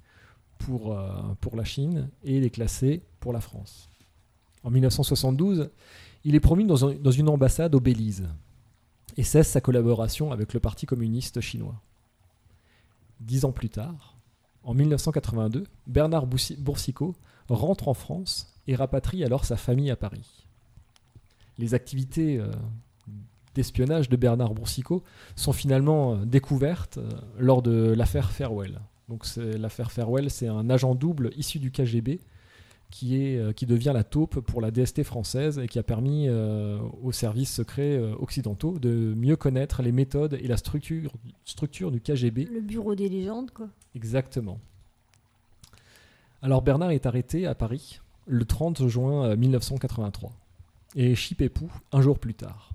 Speaker 1: pour, euh, pour la Chine et les classer pour la France. En 1972, il est promu dans, un- dans une ambassade au Belize et cesse sa collaboration avec le Parti communiste chinois. Dix ans plus tard, en 1982, Bernard Boussi- Boursicot rentre en France et rapatrie alors sa famille à Paris. Les activités euh, d'espionnage de Bernard Boursicot sont finalement euh, découvertes euh, lors de l'affaire Farewell. Donc c'est- l'affaire Farewell, c'est un agent double issu du KGB qui, est, euh, qui devient la taupe pour la DST française et qui a permis euh, aux services secrets euh, occidentaux de mieux connaître les méthodes et la structure, structure du KGB
Speaker 2: Le bureau des légendes, quoi.
Speaker 1: Exactement. Alors Bernard est arrêté à Paris le 30 juin euh, 1983 et Chipépou un jour plus tard.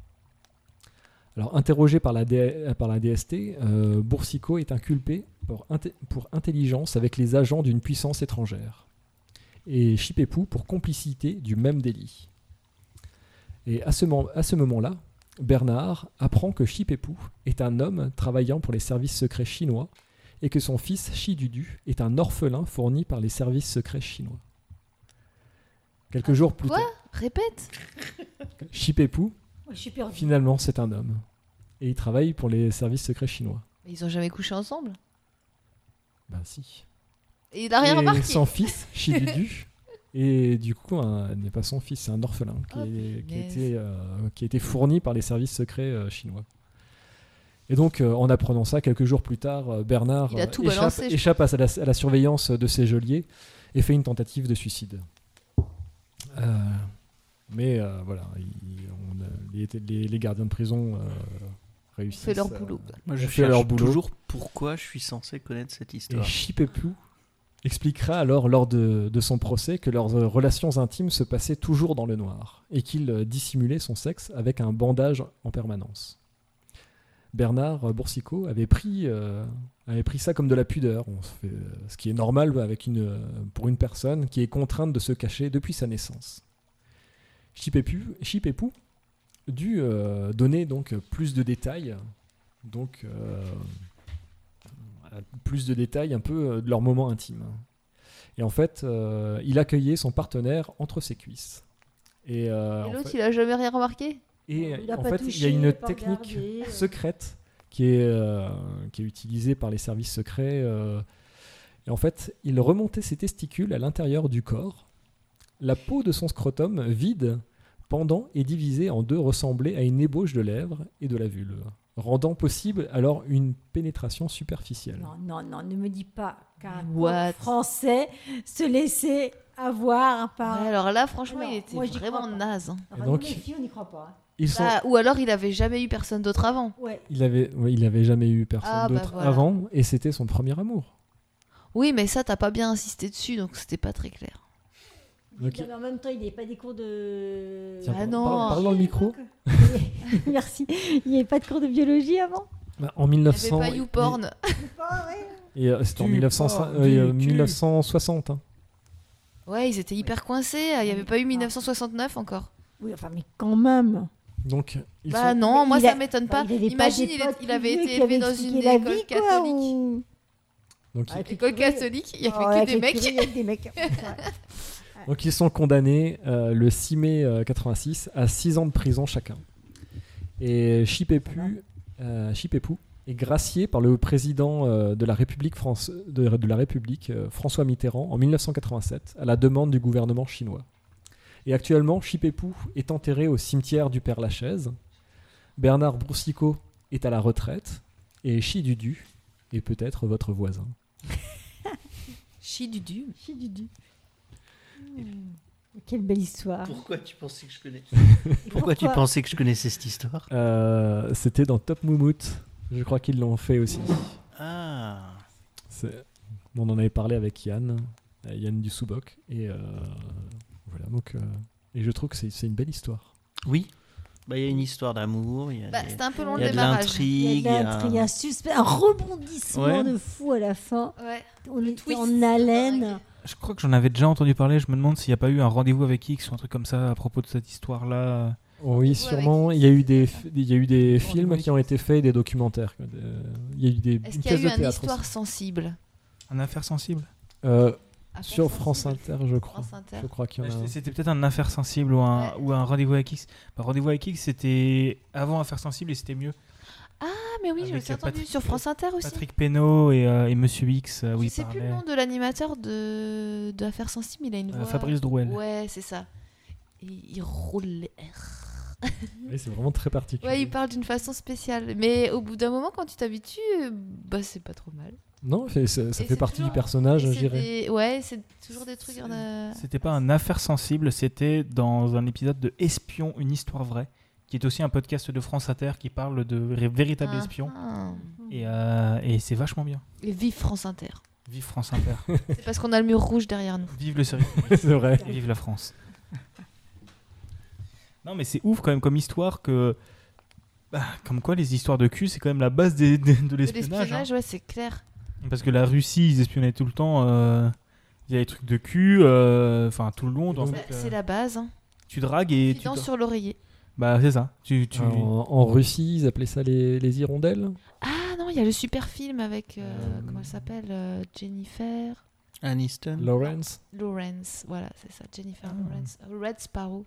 Speaker 1: Alors interrogé par la, D- par la DST, euh, Boursicot est inculpé pour, inte- pour intelligence avec les agents d'une puissance étrangère et Chipépou pour complicité du même délit. Et à ce, mom- à ce moment-là, Bernard apprend que Chipépou est un homme travaillant pour les services secrets chinois et que son fils Shidudu est un orphelin fourni par les services secrets chinois. Quelques jours plus
Speaker 5: quoi
Speaker 1: tard,
Speaker 5: Répète.
Speaker 1: Chipépou
Speaker 2: Ouais, je suis perdue.
Speaker 1: Finalement, c'est un homme. Et il travaille pour les services secrets chinois.
Speaker 5: Mais ils ont jamais couché ensemble.
Speaker 1: Ben si.
Speaker 5: Et il a rien
Speaker 1: et
Speaker 5: remarqué.
Speaker 1: son fils, Chidudu. et du coup, un- n'est pas son fils, c'est un orphelin qui,
Speaker 5: Oh,
Speaker 1: est- qui a
Speaker 5: punaise.
Speaker 1: été, euh, qui a été fourni par les services secrets euh, chinois. Et donc, euh, en apprenant ça, quelques jours plus tard, euh, Bernard
Speaker 5: Il a
Speaker 1: euh,
Speaker 5: tout
Speaker 1: échappe,
Speaker 5: balancé, je
Speaker 1: échappe à, sa- à la, surveillance de ses geôliers et fait une tentative de suicide. Euh, mais euh, voilà, il- on a- les, les- les gardiens de prison euh, réussissent. euh,
Speaker 5: fait leur
Speaker 1: à-
Speaker 5: boulot.
Speaker 3: Moi,
Speaker 1: je
Speaker 3: je
Speaker 1: fais leur
Speaker 3: cherche
Speaker 1: boulot.
Speaker 3: toujours pourquoi je suis censé connaître cette
Speaker 1: Et
Speaker 3: histoire.
Speaker 1: Chipepou expliquera alors lors de, de son procès que leurs euh, relations intimes se passaient toujours dans le noir et qu'il euh, dissimulait son sexe avec un bandage en permanence. Bernard euh, Boursicot avait pris, euh, avait pris ça comme de la pudeur, on se fait, euh, ce qui est normal avec une, euh, pour une personne qui est contrainte de se cacher depuis sa naissance. Chipepou, Chipepou dut euh, donner donc euh, plus de détails, donc euh, voilà, plus de détails un peu euh, de leur moment intime. Et en fait, euh, il accueillait son partenaire entre ses cuisses. Et, euh,
Speaker 5: Et
Speaker 1: en
Speaker 5: l'autre,
Speaker 1: fait-
Speaker 5: il a jamais rien remarqué.
Speaker 1: et,
Speaker 2: Il a
Speaker 1: en
Speaker 2: pas
Speaker 1: fait,
Speaker 2: touché,
Speaker 1: il y a
Speaker 2: il a
Speaker 1: une
Speaker 2: pas
Speaker 1: technique
Speaker 2: regardé.
Speaker 1: secrète qui est, euh, qui est utilisée par les services secrets. euh, et en fait, il remontait ses testicules à l'intérieur du corps. La peau de son scrotum vide, pendant et divisée en deux, ressemblait à une ébauche de lèvres et de la vulve, rendant possible alors une pénétration superficielle.
Speaker 2: Non, non, non, ne me dis pas qu'un
Speaker 5: What
Speaker 2: couple français se laissait avoir par.
Speaker 5: Ouais, alors là, franchement,
Speaker 2: Non,
Speaker 5: il était
Speaker 2: Bah, moi, j'y crois
Speaker 5: vraiment
Speaker 2: pas.
Speaker 5: naze. hein.
Speaker 2: Enfin,
Speaker 1: Et
Speaker 2: nous,
Speaker 1: donc-
Speaker 2: les filles, on n'y croit pas. hein.
Speaker 1: Ils sont-
Speaker 5: Bah, ou alors, il avait jamais eu personne d'autre avant.
Speaker 2: Ouais.
Speaker 1: Il avait, oui, il avait jamais eu personne
Speaker 5: Ah, bah
Speaker 1: d'autre
Speaker 5: voilà.
Speaker 1: avant, et c'était son premier amour.
Speaker 5: Oui, mais ça, t'as pas bien insisté dessus, donc c'était pas très clair.
Speaker 1: Donc,
Speaker 2: Mais en même temps, il n'y avait pas des cours de.
Speaker 1: Tiens,
Speaker 5: Ah
Speaker 1: parle-
Speaker 5: non.
Speaker 1: parle, parle dans le micro.
Speaker 2: Merci. Il n'y avait pas de cours de biologie avant
Speaker 1: Bah, en
Speaker 5: Il n'y avait
Speaker 1: 1900.
Speaker 5: pas YouPorn.
Speaker 1: Et euh, c'était en
Speaker 4: Tu
Speaker 1: 1900,
Speaker 4: pars
Speaker 1: euh, et, euh,
Speaker 4: du cul.
Speaker 1: 1960. hein.
Speaker 5: Ouais, ils étaient hyper coincés. hein. Il n'y avait
Speaker 2: Ah.
Speaker 5: pas eu 1969 encore.
Speaker 2: Oui, enfin, mais quand même.
Speaker 1: Donc, ils
Speaker 5: Bah
Speaker 1: sont-
Speaker 5: non,
Speaker 2: Mais
Speaker 5: moi
Speaker 2: il
Speaker 5: ça
Speaker 2: a-
Speaker 5: m'étonne
Speaker 2: Enfin,
Speaker 5: pas.
Speaker 2: il avait pas
Speaker 5: Imagine,
Speaker 2: des
Speaker 5: il, est-
Speaker 2: potes
Speaker 5: il avait
Speaker 2: vieux qui
Speaker 5: été élevé
Speaker 2: avaient
Speaker 5: dans une
Speaker 2: expliqué la
Speaker 5: école
Speaker 2: vie, quoi,
Speaker 5: catholique.
Speaker 2: ou-
Speaker 1: donc,
Speaker 2: Ah,
Speaker 1: ils-
Speaker 2: culturée.
Speaker 5: École catholique, il n'y
Speaker 2: Ouais,
Speaker 5: avait que des
Speaker 2: culturée,
Speaker 5: mecs.
Speaker 2: Il y avait que des mecs. Ouais.
Speaker 1: donc ils sont condamnés euh, le 6 mai euh, 86 à 6 ans de prison chacun. Et Chipépou, euh, Chipépou est gracié par le président euh, de la République, France, de, de la République euh, François Mitterrand en 1987 à la demande du gouvernement chinois. Et actuellement, Chipépou est enterré au cimetière du Père Lachaise. Bernard Broussicot est à la retraite. Et Chidudu est peut-être votre voisin.
Speaker 5: Chidudu.
Speaker 2: Chi Dudu. Hmm. Quelle belle histoire.
Speaker 3: Pourquoi tu pensais que je connaissais
Speaker 2: Pourquoi
Speaker 3: Pourquoi tu pensais que je connaissais cette histoire
Speaker 1: Euh, c'était dans Top Moumout. Je crois qu'ils l'ont fait aussi.
Speaker 3: Ah.
Speaker 1: C'est- On en avait parlé avec Yann, euh, Yann du Soubok. Et euh, voilà, donc. euh, Et je trouve que c'est c'est une belle histoire.
Speaker 3: Oui. Bah, il y a une histoire d'amour, il y a,
Speaker 5: Bah,
Speaker 3: des-
Speaker 5: c'était un peu long
Speaker 3: il y
Speaker 5: le
Speaker 3: a de
Speaker 5: démarrage.
Speaker 3: l'intrigue.
Speaker 2: Il y a de
Speaker 5: hein
Speaker 3: il y a-
Speaker 2: l'intrigue, un suspense, un rebondissement
Speaker 3: Ouais.
Speaker 2: de fou à la fin.
Speaker 5: Ouais.
Speaker 2: On
Speaker 5: Le
Speaker 2: était
Speaker 5: twist.
Speaker 2: en haleine.
Speaker 4: Je crois que j'en avais déjà entendu parler. Je me demande s'il n'y a pas eu un rendez-vous avec X ou un truc comme ça à propos de cette histoire-là.
Speaker 1: Oh oui,
Speaker 5: Ouais,
Speaker 1: sûrement.
Speaker 5: avec-
Speaker 1: Il y a eu des, fi- il y a eu des
Speaker 4: Oh,
Speaker 1: films
Speaker 4: oui.
Speaker 1: qui ont été faits, des documentaires. quoi, des- euh, Il y a eu des
Speaker 5: Est-ce
Speaker 1: une
Speaker 5: qu'il y a
Speaker 1: pièce de
Speaker 5: eu une
Speaker 1: théâtre.
Speaker 5: histoire
Speaker 1: aussi.
Speaker 5: sensible
Speaker 4: Un affaire sensible
Speaker 1: Euh,
Speaker 5: Ah,
Speaker 1: sur
Speaker 5: pas
Speaker 1: France
Speaker 5: sensible.
Speaker 1: Inter, je crois.
Speaker 5: France Inter.
Speaker 1: Je crois qu'il y en a. un.
Speaker 4: C'était peut-être un affaire sensible ou un,
Speaker 5: Ouais.
Speaker 4: ou un rendez-vous avec X. Bah, rendez-vous avec X, c'était avant affaire sensible et c'était mieux.
Speaker 5: Ah, mais oui, je
Speaker 4: Avec,
Speaker 5: l'ai
Speaker 4: euh,
Speaker 5: entendu
Speaker 4: Patrick-
Speaker 5: sur France Inter aussi.
Speaker 4: Patrick Penaud et, euh, et Monsieur X, euh, où
Speaker 5: je
Speaker 4: il
Speaker 5: sais plus le
Speaker 4: parlait.
Speaker 5: nom de l'animateur de, de Affaires Sensibles, il a une
Speaker 4: Euh,
Speaker 5: voix.
Speaker 4: Fabrice Drouel.
Speaker 5: Ouais, c'est ça. Et il roule les R.
Speaker 1: Oui, c'est vraiment très particulier.
Speaker 5: Ouais, il parle d'une façon spéciale. Mais au bout d'un moment, quand tu t'habitues, euh, bah c'est pas trop mal.
Speaker 1: Non, c'est- ça, ça
Speaker 5: Et
Speaker 1: fait
Speaker 5: c'est
Speaker 1: partie
Speaker 5: toujours-
Speaker 1: du personnage,
Speaker 5: Et c'est
Speaker 1: j'irais.
Speaker 5: des- Ouais, c'est toujours des trucs. en, euh,
Speaker 4: C'était pas un affaire sensible, c'était dans un épisode de Espion, une histoire vraie, qui est aussi un podcast de France Inter qui parle de ré- véritables
Speaker 5: ah,
Speaker 4: espions.
Speaker 5: ah.
Speaker 4: Et, euh, et c'est vachement bien.
Speaker 5: Et vive France Inter.
Speaker 4: Vive France Inter.
Speaker 5: C'est parce qu'on a le mur rouge derrière nous.
Speaker 4: vive le service.
Speaker 1: C'est vrai.
Speaker 4: Et vive la France. Non, mais c'est ouf quand même comme histoire que. bah, comme quoi, les histoires de cul, c'est quand même la base des- des- de
Speaker 5: De
Speaker 4: l'espionnage. hein.
Speaker 5: L'espionnage, ouais, c'est clair.
Speaker 4: Parce que la Russie, ils espionnaient tout le temps. euh, Il y a des trucs de cul, euh, enfin tout le long.
Speaker 1: Donc,
Speaker 4: donc,
Speaker 5: Bah, C'est
Speaker 4: euh,
Speaker 5: la base. Hein.
Speaker 4: Tu dragues et tu.
Speaker 5: Filant
Speaker 4: dra-
Speaker 5: sur l'oreiller.
Speaker 4: Bah, c'est ça. Tu, tu...
Speaker 1: En, en Russie, ils appelaient ça les, les hirondelles.
Speaker 5: Ah non, il y a le super film avec. euh,
Speaker 1: Euh,
Speaker 5: Comment elle s'appelle euh, Jennifer. Ah.
Speaker 3: Aniston.
Speaker 1: Lawrence.
Speaker 5: Lawrence. Voilà, c'est ça. Jennifer Lawrence. Red Sparrow.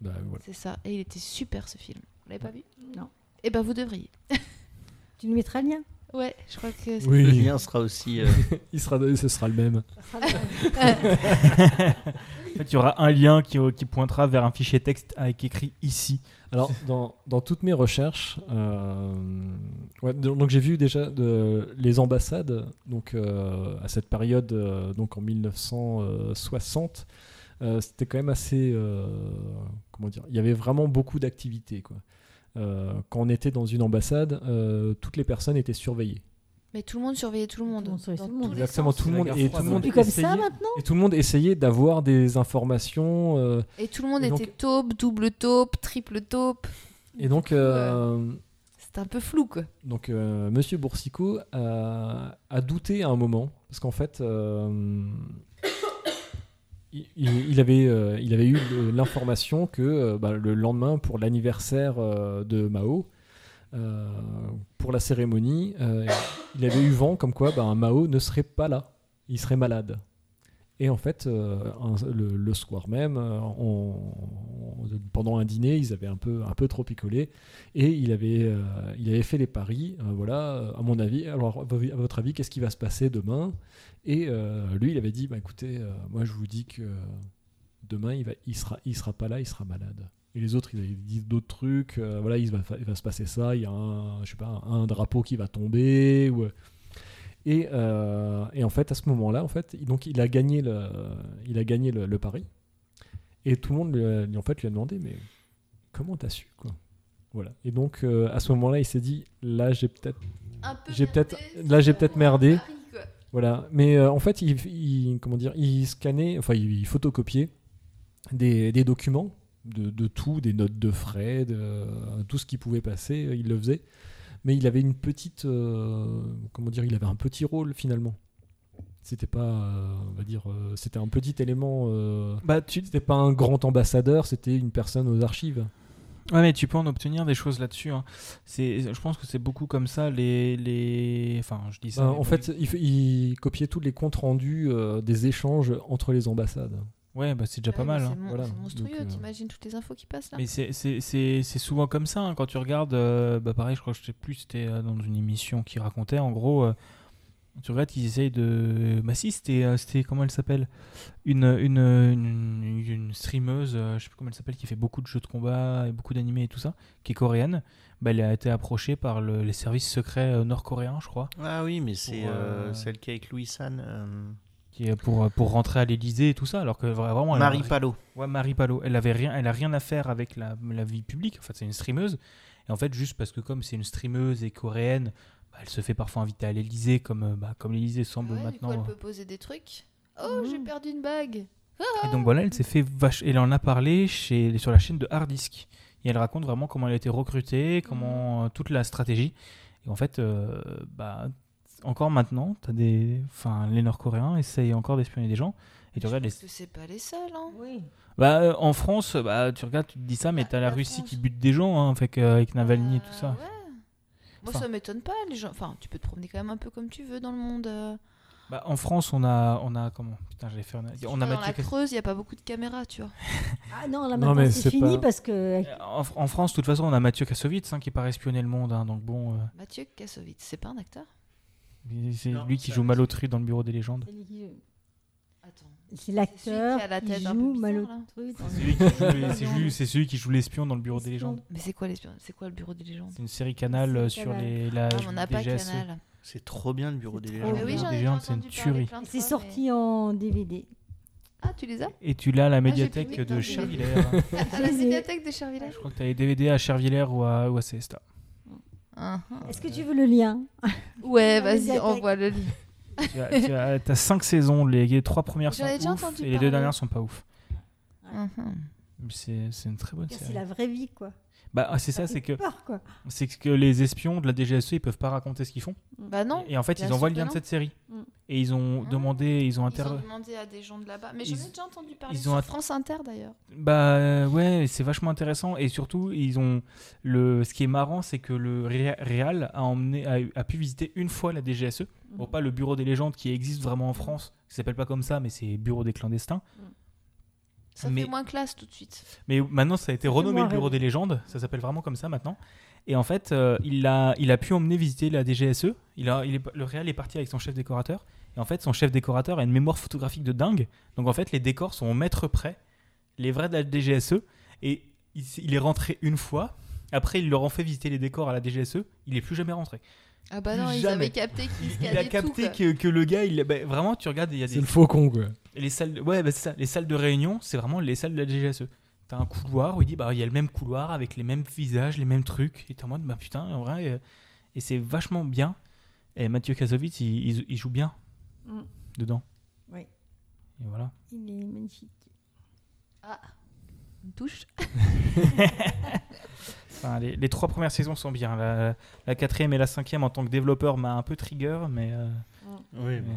Speaker 1: Bah, Ah. voilà.
Speaker 5: C'est ça. Et il était super ce film. l'avez pas vu
Speaker 2: Non.
Speaker 5: Eh ben, vous devriez.
Speaker 2: Tu nous mettras le lien
Speaker 5: Ouais, je crois que c'est-
Speaker 3: Le
Speaker 1: Oui,
Speaker 3: lien sera aussi. euh,
Speaker 1: il sera, ce sera le même.
Speaker 4: En fait, il y aura un lien qui, qui pointera vers un fichier texte avec écrit ici.
Speaker 1: Alors, dans, dans toutes mes recherches, euh, ouais, donc donc j'ai vu déjà de- les ambassades, donc euh, à cette période, euh, donc en 1960, euh, c'était quand même assez, euh, comment dire, il y avait vraiment beaucoup d'activités, quoi. Euh, quand on était dans une ambassade, euh, toutes les personnes étaient surveillées.
Speaker 5: Mais tout le monde surveillait tout le monde.
Speaker 2: Tout le monde surveillait
Speaker 5: dans
Speaker 2: tout le monde.
Speaker 5: tous les
Speaker 1: Exactement,
Speaker 5: sens.
Speaker 1: tout le
Speaker 4: C'est la
Speaker 1: monde
Speaker 4: guerre
Speaker 1: et tout
Speaker 4: froide,
Speaker 1: le
Speaker 4: ouais.
Speaker 1: monde
Speaker 2: Plus comme
Speaker 1: essayait-
Speaker 2: ça maintenant
Speaker 1: et tout le monde essayait d'avoir des informations. euh,
Speaker 5: Et tout le monde
Speaker 1: Et donc-
Speaker 5: était taupe, double taupe, triple taupe.
Speaker 1: et donc, euh,
Speaker 5: C'était un peu flou, quoi.
Speaker 1: Donc, euh, Monsieur Boursicot a, a douté à un moment, parce qu'en fait, euh, il, il- il avait, euh, il avait eu le- l'information que euh, bah, le lendemain, pour l'anniversaire euh, de Mao, euh, pour la cérémonie, euh, il avait eu vent comme quoi bah, Mao ne serait pas là, il serait malade. Et en fait, euh, un- le, le soir même, euh, on- on- pendant un dîner, ils avaient un peu, un peu trop picolé. Et il avait, euh, il avait fait les paris. euh, voilà, euh, à mon avis. Alors, à vo- à votre avis, qu'est-ce qui va se passer demain Et euh, lui, il avait dit, bah, écoutez, euh, moi, je vous dis que euh, demain, il va, il sera, il sera pas là, il sera malade. Et les autres, ils avaient dit d'autres trucs. euh, voilà, il va, fa- il va se passer ça. Il y a un, je sais pas, un, un drapeau qui va tomber. Ou... Et, euh, et en fait, à ce moment-là, en fait, il- donc, il a gagné le, il a gagné le, le pari. Et tout le monde, lui a- lui, en fait, lui a demandé, mais comment t'as su, quoi voilà. Et donc euh, à ce moment-là, il s'est dit là j'ai peut-être
Speaker 5: Un peu
Speaker 1: J'ai peut-être-
Speaker 5: merdé,
Speaker 1: là, j'ai
Speaker 5: c'est
Speaker 1: peut-être
Speaker 5: vraiment un
Speaker 1: merdé.
Speaker 5: pari, quoi.
Speaker 1: voilà. Mais euh, en fait, il, il- comment dire, il scannait, enfin il, il photocopiait des, des documents de, de tout, des notes de frais, de euh, tout ce qui pouvait passer, euh, il le faisait. Mais il avait une petite, euh, comment dire, il avait un petit rôle finalement. C'était pas, euh, on va dire, euh, c'était un petit élément. euh,
Speaker 4: Bah, tu...
Speaker 1: c'était pas un grand ambassadeur, c'était une personne aux archives.
Speaker 4: Ouais, mais tu peux en obtenir des choses là-dessus. hein. C'est, je pense que c'est beaucoup comme ça les, les... Enfin, je dis ça.
Speaker 1: Ben,
Speaker 4: mais
Speaker 1: en
Speaker 4: bon,
Speaker 1: fait, il, f- il copiait tous les comptes rendus euh, des échanges entre les ambassades.
Speaker 4: Ouais, bah c'est déjà pas
Speaker 5: Ah oui,
Speaker 4: mal.
Speaker 5: mais
Speaker 4: hein.
Speaker 5: C'est mon-
Speaker 1: Voilà.
Speaker 5: c'est monstrueux,
Speaker 1: Donc, euh,
Speaker 5: t'imagines toutes les infos qui passent là.
Speaker 4: Mais c'est- c'est c'est- c'est souvent comme ça, hein, quand tu regardes, euh, bah pareil, je crois que je sais plus, c'était euh, dans une émission qui racontait, en gros, euh, tu regardes, ils essayent de... Bah si, c'était, euh, c'était comment elle s'appelle une, une, une, une streameuse, euh, je sais plus comment elle s'appelle, qui fait beaucoup de jeux de combat et beaucoup d'animés et tout ça, qui est coréenne, bah, elle a été approchée par le- les services secrets euh, nord-coréens, je crois,
Speaker 3: Ah oui, mais c'est
Speaker 4: Pour,
Speaker 3: euh,
Speaker 4: euh,
Speaker 3: celle qui est avec Louis San. euh,
Speaker 4: qui est pour, euh, pour rentrer à l'Elysée et tout ça, alors que vra- vraiment... elle a-
Speaker 3: Marie Palot.
Speaker 4: Ouais, Marie Palot, elle avait rien, elle a rien à faire avec la, la vie publique. En fait, c'est une streameuse. Et en fait, juste parce que comme c'est une streameuse et coréenne, bah, elle se fait parfois inviter à l'Elysée, comme, euh, bah, comme l'Elysée semble
Speaker 5: Ouais, du
Speaker 4: maintenant. hein. euh,
Speaker 5: coup, elle peut poser des trucs. Oh, j'ai
Speaker 2: Mhm.
Speaker 5: perdu une bague.
Speaker 4: Et donc voilà, elle s'est fait vache. Elle en a parlé chez, sur la chaîne de Hardisk. Et elle raconte vraiment comment elle a été recrutée,
Speaker 5: Mm.
Speaker 4: comment euh, toute la stratégie. Et en fait, euh, bah, encore maintenant, as des, enfin, les Nord-Coréens essayent encore d'espionner des gens. Et tu
Speaker 5: Je
Speaker 4: regardes les
Speaker 5: pense que c'est pas les seuls, hein.
Speaker 2: Oui.
Speaker 4: Bah, euh, en France, bah, tu regardes, tu te dis ça, mais
Speaker 5: Bah,
Speaker 4: t'as la,
Speaker 5: la
Speaker 4: Russie
Speaker 5: France.
Speaker 4: qui bute des gens, hein, avec, euh, avec Navalny et tout ça.
Speaker 5: Euh, ouais. Moi,
Speaker 4: Enfin.
Speaker 5: ça m'étonne pas. Les gens... Enfin, tu peux te promener quand même un peu comme tu veux dans le monde. euh.
Speaker 4: Bah, en France, on a, on a comment Putain, j'allais faire. une-
Speaker 5: Si
Speaker 4: On a
Speaker 5: tu vas dans la
Speaker 4: Mathieu Cast-
Speaker 5: Creuse, il n'y a pas beaucoup de caméras, tu vois.
Speaker 2: Ah non, là
Speaker 1: Non,
Speaker 2: maintenant
Speaker 1: mais c'est
Speaker 2: c'est fini
Speaker 1: pas-
Speaker 2: parce que. euh,
Speaker 4: Euh, En, en France, de toute façon, on a Mathieu Kassovitz hein, qui paraît espionner le monde, hein, donc bon, euh,
Speaker 5: Mathieu Kassovitz, c'est pas un acteur
Speaker 4: il- c'est
Speaker 3: Non,
Speaker 4: lui qui
Speaker 3: ça-
Speaker 4: joue Malotru dans le bureau des légendes.
Speaker 5: Attends.
Speaker 2: C'est l'acteur
Speaker 5: qui a la
Speaker 2: qui,
Speaker 5: tête un peu
Speaker 2: joue
Speaker 5: bizarre, là.
Speaker 2: Malotru dans-
Speaker 4: C'est lui qui joue les- c'est
Speaker 2: Non.
Speaker 4: lui- c'est celui qui joue l'espion dans le bureau des légendes.
Speaker 5: Mais c'est quoi, les... c'est quoi le bureau des légendes
Speaker 4: C'est une série canal euh, sur
Speaker 2: Canal.
Speaker 4: les. La,
Speaker 5: Ah, mais On n'a
Speaker 4: des
Speaker 5: pas
Speaker 4: GSE.
Speaker 5: Canal.
Speaker 3: C'est trop bien le bureau des
Speaker 2: C'est
Speaker 5: Ah,
Speaker 2: trop
Speaker 3: légendes.
Speaker 5: mais oui,
Speaker 4: bien.
Speaker 5: j'en
Speaker 4: Ah, des
Speaker 5: ai
Speaker 4: géants,
Speaker 5: déjà
Speaker 4: c'est une
Speaker 5: entendu parler
Speaker 4: tuerie.
Speaker 5: plein de
Speaker 2: C'est
Speaker 5: fois,
Speaker 2: sorti en DVD.
Speaker 5: mais- Ah, tu les as
Speaker 4: Et tu l'as à la
Speaker 5: j'ai plus
Speaker 4: médiathèque
Speaker 5: mes
Speaker 4: de
Speaker 5: DVD.
Speaker 4: Chervillers. hein.
Speaker 5: À la médiathèque de Chervillage
Speaker 4: Je crois que t'as les DVD à Chervillers ou à, ou à Cesta.
Speaker 5: Uh-huh.
Speaker 2: Est-ce que tu veux le lien
Speaker 5: Ouais,
Speaker 2: Dans la
Speaker 5: vas-y,
Speaker 2: médiathèque.
Speaker 5: envoie le lien.
Speaker 4: Tu as- tu as- T'as 5 saisons, les, les trois premières sont
Speaker 5: J'en ai déjà
Speaker 4: ouf,
Speaker 5: entendu
Speaker 4: et les deux
Speaker 5: parler.
Speaker 4: dernières sont pas ouf.
Speaker 5: Mhm.
Speaker 4: Mais C'est c'est une très bonne
Speaker 2: C'est
Speaker 4: série.
Speaker 2: la vraie vie, quoi.
Speaker 4: Bah, ah, c'est ça, c'est que,
Speaker 2: Peur, quoi.
Speaker 4: c'est que les espions de la DGSE, E, ils peuvent pas raconter ce qu'ils font.
Speaker 5: Bah non.
Speaker 4: Et en fait,
Speaker 5: bien
Speaker 4: ils envoient
Speaker 5: sûr
Speaker 4: le
Speaker 5: que
Speaker 4: lien de
Speaker 5: non.
Speaker 4: cette série.
Speaker 2: Mm.
Speaker 4: Et ils ont
Speaker 5: Ah.
Speaker 4: demandé, ils ont
Speaker 5: Ils
Speaker 4: inter...
Speaker 5: ont demandé à des gens de là-bas. Mais j'en ai
Speaker 4: Ils-
Speaker 5: déjà entendu parler
Speaker 4: ils ont
Speaker 5: sur
Speaker 4: att-
Speaker 5: France Inter d'ailleurs.
Speaker 4: Bah euh, ouais, c'est vachement intéressant. Et surtout, ils ont le. Ce qui est marrant, c'est que le Ré- Réal a emmené, a, a pu visiter une fois la DGSE.
Speaker 5: Mm.
Speaker 4: Bon, E. pas le Bureau des légendes qui existe vraiment en France, qui s'appelle pas comme ça, mais c'est Bureau des clandestins.
Speaker 5: Ça
Speaker 4: Mais-
Speaker 5: fait moins classe tout de suite.
Speaker 4: Mais maintenant, ça a été renommé
Speaker 2: moins
Speaker 4: le Bureau
Speaker 2: rêve.
Speaker 4: des légendes. Ça s'appelle vraiment comme ça maintenant. Et en fait, euh, il, a, il a pu emmener visiter la DGSE. E. Il a, il est, le Réal est parti avec son chef décorateur. Et en fait, son chef décorateur a une mémoire photographique de dingue. Donc en fait, les décors sont au mètre près. Les vrais de la DGSE. E. Et il, s- il est rentré une fois. Après, il leur en fait visiter les décors à la DGSE. E. Il n'est plus jamais rentré.
Speaker 5: Ah bah non, ils
Speaker 4: Jamais.
Speaker 5: avaient capté qu'ils se
Speaker 4: Il a
Speaker 5: calaient tout.
Speaker 4: capté
Speaker 5: quoi.
Speaker 4: que, que le gars, il, bah, vraiment, tu regardes, il y a
Speaker 1: C'est
Speaker 4: des
Speaker 1: le faucon, quoi.
Speaker 4: et les salles, de- ouais, bah, c'est ça. Les salles de réunion, c'est vraiment les salles de la DGSE. E. T'as un couloir où il dit bah il y a le même couloir avec les mêmes visages, les mêmes trucs. Et t'es en mode bah putain en vrai euh, et c'est vachement bien. Et Mathieu Kassovitz il, il- il joue bien
Speaker 2: Mm.
Speaker 4: dedans.
Speaker 2: Oui.
Speaker 4: Et voilà.
Speaker 2: Il est magnifique.
Speaker 5: Une touche.
Speaker 4: Enfin, les, les trois premières saisons sont bien. La, la quatrième et la cinquième en tant que développeur m'a un peu trigger, mais euh,
Speaker 3: Oui,
Speaker 4: bon.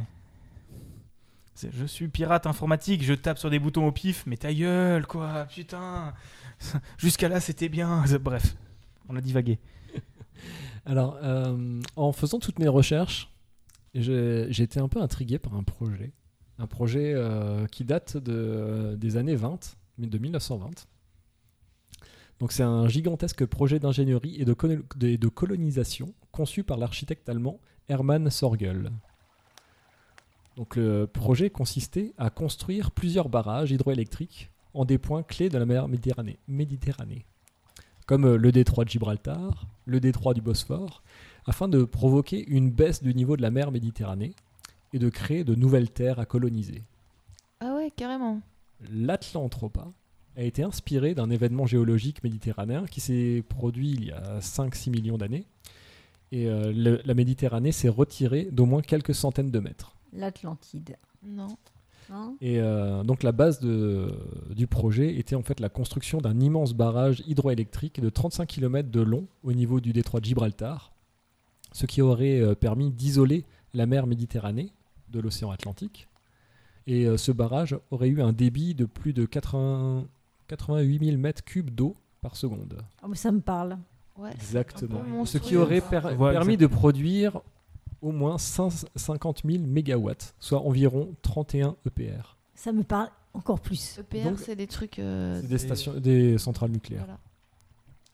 Speaker 4: c'est- je suis pirate informatique, je tape sur des boutons au pif, mais ta gueule quoi, putain. Jusqu'à là c'était bien. Bref, on a divagué.
Speaker 1: Alors, euh, en faisant toutes mes recherches, j'ai j'ai été un peu intrigué par un projet. Un projet euh, qui date de, des années 20, mais de 1920. Donc, c'est un gigantesque projet d'ingénierie et de, colo- de- de colonisation conçu par l'architecte allemand Hermann Sorgel. Donc, le projet consistait à construire plusieurs barrages hydroélectriques en des points clés de la mer Méditerranée- Méditerranée comme euh, le détroit de Gibraltar, le détroit du Bosphore, afin de provoquer une baisse du niveau de la mer Méditerranée et de créer de nouvelles terres à coloniser.
Speaker 5: Ah ouais, carrément.
Speaker 1: L'Atlantropa a été inspiré d'un événement géologique méditerranéen qui s'est produit il y a 5-6 millions d'années, et euh, le- la Méditerranée s'est retirée d'au moins quelques centaines de mètres.
Speaker 2: L'Atlantide.
Speaker 5: Non.
Speaker 2: Hein
Speaker 1: Et euh, donc la base de- du projet était en fait la construction d'un immense barrage hydroélectrique de 35 km de long au niveau du détroit de Gibraltar, ce qui aurait euh, permis d'isoler la mer Méditerranée de l'océan Atlantique. Et euh, ce barrage aurait eu un débit de plus de 80 88 000 mètres cubes d'eau par seconde.
Speaker 2: Oh, mais ça me parle.
Speaker 5: Ouais.
Speaker 1: Exactement.
Speaker 5: un peu
Speaker 1: Ce qui
Speaker 5: monstrueux.
Speaker 1: aurait per-
Speaker 4: Ouais,
Speaker 1: permis de produire au moins 5 50 000 mégawatts, soit environ 31 EPR.
Speaker 2: Ça me parle encore plus.
Speaker 5: EPR,
Speaker 1: Donc-
Speaker 5: c'est des trucs. euh,
Speaker 1: C'est des stations, des centrales nucléaires
Speaker 5: voilà.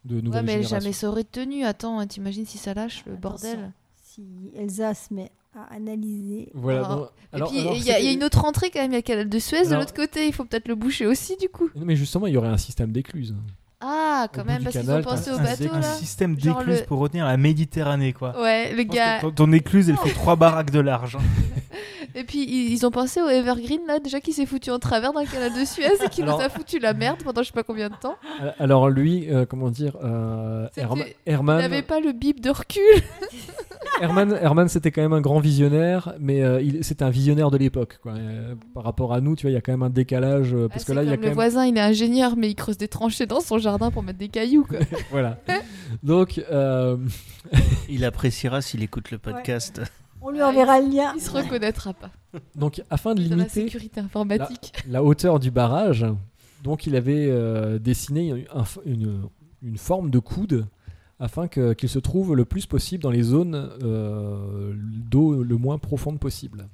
Speaker 1: de
Speaker 5: Ouais,
Speaker 1: nouvelle
Speaker 5: mais jamais
Speaker 1: génération.
Speaker 5: ça aurait tenu. Attends, hein, t'imagines si ça lâche le bordel.
Speaker 2: Si Elsa se met à analyser.
Speaker 1: Voilà.
Speaker 5: Alors-
Speaker 1: non,
Speaker 5: Oh. Et puis,
Speaker 1: alors
Speaker 5: il y, a- il y a
Speaker 1: c'était-
Speaker 5: une autre entrée quand même. Il y a le canal de Suez de
Speaker 1: Alors-
Speaker 5: l'autre côté. Il faut peut-être le boucher aussi, du coup.
Speaker 1: Non, mais justement, il y aurait un système d'écluse.
Speaker 5: Ah,
Speaker 1: Au
Speaker 5: quand
Speaker 1: bout
Speaker 5: même,
Speaker 1: du
Speaker 5: parce qu'ils ont
Speaker 1: canal,
Speaker 5: pensé
Speaker 1: t'as
Speaker 5: au
Speaker 1: un
Speaker 5: bateau,
Speaker 4: un
Speaker 5: là.
Speaker 4: système
Speaker 5: Genre
Speaker 4: d'écluse
Speaker 5: le-
Speaker 4: pour retenir la Méditerranée, quoi.
Speaker 5: Ouais, le
Speaker 4: Je pense que
Speaker 5: gars. Oh.
Speaker 4: Ton, ton écluse, elle fait trois baraques de large. hein.
Speaker 5: Et puis, ils ils ont pensé au Evergreen, là, déjà, qui s'est foutu en travers dans le canal de Suez et qui
Speaker 1: Alors-
Speaker 5: nous a foutu la merde pendant je sais pas combien de temps.
Speaker 1: Al- Alors lui, euh, comment dire, euh,
Speaker 5: C'était-
Speaker 1: Herma-
Speaker 5: Il
Speaker 1: Herman,
Speaker 5: n'avait pas le bip de recul.
Speaker 1: Herman, Herman, c'était quand même un grand visionnaire, mais euh, il- c'était un visionnaire de l'époque. quoi. Euh, par rapport à nous, tu vois, il y a quand même un décalage euh, parce que
Speaker 5: Ah, c'est
Speaker 1: là, il y a
Speaker 5: comme
Speaker 1: quand
Speaker 5: le
Speaker 1: même,
Speaker 5: voisin, il est ingénieur, mais il creuse des tranchées dans son jardin pour mettre des cailloux, quoi.
Speaker 1: voilà. Donc, euh,
Speaker 3: Il appréciera s'il écoute le podcast.
Speaker 2: On lui enverra le lien.
Speaker 5: Ah,
Speaker 1: Ah,
Speaker 5: Il se reconnaîtra pas.
Speaker 1: donc afin de
Speaker 5: Dans la
Speaker 1: limiter
Speaker 5: sécurité informatique.
Speaker 1: la hauteur du barrage. Donc il avait euh, dessiné un- une, une forme de coude afin que- qu'il se trouve le plus possible dans les zones euh, d'eau le moins profonde possible.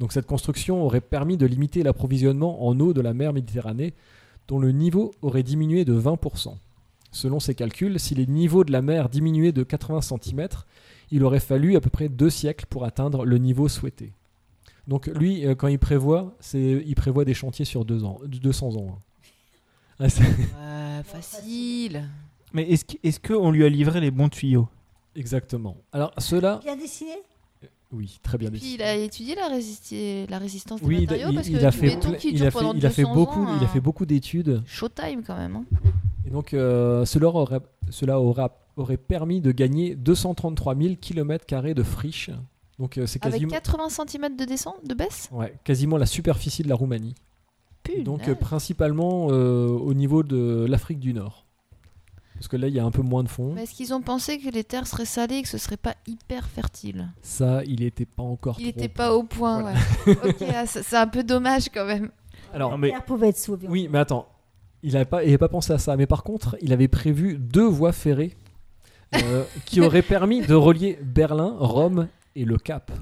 Speaker 1: Donc cette construction aurait permis de limiter l'approvisionnement en eau de la mer Méditerranée, dont le niveau aurait diminué de 20%. Selon ses calculs, si les niveaux de la mer diminuaient de 80 cm, il aurait fallu à peu près deux siècles pour atteindre le niveau souhaité. Donc lui, euh, quand il prévoit, c'est il prévoit des chantiers sur deux ans, 200 ans. hein. Ah, c'est-
Speaker 5: Ouais, facile.
Speaker 4: Mais est-ce que- est-ce qu'on lui a livré les bons tuyaux
Speaker 1: Exactement. Alors ceux-là,
Speaker 2: Bien dessiné
Speaker 1: oui, très bien
Speaker 5: Puis
Speaker 1: dit.
Speaker 5: il a étudié la, résisti- la résistance
Speaker 1: Oui,
Speaker 5: des
Speaker 1: il a,
Speaker 5: matériaux
Speaker 1: il-
Speaker 5: parce que
Speaker 1: il a
Speaker 5: du
Speaker 1: fait,
Speaker 5: béton
Speaker 1: ple-
Speaker 5: qui
Speaker 1: il
Speaker 5: dure
Speaker 1: a fait-
Speaker 5: pendant
Speaker 1: il a fait
Speaker 5: 200
Speaker 1: beaucoup,
Speaker 5: ans,
Speaker 1: il a fait
Speaker 5: euh,
Speaker 1: beaucoup d'études.
Speaker 5: Showtime quand même. hein.
Speaker 1: Et donc euh, cela aurait, cela aura- aurait permis de gagner 233 000 km de friche. Donc euh, c'est
Speaker 5: Avec
Speaker 1: quasiment,
Speaker 5: 80 cm de descente, de baisse
Speaker 1: ouais, quasiment la superficie de la Roumanie.
Speaker 5: Punaise.
Speaker 1: Donc euh, principalement euh, au niveau de l'Afrique du Nord. Parce que là, il y a un peu moins de fond.
Speaker 5: Mais est-ce qu'ils ont pensé que les terres seraient salées et que ce serait pas hyper fertile
Speaker 1: Ça, il n'était pas encore.
Speaker 5: Il
Speaker 1: Oh, trop
Speaker 5: était pas au point, ouais. ok, ah, ça- c'est un peu dommage quand même.
Speaker 1: Alors,
Speaker 4: Non, mais
Speaker 2: Pierre pouvait être sauvé.
Speaker 1: Oui, mais attends. Il n'avait pas, il avait pas pensé à ça. Mais par contre, il avait prévu deux voies ferrées euh, qui auraient permis de relier Berlin, Rome et le Cap.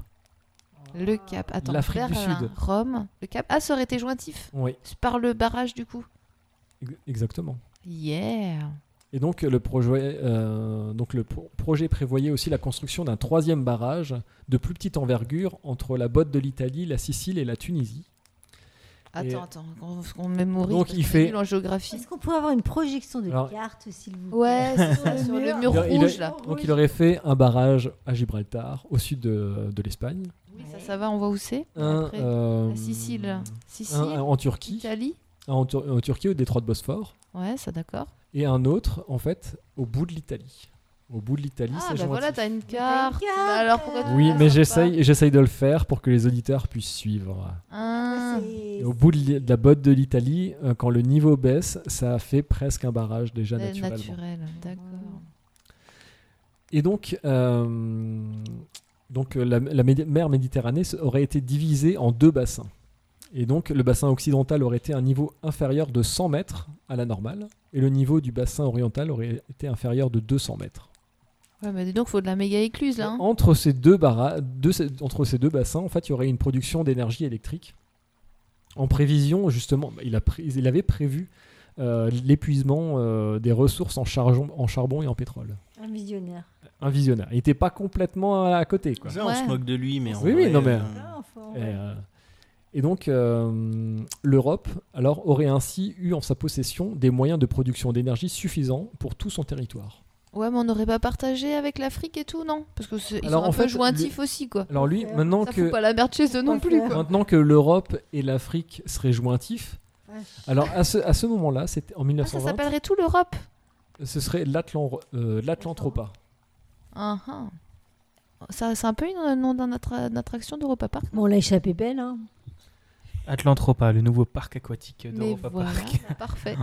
Speaker 5: Le Cap. Attends,
Speaker 1: L'Afrique du
Speaker 5: Berlin,
Speaker 1: Sud.
Speaker 5: Rome, le Cap. Ah, ça aurait été jointif
Speaker 1: Oui,
Speaker 5: par le barrage du coup.
Speaker 1: ex- exactement.
Speaker 5: Yeah.
Speaker 1: Et donc le projet, euh, donc le pro- projet prévoyait aussi la construction d'un troisième barrage de plus petite envergure entre la botte de l'Italie, la Sicile et la Tunisie.
Speaker 5: Attends,
Speaker 1: Et-
Speaker 5: attends, qu'on qu'on mémorise.
Speaker 1: Donc,
Speaker 5: parce
Speaker 1: il
Speaker 5: qu'on est
Speaker 1: fait-
Speaker 5: nul en géographie.
Speaker 2: Est-ce qu'on pourrait avoir une projection de
Speaker 1: Alors-
Speaker 2: carte, s'il vous
Speaker 5: Ouais, c'est ça,
Speaker 2: Le
Speaker 5: sur le
Speaker 2: mur.
Speaker 5: mur
Speaker 1: Il a- il a-
Speaker 5: rouge là.
Speaker 1: Donc il aurait fait un barrage à Gibraltar, au sud de, de l'Espagne.
Speaker 5: Oui, ça, ça va, on voit où c'est. Et
Speaker 1: Un,
Speaker 5: après,
Speaker 1: euh,
Speaker 5: la Sicile.
Speaker 1: un- un
Speaker 5: Sicile,
Speaker 1: en Turquie,
Speaker 5: Italie.
Speaker 1: un en, Tur- en Turquie au détroit de Bosphore,
Speaker 5: Ouais, ça d'accord.
Speaker 1: et un autre en fait au bout de l'Italie. Au bout de l'Italie,
Speaker 5: Ah,
Speaker 1: c'est
Speaker 5: bah
Speaker 1: jointif.
Speaker 5: voilà, t'as une
Speaker 2: t'as une
Speaker 5: carte.
Speaker 2: carte.
Speaker 5: Bah alors pourquoi tu
Speaker 1: Oui,
Speaker 5: la
Speaker 1: mais
Speaker 5: sors
Speaker 1: j'essaye, j'essaye de le faire pour que les auditeurs puissent suivre.
Speaker 5: pas
Speaker 2: Ah,
Speaker 5: Hein.
Speaker 1: Et au bout de, l'i- de la botte de l'Italie, euh, quand le niveau baisse, ça fait presque un barrage déjà
Speaker 5: Euh,
Speaker 1: naturellement.
Speaker 5: Naturel, d'accord.
Speaker 1: Et donc, euh, donc euh, la, la Médi- mer Méditerranée se- aurait été divisée en deux bassins. Et donc, le bassin occidental aurait été un niveau inférieur de 100 mètres à la normale, et le niveau du bassin oriental aurait été inférieur de 200 mètres.
Speaker 5: Ouais, mais dis donc, faut de la méga écluse là. hein.
Speaker 1: Bah, Entre ces deux, barra- deux- ces- entre ces deux bassins, en fait, il y aurait une production d'énergie électrique. En prévision, justement, bah, il, a pré- il avait prévu euh, l'épuisement euh, des ressources en, chargeon- en charbon et en pétrole.
Speaker 2: Un visionnaire.
Speaker 1: Un visionnaire. Il n'était pas complètement à, à côté. Quoi.
Speaker 3: Ça, on se
Speaker 5: Ouais.
Speaker 3: moque de lui, mais en
Speaker 1: Oui, oui,
Speaker 3: vrai,
Speaker 1: non, mais-
Speaker 3: euh,
Speaker 2: Ah, enfin,
Speaker 1: Et,
Speaker 2: ouais.
Speaker 1: euh, et donc, euh, l'Europe alors aurait ainsi eu en sa possession des moyens de production d'énergie suffisants pour tout son territoire.
Speaker 5: Ouais, mais on n'aurait pas partagé avec l'Afrique et tout, non Parce que c'est- ils
Speaker 1: Alors,
Speaker 5: sont un
Speaker 1: en
Speaker 5: peu
Speaker 1: fait,
Speaker 5: jointifs aussi, quoi.
Speaker 1: Alors lui,
Speaker 2: Faut faire.
Speaker 1: maintenant
Speaker 5: Ça fout
Speaker 1: que
Speaker 5: pas la merde chez eux non
Speaker 2: Faut
Speaker 5: plus,
Speaker 2: faire.
Speaker 5: quoi.
Speaker 1: maintenant que l'Europe et l'Afrique seraient jointifs,
Speaker 2: Ouais.
Speaker 1: alors à ce, à ce moment-là, c'était en
Speaker 5: Ah, ça
Speaker 1: 1920,
Speaker 5: s'appellerait tout l'Europe.
Speaker 1: ce serait l'Atlan- euh, l'Atlantropa.
Speaker 5: Ah, ah. Ça, c'est un peu une- un nom d'un attra- d'attraction d'Europa Park.
Speaker 2: Bon, on l'a échappé belle, hein.
Speaker 4: Atlantropa, le nouveau parc aquatique
Speaker 5: Mais
Speaker 4: d'Europa Ah.
Speaker 5: voilà,
Speaker 4: Park.
Speaker 5: parfait.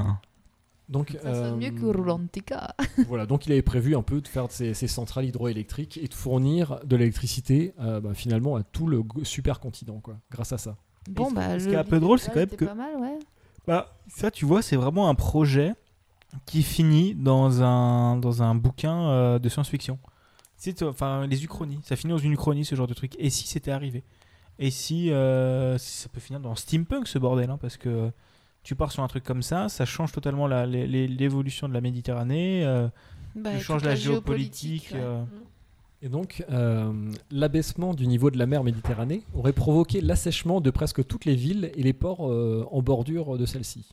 Speaker 1: Donc,
Speaker 5: Ça sonne mieux que
Speaker 1: euh,
Speaker 5: Rulantica.
Speaker 1: voilà, donc il avait prévu un peu de faire ces, ces centrales hydroélectriques et de fournir de l'électricité euh, bah, finalement à tout le g- supercontinent, quoi, grâce à ça.
Speaker 5: Bon, bah,
Speaker 4: ce
Speaker 5: le
Speaker 4: qui est un peu drôle, c'est
Speaker 5: littoral
Speaker 4: quand même
Speaker 5: était
Speaker 4: que-
Speaker 5: pas mal, ouais.
Speaker 4: Bah, ça, tu vois, c'est vraiment un projet qui finit dans un, dans un bouquin euh, de science-fiction. C'est euh, enfin les uchronies. Ça finit dans une uchronie, ce genre de truc. Et si c'était arrivé Et si euh, si ça peut finir dans steampunk, ce bordel, hein, parce que tu pars sur un truc comme ça, ça change totalement la- les- les- l'évolution de la Méditerranée, euh,
Speaker 5: Bah,
Speaker 4: tu
Speaker 5: toute
Speaker 4: changes la, géopolitique.
Speaker 5: ouais.
Speaker 4: euh,
Speaker 1: Et donc, euh, l'abaissement du niveau de la mer Méditerranée aurait provoqué l'assèchement de presque toutes les villes et les ports euh, en bordure de celle-ci.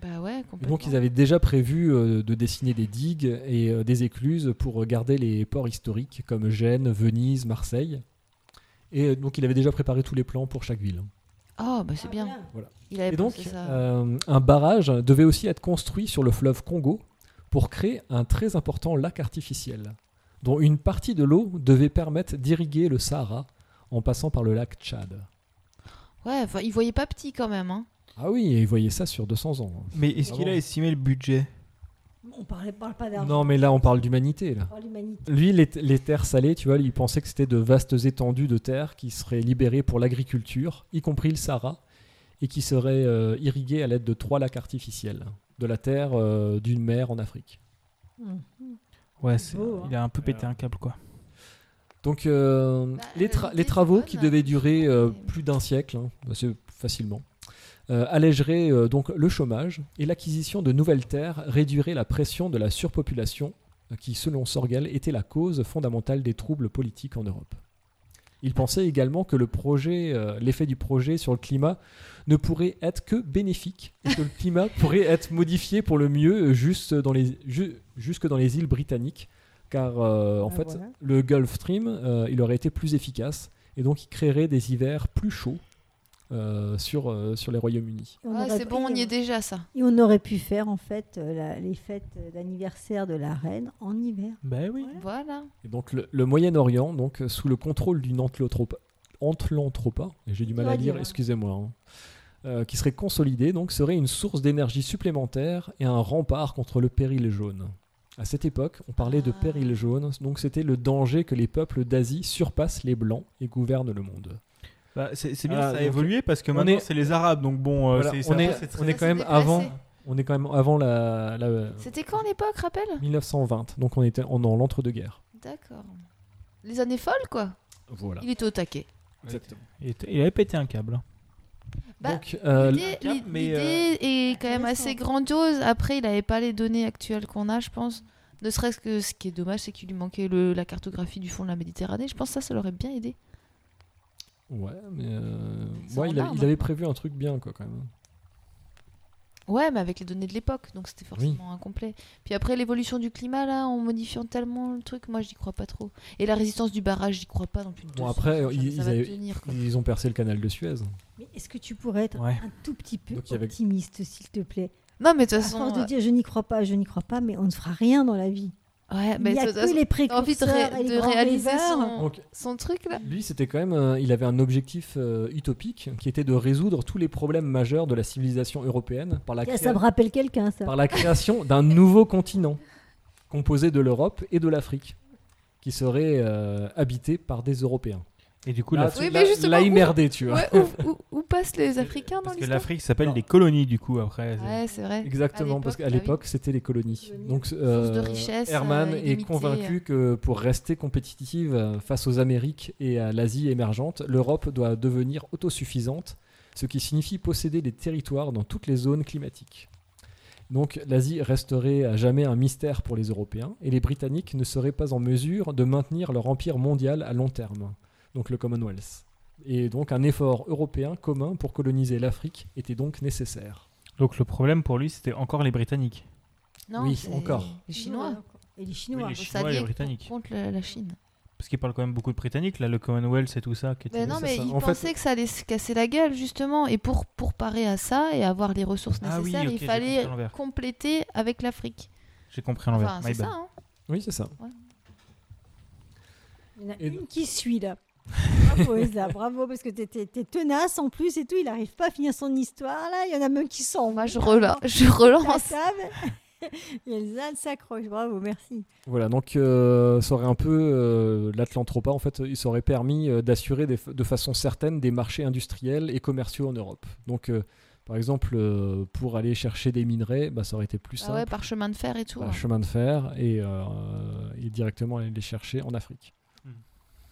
Speaker 5: Bah ouais,
Speaker 1: Et
Speaker 5: complètement.
Speaker 1: donc, ils avaient déjà prévu euh, de dessiner des digues et euh, des écluses pour garder les ports historiques comme Gênes, Venise, Marseille. Et euh, donc, il avait déjà préparé tous les plans pour chaque ville.
Speaker 5: Oh, bah c'est bien. Il avait
Speaker 1: Et donc,
Speaker 5: pensé Eh ben, ça.
Speaker 1: euh, un barrage devait aussi être construit sur le fleuve Congo pour créer un très important lac artificiel, dont une partie de l'eau devait permettre d'irriguer le Sahara en passant par le lac Tchad.
Speaker 5: Ouais, enfin, il voyait pas petit quand même. Hein.
Speaker 1: Ah oui, et ils voyaient ça sur 200 ans.
Speaker 4: Mais est-ce
Speaker 1: Ah
Speaker 4: qu'il
Speaker 1: bon
Speaker 4: a estimé le budget
Speaker 2: On parlait, parle pas d'argent.
Speaker 1: Non, mais là, on parle d'humanité, là.
Speaker 2: Oh, l'humanité.
Speaker 1: Lui, les, les terres salées, tu vois, il pensait que c'était de vastes étendues de terres qui seraient libérées pour l'agriculture, y compris le Sahara, et qui seraient euh, irriguées à l'aide de trois lacs artificiels, de la terre euh, d'une mer en Afrique.
Speaker 5: Hmm.
Speaker 4: Ouais,
Speaker 2: C'est
Speaker 4: c'est-
Speaker 2: beau, hein.
Speaker 4: il a un peu pété un câble, quoi.
Speaker 1: Donc euh,
Speaker 5: Bah,
Speaker 1: les, tra-
Speaker 5: l'idée,
Speaker 1: les
Speaker 5: c'est
Speaker 1: travaux
Speaker 5: bonne,
Speaker 1: qui
Speaker 5: hein,
Speaker 1: devaient
Speaker 5: je
Speaker 1: durer euh,
Speaker 5: pense, mais-
Speaker 1: plus d'un siècle, hein, assez facilement, euh, allégeraient euh, donc le chômage et l'acquisition de nouvelles terres réduirait la pression de la surpopulation euh, qui, selon Sorgel, était la cause fondamentale des troubles politiques en Europe. Il pensait également que le projet, euh, l'effet du projet sur le climat ne pourrait être que bénéfique et que le climat pourrait être modifié pour le mieux euh, juste dans les, ju- jusque dans les îles britanniques, car euh, en
Speaker 2: Ah,
Speaker 1: fait,
Speaker 2: voilà.
Speaker 1: le Gulf Stream, euh, il aurait été plus efficace et donc il créerait des hivers plus chauds euh, sur, euh, sur les Royaumes-Unis.
Speaker 2: Et on
Speaker 5: Ouais,
Speaker 2: aurait
Speaker 5: Ah, c'est
Speaker 2: pu-
Speaker 5: bon,
Speaker 4: euh,
Speaker 5: on y est déjà, ça.
Speaker 2: Et on aurait pu faire, en fait, euh, la- les fêtes euh, d'anniversaire de la reine en hiver.
Speaker 4: Ben oui.
Speaker 5: Voilà.
Speaker 1: Et donc le, le Moyen-Orient, donc euh, sous le contrôle d'une anthlotropa, antlanthropa, et j'ai du mal
Speaker 2: dois
Speaker 1: à lire,
Speaker 2: lire, hein.
Speaker 1: excusez-moi, hein, euh, qui serait consolidé, donc serait une source d'énergie supplémentaire et un rempart contre le péril jaune. À cette époque, on parlait de
Speaker 5: Ah.
Speaker 1: péril jaune, donc c'était le danger que les peuples d'Asie surpassent les Blancs et gouvernent le monde.
Speaker 4: Bah, c'est c'est bien,
Speaker 1: Ah,
Speaker 4: ça a
Speaker 1: donc,
Speaker 4: évolué parce que
Speaker 1: on
Speaker 4: maintenant
Speaker 1: est-
Speaker 4: c'est les Arabes, donc bon, euh,
Speaker 1: Voilà,
Speaker 4: c'est- c'est
Speaker 1: on,
Speaker 4: un peu
Speaker 1: est,
Speaker 4: cette-
Speaker 1: on est
Speaker 5: Ça
Speaker 1: quand
Speaker 5: s'est
Speaker 1: même
Speaker 5: déplacé.
Speaker 1: avant, on est quand même avant la- la,
Speaker 5: C'était quand l'époque, rappelle
Speaker 1: 1920, donc on était en, dans l'entre-deux-guerres.
Speaker 5: D'accord. Les années folles, quoi.
Speaker 1: Voilà.
Speaker 5: Il était au taquet.
Speaker 1: Exactement.
Speaker 4: Il, était- il avait pété un câble. hein.
Speaker 5: Bah,
Speaker 1: Donc, euh,
Speaker 5: L'idée
Speaker 4: cap,
Speaker 5: l'id-
Speaker 4: mais, euh,
Speaker 5: l'idée est quand même assez
Speaker 2: intéressante.
Speaker 5: grandiose. Après, il n'avait pas les données actuelles qu'on a, je pense. Ne serait-ce que ce qui est dommage, c'est qu'il lui manquait le- la cartographie du fond de la Méditerranée. Je pense que ça, ça l'aurait bien aidé.
Speaker 1: ouais, mais euh,
Speaker 5: C'est
Speaker 1: ouais, il, a-
Speaker 5: énorme,
Speaker 1: il avait prévu un truc bien, quoi, quand même.
Speaker 5: Ouais, mais avec les données de l'époque, donc c'était forcément incomplet. Puis après, l'évolution du climat, là, en modifiant tellement le truc, moi, je n'y crois pas trop. Et la résistance du barrage, j'y crois pas non plus. de
Speaker 1: Bon,
Speaker 5: 200,
Speaker 1: après,
Speaker 5: jamais
Speaker 1: ils-
Speaker 5: ça
Speaker 1: ils
Speaker 5: va
Speaker 1: avaient-
Speaker 5: tenir, quoi.
Speaker 1: Ils ont percé le canal de Suez.
Speaker 2: Mais est-ce que tu pourrais être
Speaker 4: Ouais.
Speaker 2: un tout petit peu
Speaker 1: Donc, il y avait-
Speaker 2: optimiste, s'il te plaît
Speaker 5: Non, mais de toute
Speaker 2: À force
Speaker 5: façon. euh,
Speaker 2: de dire je n'y crois pas, je n'y crois pas, mais on ne fera rien dans la vie.
Speaker 5: Ouais,
Speaker 2: Il
Speaker 5: Ah, mais
Speaker 2: n'y
Speaker 5: de
Speaker 2: a
Speaker 5: toute
Speaker 2: que les
Speaker 5: façon, t'as envie de,
Speaker 2: précurseurs
Speaker 5: ré-
Speaker 2: et les
Speaker 5: de
Speaker 2: grands
Speaker 5: réaliser
Speaker 2: rêveurs.
Speaker 5: son,
Speaker 1: Donc,
Speaker 5: son truc, là.
Speaker 1: lui, c'était quand même. euh, il avait un objectif euh, utopique qui était de résoudre tous les problèmes majeurs de la civilisation européenne par la,
Speaker 2: Tiens,
Speaker 1: créa-
Speaker 2: Ça me rappelle quelqu'un, ça.
Speaker 1: par la création d'un nouveau continent composé de l'Europe et de l'Afrique qui serait euh, habité par des Européens.
Speaker 4: Et du coup,
Speaker 1: Là,
Speaker 4: l'Afrique-
Speaker 1: tu-
Speaker 5: Oui, mais
Speaker 1: là-
Speaker 5: justement,
Speaker 1: là, il
Speaker 5: où-
Speaker 1: merdait, tu vois.
Speaker 5: Ouais, où, où- où passent les Africains dans
Speaker 4: Parce que euh,
Speaker 5: l'histoire
Speaker 4: l'Afrique s'appelle
Speaker 1: Non.
Speaker 4: des colonies, du coup, après. c'est-
Speaker 5: Ouais, c'est vrai.
Speaker 1: Exactement,
Speaker 5: À
Speaker 1: parce qu'à
Speaker 5: l'époque, bah oui.
Speaker 1: l'époque, c'était les colonies.
Speaker 2: Colonies.
Speaker 1: Donc,
Speaker 5: de
Speaker 1: euh,
Speaker 5: richesse,
Speaker 1: Herman
Speaker 5: euh,
Speaker 1: est
Speaker 5: illimitée.
Speaker 1: convaincu que pour rester compétitive euh, face aux Amériques et à l'Asie émergente, l'Europe doit devenir autosuffisante, ce qui signifie posséder des territoires dans toutes les zones climatiques. Donc, l'Asie resterait à jamais un mystère pour les Européens et les Britanniques ne seraient pas en mesure de maintenir leur empire mondial à long terme, donc le Commonwealth. Et donc, un effort européen commun pour coloniser l'Afrique était donc nécessaire.
Speaker 4: Donc le problème pour lui, c'était encore les Britanniques.
Speaker 5: Non,
Speaker 1: Oui,
Speaker 5: c'est
Speaker 1: encore.
Speaker 5: Les Chinois.
Speaker 2: Euh, Et les Chinois.
Speaker 4: Oui,
Speaker 5: Aux
Speaker 4: les Chinois et les
Speaker 5: alliés
Speaker 4: Britanniques.
Speaker 5: Contre la, la Chine.
Speaker 4: Parce qu'ils parlent quand même beaucoup de Britanniques, là, le Commonwealth et tout ça. Qui était-
Speaker 5: Ben non,
Speaker 1: c'est
Speaker 5: mais
Speaker 1: ça.
Speaker 5: ils
Speaker 1: En fait-
Speaker 5: pensaient que ça allait se casser la gueule, justement. Et pour, pour parer à ça et avoir les ressources
Speaker 4: Ah oui,
Speaker 5: nécessaires,
Speaker 4: ok, j'ai
Speaker 5: il
Speaker 4: compris
Speaker 5: fallait
Speaker 4: à l'envers.
Speaker 5: compléter avec l'Afrique.
Speaker 4: J'ai compris à l'envers.
Speaker 5: Enfin,
Speaker 4: my
Speaker 5: c'est
Speaker 4: bad.
Speaker 5: ça, hein.
Speaker 1: Oui, c'est ça.
Speaker 2: Il y en a
Speaker 1: Et-
Speaker 2: une qui suit là. Bravo Elsa, bravo parce que t'es t'es- t'es tenace en plus et tout. Il n'arrive pas à finir son histoire là. Il y en a même qui s'en
Speaker 5: Moi, je,
Speaker 2: vont.
Speaker 5: rela- je
Speaker 2: La
Speaker 5: relance.
Speaker 2: table. Et Elsa elle s'accroche. Bravo, merci.
Speaker 1: Voilà, donc euh, ça aurait un peu euh, l'Atlantropa, en fait, il aurait permis euh, d'assurer des fa- de façon certaine des marchés industriels et commerciaux en Europe. Donc, euh, par exemple, euh, pour aller chercher des minerais, bah, ça aurait été plus
Speaker 5: Ah ouais,
Speaker 1: simple,
Speaker 5: par chemin de fer et tout.
Speaker 1: par
Speaker 5: hein.
Speaker 1: chemin de fer, et, euh, et directement aller les chercher en Afrique.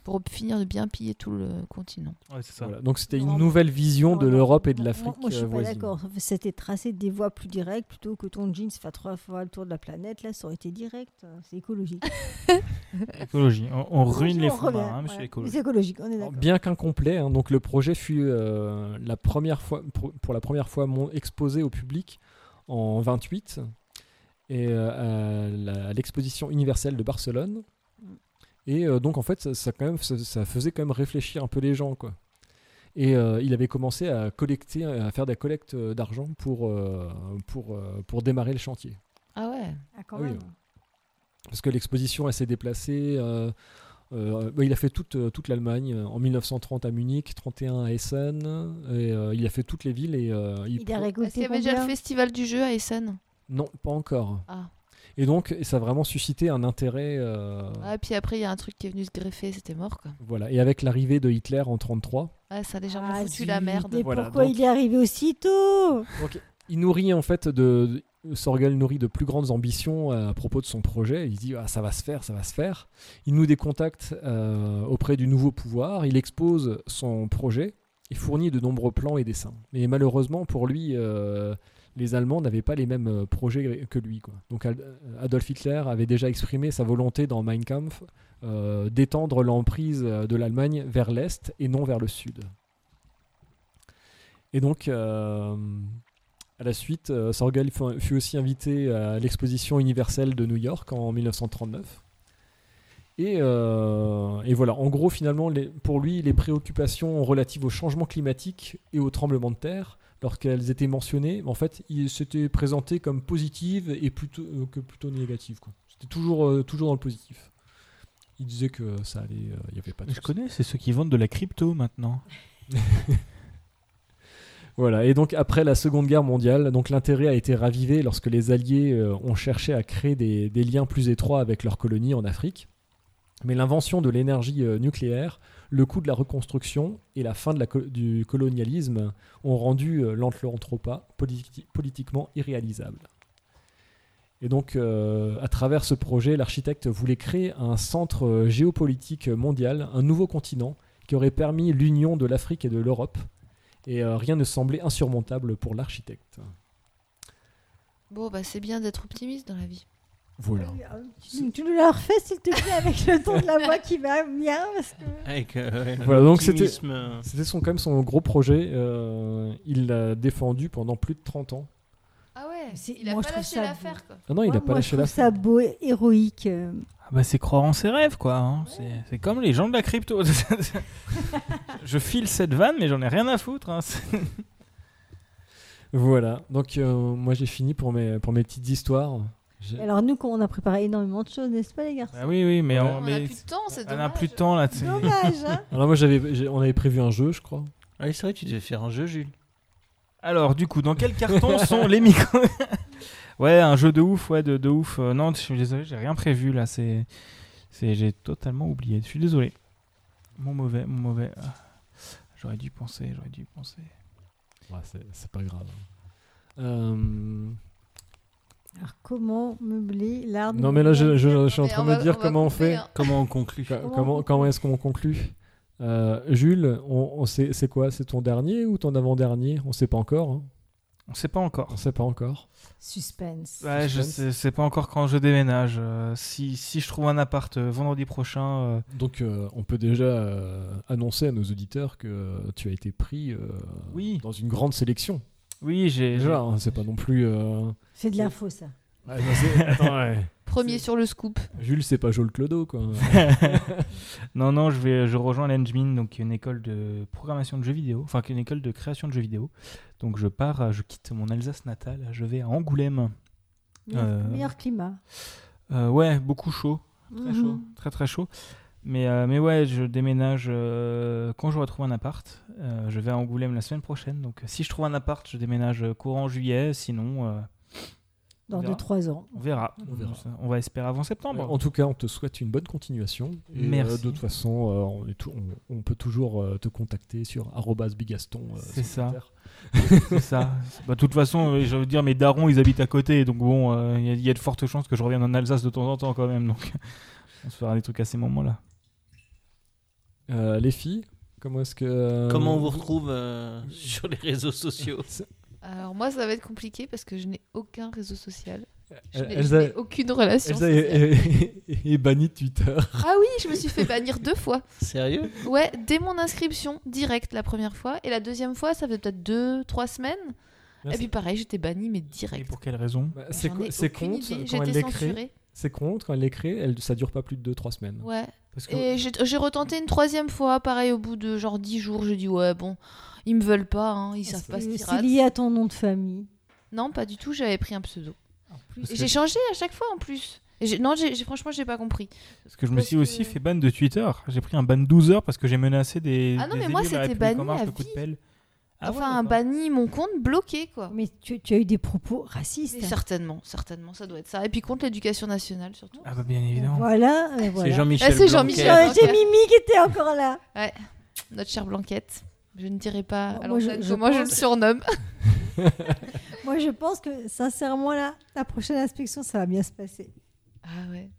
Speaker 5: Pour finir de bien piller tout le continent.
Speaker 4: Ouais, c'est ça.
Speaker 1: Voilà. Donc, c'était
Speaker 2: Non,
Speaker 1: une nouvelle vision
Speaker 2: Non,
Speaker 1: de
Speaker 2: Oh, non,
Speaker 1: l'Europe et de
Speaker 2: non,
Speaker 1: l'Afrique
Speaker 2: Moi, moi, je suis
Speaker 1: euh,
Speaker 2: pas
Speaker 1: voisine.
Speaker 2: d'accord. C'était tracé des voies plus directes plutôt que ton jeans fasse trois fois le tour de la planète. Là, ça aurait été direct. C'est écologique.
Speaker 4: Écologie. On, on ruine les
Speaker 2: On
Speaker 4: fonds
Speaker 2: revient,
Speaker 4: marins, hein, monsieur
Speaker 2: voilà.
Speaker 4: l'écologie.
Speaker 2: C'est écologique, on est
Speaker 1: Alors,
Speaker 2: d'accord.
Speaker 1: Bien qu'incomplet, hein, donc le projet fut euh, la première fois, pour, pour la première fois mon- exposé au public en 28 et euh, à la- à l'exposition universelle de Barcelone.
Speaker 2: Mm.
Speaker 1: Et euh, donc en fait, ça, ça quand même, ça, ça faisait quand même réfléchir un peu les gens, quoi. Et euh, il avait commencé à collecter, à faire des collectes euh, d'argent pour, euh, pour, euh, pour démarrer le chantier
Speaker 5: Ah ouais.
Speaker 2: Ah, quand
Speaker 1: Ah oui,
Speaker 2: même.
Speaker 1: parce que l'exposition elle s'est déplacée. euh, euh, bah, il a fait toute, euh, toute l'Allemagne euh, en 1930 à Munich, 31 à Essen, et euh, il a fait toutes les villes et euh, il
Speaker 2: Il a
Speaker 1: pro-
Speaker 5: Est-ce qu'il
Speaker 2: récolté
Speaker 5: y avait déjà
Speaker 2: combien
Speaker 5: le festival du jeu à Essen
Speaker 1: non pas encore.
Speaker 5: Ah.
Speaker 1: Et donc ça a vraiment suscité un intérêt. euh,
Speaker 5: Ah, puis après, il y a un truc qui est venu se greffer, c'était mort, quoi.
Speaker 1: Voilà. Et avec l'arrivée de Hitler en 1933,
Speaker 5: Ah, ça a légèrement
Speaker 2: Ah,
Speaker 5: foutu la
Speaker 2: zut,
Speaker 5: merde.
Speaker 2: Mais
Speaker 1: Voilà,
Speaker 2: pourquoi
Speaker 1: donc-
Speaker 2: il est arrivé aussitôt
Speaker 1: il nourrit en fait de de- Sorgel nourrit de plus grandes ambitions euh, à propos de son projet. Il dit ah, ça va se faire, ça va se faire. Il nous décontacte euh, auprès du nouveau pouvoir. Il expose son projet et fournit de nombreux plans et dessins. Mais malheureusement pour lui, euh, les Allemands n'avaient pas les mêmes euh, projets que lui. quoi. Donc Ad- Adolf Hitler avait déjà exprimé sa volonté dans Mein Kampf euh, d'étendre l'emprise euh, de l'Allemagne vers l'est et non vers le sud. Et donc, euh, à la suite, euh, Sorgel fu- fut aussi invité à l'exposition universelle de New York en 1939. Et, euh, et voilà, en gros, finalement, les- pour lui, les préoccupations relatives au changement climatique et au tremblement de terre, lorsqu'elles étaient mentionnées, en fait, il s'était présenté comme positives et plutôt euh, que plutôt négatives. quoi. C'était toujours, euh, toujours dans le positif. Il disait que ça allait, euh, il n'y avait pas de
Speaker 4: Je connais, c'est ceux qui vendent de la crypto maintenant.
Speaker 1: Voilà, et donc après la Seconde Guerre mondiale, donc l'intérêt a été ravivé lorsque les Alliés euh, ont cherché à créer des, des liens plus étroits avec leurs colonies en Afrique. Mais l'invention de l'énergie euh, nucléaire, le coût de la reconstruction et la fin de la co- du colonialisme ont rendu euh, l'Atlantropa politi- politiquement irréalisable. Et donc, euh, à travers ce projet, l'architecte voulait créer un centre euh, géopolitique mondial, un nouveau continent qui aurait permis l'union de l'Afrique et de l'Europe. Et euh, rien ne semblait insurmontable pour l'architecte.
Speaker 5: Bon, bah c'est bien d'être optimiste dans la vie.
Speaker 1: Voilà.
Speaker 2: Ah, Tu, tu nous la refais, s'il te plaît, avec le ton de la voix qui va bien. Parce que...
Speaker 3: Avec euh,
Speaker 1: Voilà, donc c'était-
Speaker 3: l'optimisme, euh,
Speaker 1: C'était son, quand même son gros projet. euh, il l'a défendu pendant plus de 30 ans.
Speaker 5: Ah ouais,
Speaker 2: C'est-
Speaker 5: il a
Speaker 2: moi, je
Speaker 5: pas
Speaker 2: trouve
Speaker 5: lâché
Speaker 2: ça-
Speaker 5: l'affaire quoi.
Speaker 1: Ah non, il
Speaker 2: Moi-
Speaker 1: n'a pas
Speaker 2: moi,
Speaker 1: lâché
Speaker 2: je
Speaker 1: la
Speaker 2: trouve ça beau, et héroïque. euh.
Speaker 4: Ah bah, c'est croire en ses rêves, quoi. hein. C'est- C'est comme les gens de la crypto. je file cette vanne, mais j'en ai rien à foutre. hein. C'est-
Speaker 1: Voilà. Donc euh, moi j'ai fini pour mes, pour mes petites histoires. J'ai-
Speaker 2: Alors, nous, quand on a préparé énormément de choses, n'est-ce pas, les garçons
Speaker 4: Ah oui, oui, mais
Speaker 1: Ouais.
Speaker 4: on,
Speaker 5: on
Speaker 4: mais
Speaker 5: a plus de temps, c'est
Speaker 4: on
Speaker 5: dommage.
Speaker 4: a plus de temps là. c'est-
Speaker 2: Dommage, hein
Speaker 1: Alors moi j'avais, j'ai- on avait prévu un jeu, je crois.
Speaker 3: ouais, Ah c'est vrai, tu devais faire un jeu, Jules.
Speaker 4: Alors, du coup, dans quel carton sont les micros Ouais, un jeu de ouf, ouais, de, de ouf. Euh, non, je suis désolé, j'ai rien prévu là. C'est, c'est, j'ai totalement oublié. Je suis désolé. Mon mauvais, mon mauvais. Ah, J'aurais dû y penser, j'aurais dû y penser.
Speaker 1: Ouais, c'est, c'est pas grave. Euh,
Speaker 2: Alors, comment meubler l'art de
Speaker 1: Non mais là je, je- je suis en
Speaker 5: Mais
Speaker 1: train
Speaker 5: on
Speaker 1: de me
Speaker 5: va-
Speaker 1: dire
Speaker 5: on va
Speaker 1: comment on
Speaker 5: couper,
Speaker 1: fait.
Speaker 5: hein.
Speaker 3: Comment on conclut
Speaker 1: Qu-
Speaker 2: Comment
Speaker 1: Comment,
Speaker 2: on
Speaker 1: comment est-ce qu'on conclut Euh, Jules, on, on sait, c'est quoi C'est ton dernier ou ton avant-dernier On sait pas encore. hein.
Speaker 4: On sait pas encore.
Speaker 1: On sait pas encore.
Speaker 2: Suspense.
Speaker 4: Ouais, je
Speaker 1: Suspense.
Speaker 4: sais, sais pas encore quand je déménage. Euh, si, si je trouve un appart euh, vendredi prochain, euh,
Speaker 1: Donc euh, on peut déjà euh, annoncer à nos auditeurs que euh, tu as été pris euh,
Speaker 4: oui,
Speaker 1: dans une grande sélection.
Speaker 4: oui, j'ai.
Speaker 1: Déjà, hein, c'est pas non plus. euh,
Speaker 2: C'est de l'info, ça.
Speaker 1: ouais, bah, c'est- Attends, ouais.
Speaker 5: Premier sur le scoop.
Speaker 1: Jules, c'est pas Joel Clodo quoi.
Speaker 4: Non, non, je vais, je rejoins l'Engmin, donc qui est une école de programmation de jeux vidéo, enfin qui est une école de création de jeux vidéo. Donc je pars, euh, je quitte mon Alsace natale, je vais à Angoulême.
Speaker 2: Meilleur,
Speaker 4: Euh.
Speaker 2: meilleur climat.
Speaker 4: Euh, ouais, beaucoup chaud, très chaud,
Speaker 2: Mhm.
Speaker 4: très très chaud. Mais, euh, mais ouais, je déménage euh, quand je retrouve un appart. Euh, je vais à Angoulême la semaine prochaine, donc euh, si je trouve un appart, je déménage euh, courant juillet, sinon euh, On
Speaker 2: Dans
Speaker 4: verra.
Speaker 2: 2-3 ans.
Speaker 4: on verra.
Speaker 1: On verra.
Speaker 4: On va espérer avant septembre.
Speaker 1: en tout cas, on te souhaite une bonne continuation. Et,
Speaker 4: Merci.
Speaker 1: euh, de toute façon, euh, on, est tou- on, on peut toujours euh, te contacter sur @bigaston. euh, sur
Speaker 4: C'est ça.
Speaker 1: Twitter.
Speaker 4: C'est ça. Bah, De toute façon, euh, je veux dire, mes darons, ils habitent à côté, donc bon, euh, il y, a- il y a de fortes chances que je revienne en Alsace de temps en temps quand même, donc on se fera des trucs à ces moments-là.
Speaker 1: Euh, les filles, comment est-ce que euh,
Speaker 3: Comment on vous retrouve euh, sur les réseaux sociaux
Speaker 5: Alors moi, ça va être compliqué parce que je n'ai aucun réseau social. Je
Speaker 1: Euh, Elsa-
Speaker 5: n'ai je n'ai aucune relation
Speaker 1: Elsa
Speaker 5: sociale.
Speaker 1: est, est- est- est bannie de Twitter.
Speaker 5: Ah oui, je me suis fait bannir deux fois.
Speaker 3: Sérieux
Speaker 5: Ouais, dès mon inscription, direct la première fois. Et la deuxième fois, ça fait peut-être deux, trois semaines.
Speaker 1: Merci.
Speaker 5: Et puis pareil, j'étais bannie, mais
Speaker 4: Et
Speaker 5: direct.
Speaker 4: pour quelle raison
Speaker 1: Bah, C'est
Speaker 5: J'en
Speaker 1: co-
Speaker 5: ai
Speaker 1: c'est
Speaker 5: aucune
Speaker 1: contre
Speaker 5: idée.
Speaker 1: quand elle
Speaker 5: J'étais
Speaker 1: l'écrit.
Speaker 5: censurée.
Speaker 1: C'est contre quand elle l'écrit. Elle, ça dure pas plus de 2-3 semaines.
Speaker 5: Ouais.
Speaker 4: Parce que
Speaker 5: Et j'ai j'ai retenté une troisième fois, pareil, au bout de genre dix jours, j'ai dit ouais, bon, ils me veulent pas, hein, ils savent pas ce
Speaker 2: Ah, C'est
Speaker 5: qu'ils
Speaker 2: c'est
Speaker 5: ratent.
Speaker 2: lié à ton nom de famille.
Speaker 5: Non, pas du tout, j'avais pris un pseudo.
Speaker 4: Parce
Speaker 5: Et
Speaker 4: que-
Speaker 5: J'ai changé à chaque fois en plus. Et j'ai- non, j'ai j'ai- franchement, j'ai pas compris.
Speaker 4: parce que je me
Speaker 5: parce
Speaker 4: suis aussi
Speaker 5: que-
Speaker 4: fait ban de Twitter. J'ai pris un ban de 12 heures parce que j'ai menacé des.
Speaker 5: Ah non,
Speaker 4: des
Speaker 5: mais moi,
Speaker 4: élus de la
Speaker 5: c'était
Speaker 4: République en
Speaker 5: banni
Speaker 4: marche
Speaker 5: à
Speaker 4: de coups de
Speaker 5: vie.
Speaker 4: pelle. Ah ouais,
Speaker 5: enfin, un
Speaker 4: d'accord.
Speaker 5: banni, mon compte bloqué, quoi.
Speaker 2: Mais tu, tu as eu des propos racistes.
Speaker 5: Mais certainement, certainement, ça doit être ça. Et puis contre l'éducation nationale, surtout.
Speaker 4: Ah bah bien évidemment.
Speaker 2: Voilà, et voilà.
Speaker 3: C'est Jean-Michel.
Speaker 5: Ah, c'est
Speaker 3: Blanquer.
Speaker 5: Jean-Michel.
Speaker 2: Ah, J'ai
Speaker 5: Blanquer.
Speaker 2: Mimi qui était encore là.
Speaker 5: Notre chère Blanquette. Je ne dirai pas
Speaker 2: Bon,
Speaker 5: à
Speaker 2: moi, je-
Speaker 5: l'antenne
Speaker 2: je
Speaker 5: comment je le
Speaker 2: pense-
Speaker 5: surnomme.
Speaker 2: Moi, je pense que, sincèrement, là, la prochaine inspection, ça va bien se passer.
Speaker 5: Ah ouais,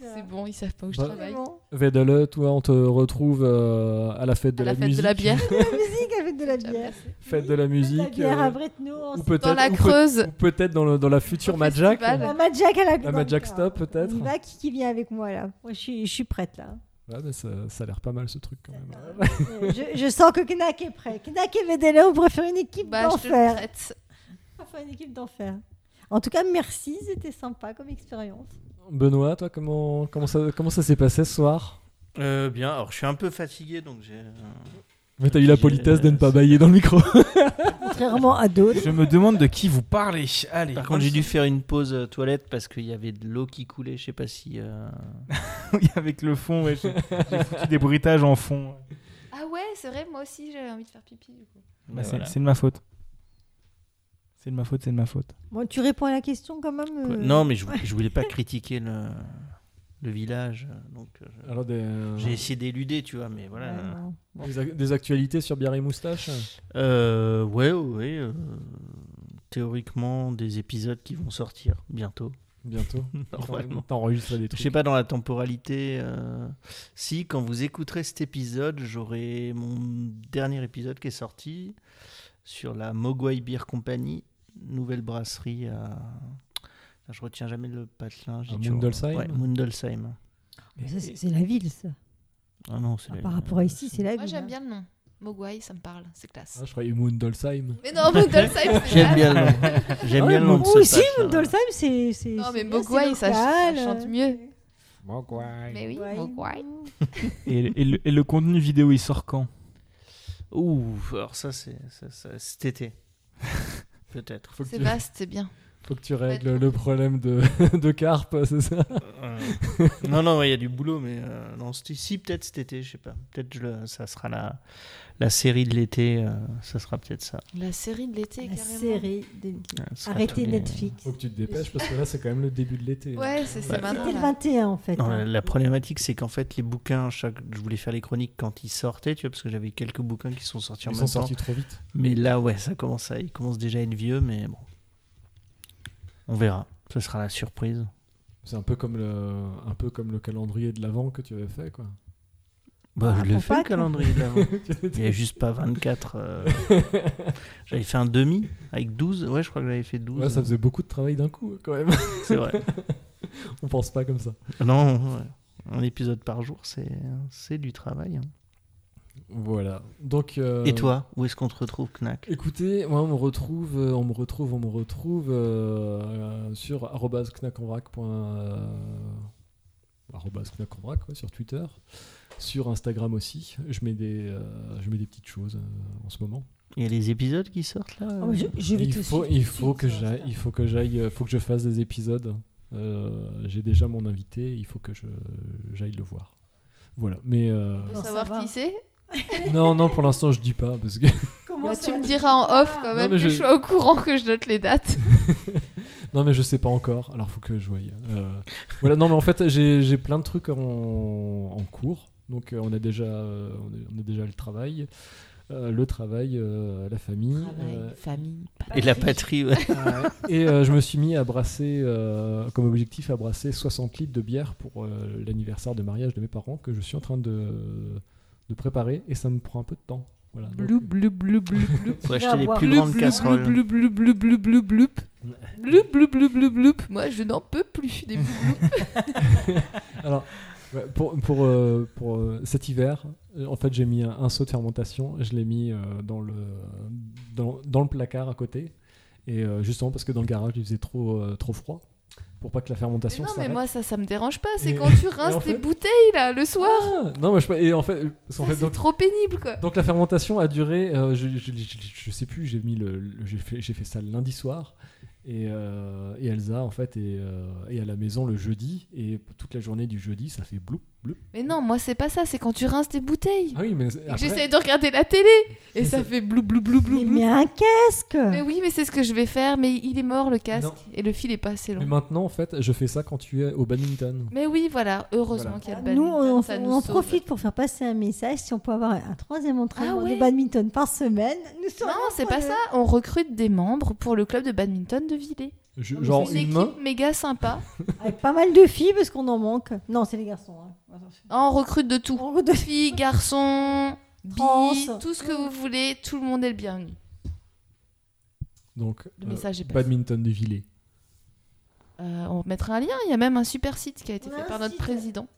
Speaker 5: c'est bon, ils savent pas où je
Speaker 1: Bah,
Speaker 5: travaille.
Speaker 2: Vraiment.
Speaker 1: Vedele, toi, on te retrouve euh, à la fête de
Speaker 5: À la
Speaker 1: la,
Speaker 5: fête
Speaker 1: musique.
Speaker 5: de la bière.
Speaker 2: La musique avec de la bière.
Speaker 1: Fête de la
Speaker 2: De la
Speaker 1: musique.
Speaker 2: bière à
Speaker 1: euh,
Speaker 2: Bretneau. en-
Speaker 1: ou peut-être.
Speaker 5: Dans la
Speaker 1: ou peut-
Speaker 5: Creuse. Bah,
Speaker 1: ou peut-être dans, le- dans la future
Speaker 5: Au
Speaker 1: Majak.
Speaker 5: festival.
Speaker 2: La Mad Jack à la
Speaker 1: La Mad Jack Stop, peut-être.
Speaker 2: Il va qui, qui vient avec moi là. Moi, je suis, je suis prête là.
Speaker 1: Ouais, mais ça, ça a l'air pas mal ce truc quand même.
Speaker 2: Euh, je, je sens que Knack est prêt. Knack et Vedela, on pourrait faire une équipe
Speaker 5: Bah, je te le
Speaker 2: d'enfer.
Speaker 5: prête.
Speaker 2: On pourrait faire une équipe d'enfer. En tout cas, merci, c'était sympa comme expérience.
Speaker 1: Benoît, toi, comment, comment ça, comment ça s'est passé ce soir
Speaker 3: Euh, bien, alors je suis un peu fatigué, donc j'ai. euh,
Speaker 1: Mais t'as eu la
Speaker 3: J'ai-
Speaker 1: politesse de ne pas bailler dans le micro.
Speaker 2: Contrairement à d'autres.
Speaker 4: Je me demande de qui vous parlez. Allez.
Speaker 3: Par contre, j'ai dû faire une pause euh, toilette parce qu'il y avait de l'eau qui coulait. Je sais pas si. euh,
Speaker 4: Oui, avec le fond, ouais, j'ai j'ai foutu des bruitages en fond.
Speaker 5: Ah ouais, c'est vrai, moi aussi j'avais envie de faire pipi. Du coup.
Speaker 4: Bah,
Speaker 3: mais
Speaker 4: c'est
Speaker 3: voilà.
Speaker 4: c'est de ma faute. C'est de ma faute, c'est de ma faute.
Speaker 2: Bon, tu réponds à la question quand même. euh,
Speaker 3: Non, mais je, vou- je voulais pas critiquer le, le village, euh, donc euh, je-
Speaker 1: Alors, des, euh,
Speaker 3: j'ai essayé d'éluder, tu vois, mais
Speaker 2: ouais,
Speaker 3: voilà.
Speaker 2: non.
Speaker 1: des, ac- des actualités sur Bière et Moustache
Speaker 3: Euh, ouais, ouais. euh, théoriquement, des épisodes qui vont sortir bientôt.
Speaker 1: bientôt.
Speaker 3: Normalement.
Speaker 1: T'enregistres des
Speaker 3: Je
Speaker 1: trucs.
Speaker 3: sais pas dans la temporalité. euh, Si quand vous écouterez cet épisode, j'aurai mon dernier épisode qui est sorti sur la Mogwai Beer Company, nouvelle brasserie à. Je retiens jamais le patelin. j'ai
Speaker 1: À
Speaker 3: toujours-
Speaker 1: Mundolsheim
Speaker 3: Ouais, Mundolsheim.
Speaker 2: Mais ça, c'est c'est la ville, ça.
Speaker 3: Ah non, c'est.
Speaker 2: Par rapport à ici, c'est la ville.
Speaker 5: Moi,
Speaker 2: hein.
Speaker 5: j'aime bien le nom. Mogwai, ça me parle, c'est classe.
Speaker 1: Ah, je croyais Mundolsheim.
Speaker 5: Mais non, Mundolsheim, c'est
Speaker 3: J'aime
Speaker 5: là.
Speaker 3: bien le nom. J'aime
Speaker 2: Oh,
Speaker 1: Ah
Speaker 3: bien le nom de
Speaker 2: Ou
Speaker 3: ce
Speaker 2: si,
Speaker 3: patelin.
Speaker 2: Mundolsheim, c'est. c'est-
Speaker 5: Non,
Speaker 2: c'est
Speaker 5: mais
Speaker 2: bien, c'est
Speaker 5: Mogwai, ça,
Speaker 2: local,
Speaker 5: ch- ça chante
Speaker 2: euh.
Speaker 5: mieux.
Speaker 1: Mogwai.
Speaker 5: Mais oui,
Speaker 2: Mogwai.
Speaker 5: Mogwai.
Speaker 4: Et, et le, et le contenu vidéo, il sort quand
Speaker 3: Ouh, alors ça, c'est ça, ça- cet été. Peut-être.
Speaker 1: Faut que,
Speaker 5: C'est
Speaker 1: tu,
Speaker 5: vaste, c'est bien.
Speaker 1: faut que tu règles le problème de, de carpe, c'est ça
Speaker 3: Euh, non, non, ouais, il y a du boulot, mais euh, non, cet- si, peut-être cet été, je sais pas. Peut-être je le- ça sera la, la série de l'été, euh, ça sera peut-être ça.
Speaker 5: La série de l'été,
Speaker 2: La
Speaker 5: carrément.
Speaker 2: série. de-
Speaker 3: Ouais, ce sera tous
Speaker 2: Arrêtez
Speaker 3: les-
Speaker 2: Netflix.
Speaker 1: Faut que tu te dépêches parce que là, c'est quand même le début de l'été.
Speaker 5: Ouais, c'est c'est
Speaker 3: Bah,
Speaker 5: maintenant.
Speaker 2: C'était le
Speaker 5: là.
Speaker 2: 21, en fait.
Speaker 3: Non,
Speaker 2: hein.
Speaker 3: la, la problématique, c'est qu'en fait, les bouquins, chaque... je voulais faire les chroniques quand ils sortaient, tu vois, parce que j'avais quelques bouquins qui sont sortis
Speaker 1: Ils
Speaker 3: en
Speaker 1: sont
Speaker 3: même temps.
Speaker 1: sortis trop vite.
Speaker 3: Mais là, ouais, ça commence à... il commence déjà à être vieux, mais bon. On verra. Ce sera la surprise.
Speaker 1: C'est un peu comme le, un peu comme le calendrier de l'avant que tu avais fait, quoi.
Speaker 3: Bah,
Speaker 2: Ah,
Speaker 3: je le
Speaker 2: pour
Speaker 3: fais, le
Speaker 2: Pâques, là.
Speaker 3: calendrier de l'avant. Il n'y a juste pas 24. euh, j'avais fait un demi avec 12. Ouais, je crois que j'avais fait 12.
Speaker 1: Ouais, ça faisait beaucoup de travail d'un coup, quand même.
Speaker 3: C'est vrai.
Speaker 1: On pense pas comme ça.
Speaker 3: Non, ouais. un épisode par jour, c'est c'est du travail. hein.
Speaker 1: Voilà. Donc. euh,
Speaker 3: Et toi, où est-ce qu'on te retrouve, Knack
Speaker 1: Écoutez, moi on me retrouve, euh, on me retrouve, on me retrouve euh, sur arrobase knaconvrac point, euh, arrobase knaconvrac, ouais, sur Twitter, sur Instagram aussi. Je mets des, euh, je mets des petites choses euh, en ce moment.
Speaker 3: Il y a les épisodes qui sortent là
Speaker 2: Oh, mais je, je vais
Speaker 1: il
Speaker 2: tout de
Speaker 1: faut,
Speaker 2: suite,
Speaker 1: il
Speaker 2: tout de
Speaker 1: faut
Speaker 2: suite
Speaker 1: que
Speaker 2: sur
Speaker 1: j'aille,
Speaker 2: Insta.
Speaker 1: il faut que j'aille, euh, faut que je fasse des épisodes. Euh, J'ai déjà mon invité, il faut que je j'aille le voir. Voilà, mais euh,
Speaker 5: On peut
Speaker 2: Non, ça
Speaker 5: savoir
Speaker 2: va.
Speaker 5: qui c'est
Speaker 1: non, non, pour l'instant je dis pas parce que
Speaker 2: Comment
Speaker 5: Bah,
Speaker 2: ça
Speaker 5: Tu me
Speaker 2: va
Speaker 5: diras en off
Speaker 2: Ah.
Speaker 5: quand même
Speaker 1: mais
Speaker 5: que je...
Speaker 1: je-
Speaker 5: sois au courant que je note les dates.
Speaker 1: Non, mais je sais pas encore, alors faut que je voie. Euh, voilà, non, mais en fait, j'ai j'ai plein de trucs en, en cours. Donc, euh, on, a déjà, euh, on, a, on a déjà le travail, euh, le travail, euh, la famille. euh,
Speaker 5: Ah bah, famille,
Speaker 3: Et la patrie, ouais.
Speaker 1: et euh, je me suis mis à brasser, euh, comme objectif, à brasser 60 litres de bière pour euh, l'anniversaire de mariage de mes parents que je suis en train de, de préparer et ça me prend un peu de temps. Voilà, donc-
Speaker 5: Bloup, bloup, bloup, bloup, bloup.
Speaker 3: Faut acheter
Speaker 2: vas
Speaker 3: les
Speaker 2: boire.
Speaker 3: plus grandes casseroles.
Speaker 5: Bloup, bloup, bloup, bloup, bloup, bloup. Bloup, bloup, bloup, bloup, bloup. Moi, je n'en peux plus. je suis Des... bloup.
Speaker 1: Alors, ouais, pour, pour, euh, pour euh, cet hiver, euh, en fait, j'ai mis un, un seau de fermentation. Je l'ai mis euh, dans, le, dans, dans le placard à côté. Et euh, justement, parce que dans le garage, il faisait trop, euh, trop froid. Pour pas que la
Speaker 5: Mais
Speaker 1: fermentation
Speaker 5: non, mais
Speaker 1: Bah, s'arrête.
Speaker 5: moi, ça, ça me dérange pas.
Speaker 1: Et-
Speaker 5: C'est quand tu
Speaker 1: et en
Speaker 5: rinces tes
Speaker 1: fait-
Speaker 5: bouteilles, là, le soir.
Speaker 1: Ah, non, moi, je sais pas. Et en fait, euh, parce qu'en
Speaker 5: Ça,
Speaker 1: fait,
Speaker 5: C'est
Speaker 1: donc,
Speaker 5: trop pénible, quoi.
Speaker 1: donc la fermentation a duré. euh, je, je, je- je sais plus. J'ai mis le, le- j'ai fait, j'ai fait ça le lundi soir. Et, euh, et Elsa, en fait, est, euh, est à la maison le jeudi. Et toute la journée du jeudi, ça fait bloup, bloup.
Speaker 5: Mais non, moi, c'est pas ça. C'est quand tu rinces tes bouteilles.
Speaker 1: Ah oui, mais
Speaker 5: Et que
Speaker 1: après-
Speaker 5: J'essaye de regarder la télé. Et ça fait blou, blou, blou, blou,
Speaker 2: Mais
Speaker 5: blou.
Speaker 2: mets un casque
Speaker 5: Mais oui, mais c'est ce que je vais faire. Mais il est mort, le casque.
Speaker 1: Non.
Speaker 5: Et le fil est pas assez long.
Speaker 1: Mais maintenant, en fait, je fais ça quand tu es au badminton.
Speaker 5: Mais oui, voilà,
Speaker 1: Voilà.
Speaker 5: heureusement qu'il y a le
Speaker 2: Ah, Nous,
Speaker 5: badminton,
Speaker 2: on,
Speaker 5: ça
Speaker 2: on
Speaker 5: nous
Speaker 2: en
Speaker 5: sauve.
Speaker 2: profite pour faire passer un message. Si on peut avoir un troisième entraînement
Speaker 5: Ah ouais.
Speaker 2: de badminton par semaine, nous sommes.
Speaker 5: Non, c'est pas ça, on recrute des membres pour le club de badminton de Villers.
Speaker 1: Je-
Speaker 2: Non, mais
Speaker 1: genre
Speaker 5: une
Speaker 1: une
Speaker 5: équipe
Speaker 1: main.
Speaker 5: méga sympa.
Speaker 2: Avec pas mal de filles parce qu'on en manque. Non, c'est les garçons. hein.
Speaker 5: Ah, on recrute de tout.
Speaker 2: En gros, de-
Speaker 5: Filles, garçons,
Speaker 2: Trans.
Speaker 5: bis, tout ce que vous voulez, tout le monde est le bienvenu.
Speaker 1: Donc,
Speaker 5: Le
Speaker 1: euh,
Speaker 5: message est passé.
Speaker 1: badminton de Villers.
Speaker 5: Euh, on mettra un lien, il y a même un super site qui a été
Speaker 2: On a
Speaker 5: fait
Speaker 2: un
Speaker 5: par notre
Speaker 2: site.
Speaker 5: président.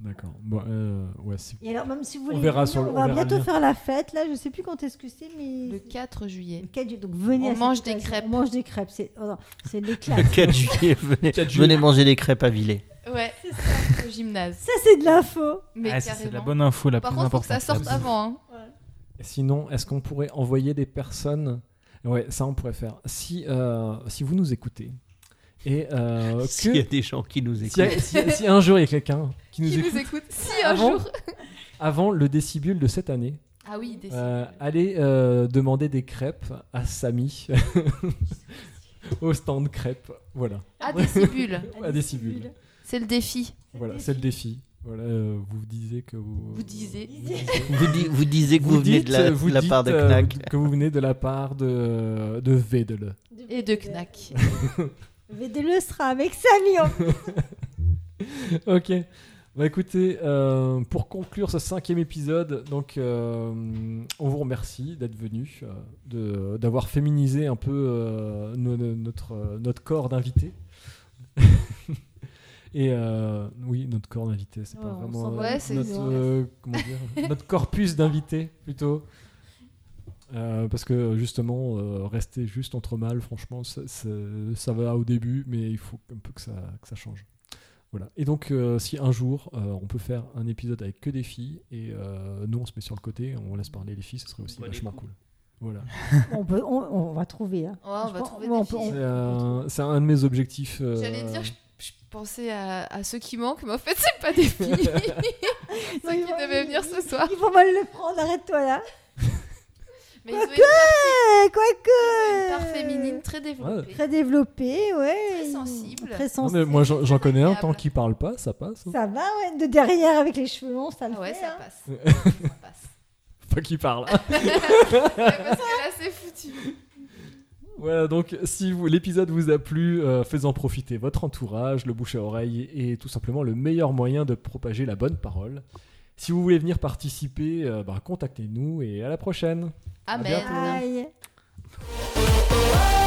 Speaker 1: D'accord. Bon, euh, ouais, si-
Speaker 2: Et alors, même si vous
Speaker 1: On
Speaker 2: voulez,
Speaker 1: verra
Speaker 2: venir,
Speaker 1: sur le-
Speaker 2: on
Speaker 1: on
Speaker 2: va
Speaker 1: verra
Speaker 2: bientôt
Speaker 1: bien.
Speaker 2: faire la fête. Là, je sais plus quand est-ce que c'est, mais.
Speaker 5: Le 4 juillet.
Speaker 2: Le 4 juillet. Donc venez à
Speaker 5: On
Speaker 2: cette
Speaker 5: mange des
Speaker 2: occasion.
Speaker 5: crêpes.
Speaker 2: On mange des crêpes. C'est oh non, c'est l'éclat.
Speaker 3: Le 4 juillet, venez, venez manger des crêpes à Villers.
Speaker 5: Ouais, au gymnase.
Speaker 2: ça, c'est de l'info.
Speaker 5: Mais
Speaker 4: Ah, ça,
Speaker 5: carrément.
Speaker 4: C'est la bonne info, la
Speaker 5: Par
Speaker 4: plus
Speaker 5: contre, faut que
Speaker 4: importante.
Speaker 5: ça sorte avant. hein.
Speaker 1: Sinon, est-ce qu'on pourrait envoyer des personnes Ouais, ça on pourrait faire. Si, euh, si vous nous écoutez et euh, que
Speaker 3: S'il y a des gens qui nous
Speaker 1: si,
Speaker 3: écoutent.
Speaker 1: si- si un jour il y a quelqu'un qui nous
Speaker 5: Qui
Speaker 1: écoute Ah
Speaker 5: nous écoute Si un
Speaker 1: Avant.
Speaker 5: jour.
Speaker 1: avant le décibule de cette année,
Speaker 5: Ah oui, des
Speaker 1: euh, allez euh, demander des crêpes à Samy au stand crêpes. Voilà,
Speaker 5: Ah, des cibules.
Speaker 1: à décibule.
Speaker 5: C'est le défi.
Speaker 1: Voilà, c'est le défi. Voilà, euh, vous disiez que vous.
Speaker 5: Vous disiez.
Speaker 1: Vous disiez-
Speaker 3: Vous, di- vous disiez que vous, venez de la,
Speaker 1: dites- vous
Speaker 3: de la part de
Speaker 1: dites, euh,
Speaker 3: Knack.
Speaker 1: que vous venez de la part de, de Vedel.
Speaker 5: Et de Knack.
Speaker 2: VDLE sera avec Samy en
Speaker 1: Ok. Bah écoutez, euh, pour conclure ce cinquième épisode, donc euh, on vous remercie d'être venu, d'avoir féminisé un peu euh, no- no- notre, euh, notre corps d'invité. Et euh, oui, notre corps d'invité, c'est
Speaker 2: Ouais,
Speaker 1: pas
Speaker 2: on
Speaker 1: vraiment
Speaker 2: s'en
Speaker 1: euh,
Speaker 5: va, c'est-
Speaker 1: notre,
Speaker 2: hein.
Speaker 5: ouais.
Speaker 1: euh, comment dire, notre corpus d'invité plutôt. Euh, parce que justement, euh, rester juste entre mâles, franchement, ça, ça- ça va au début, mais il faut un peu que ça, que ça change. Voilà. Et donc, euh, si un jour euh, on peut faire un épisode avec que des filles, et euh, nous on se met sur le côté, on laisse parler les filles, ce serait aussi
Speaker 3: Ouais, les
Speaker 1: vachement
Speaker 3: coups.
Speaker 1: cool. Voilà.
Speaker 2: on, peut, on, on va trouver. hein.
Speaker 5: on
Speaker 2: Je
Speaker 5: va
Speaker 2: pense-
Speaker 5: trouver
Speaker 2: ouais,
Speaker 5: des
Speaker 2: on peut-
Speaker 5: filles.
Speaker 1: C'est un, c'est un de mes objectifs. euh,
Speaker 5: J'allais dire, je, je pensais à, à ceux qui manquent, mais en fait, c'est pas des filles. ceux
Speaker 2: Oui,
Speaker 5: qui
Speaker 2: oui,
Speaker 5: devaient
Speaker 2: oui,
Speaker 5: venir
Speaker 2: oui.
Speaker 5: ce soir.
Speaker 2: Il faut mal le prendre, arrête-toi là.
Speaker 5: Mais ils ont une,
Speaker 2: Eh, Quoique
Speaker 5: ils ont une part féminine très développée.
Speaker 2: Très développé, ouais.
Speaker 5: Très sensible.
Speaker 2: Très
Speaker 1: non,
Speaker 2: sensible.
Speaker 1: mais moi j'en j'en connais un, tant
Speaker 5: agréable.
Speaker 1: qu'il parle pas, ça passe. hein.
Speaker 2: Ça va, ouais. De derrière avec les cheveux longs, ça le
Speaker 5: Ah ouais,
Speaker 2: fait.
Speaker 5: ça
Speaker 2: hein.
Speaker 5: passe. ça passe.
Speaker 1: Faut qu'il parle.
Speaker 5: Ouais, parce que là, c'est foutu.
Speaker 1: Voilà, donc si vous- l'épisode vous a plu, euh, faites-en profiter votre entourage, le bouche à oreille est tout simplement le meilleur moyen de propager la bonne parole. Si vous voulez venir participer, euh, bah, contactez-nous et à la prochaine.
Speaker 5: Amen.
Speaker 1: bientôt.
Speaker 2: Aïe.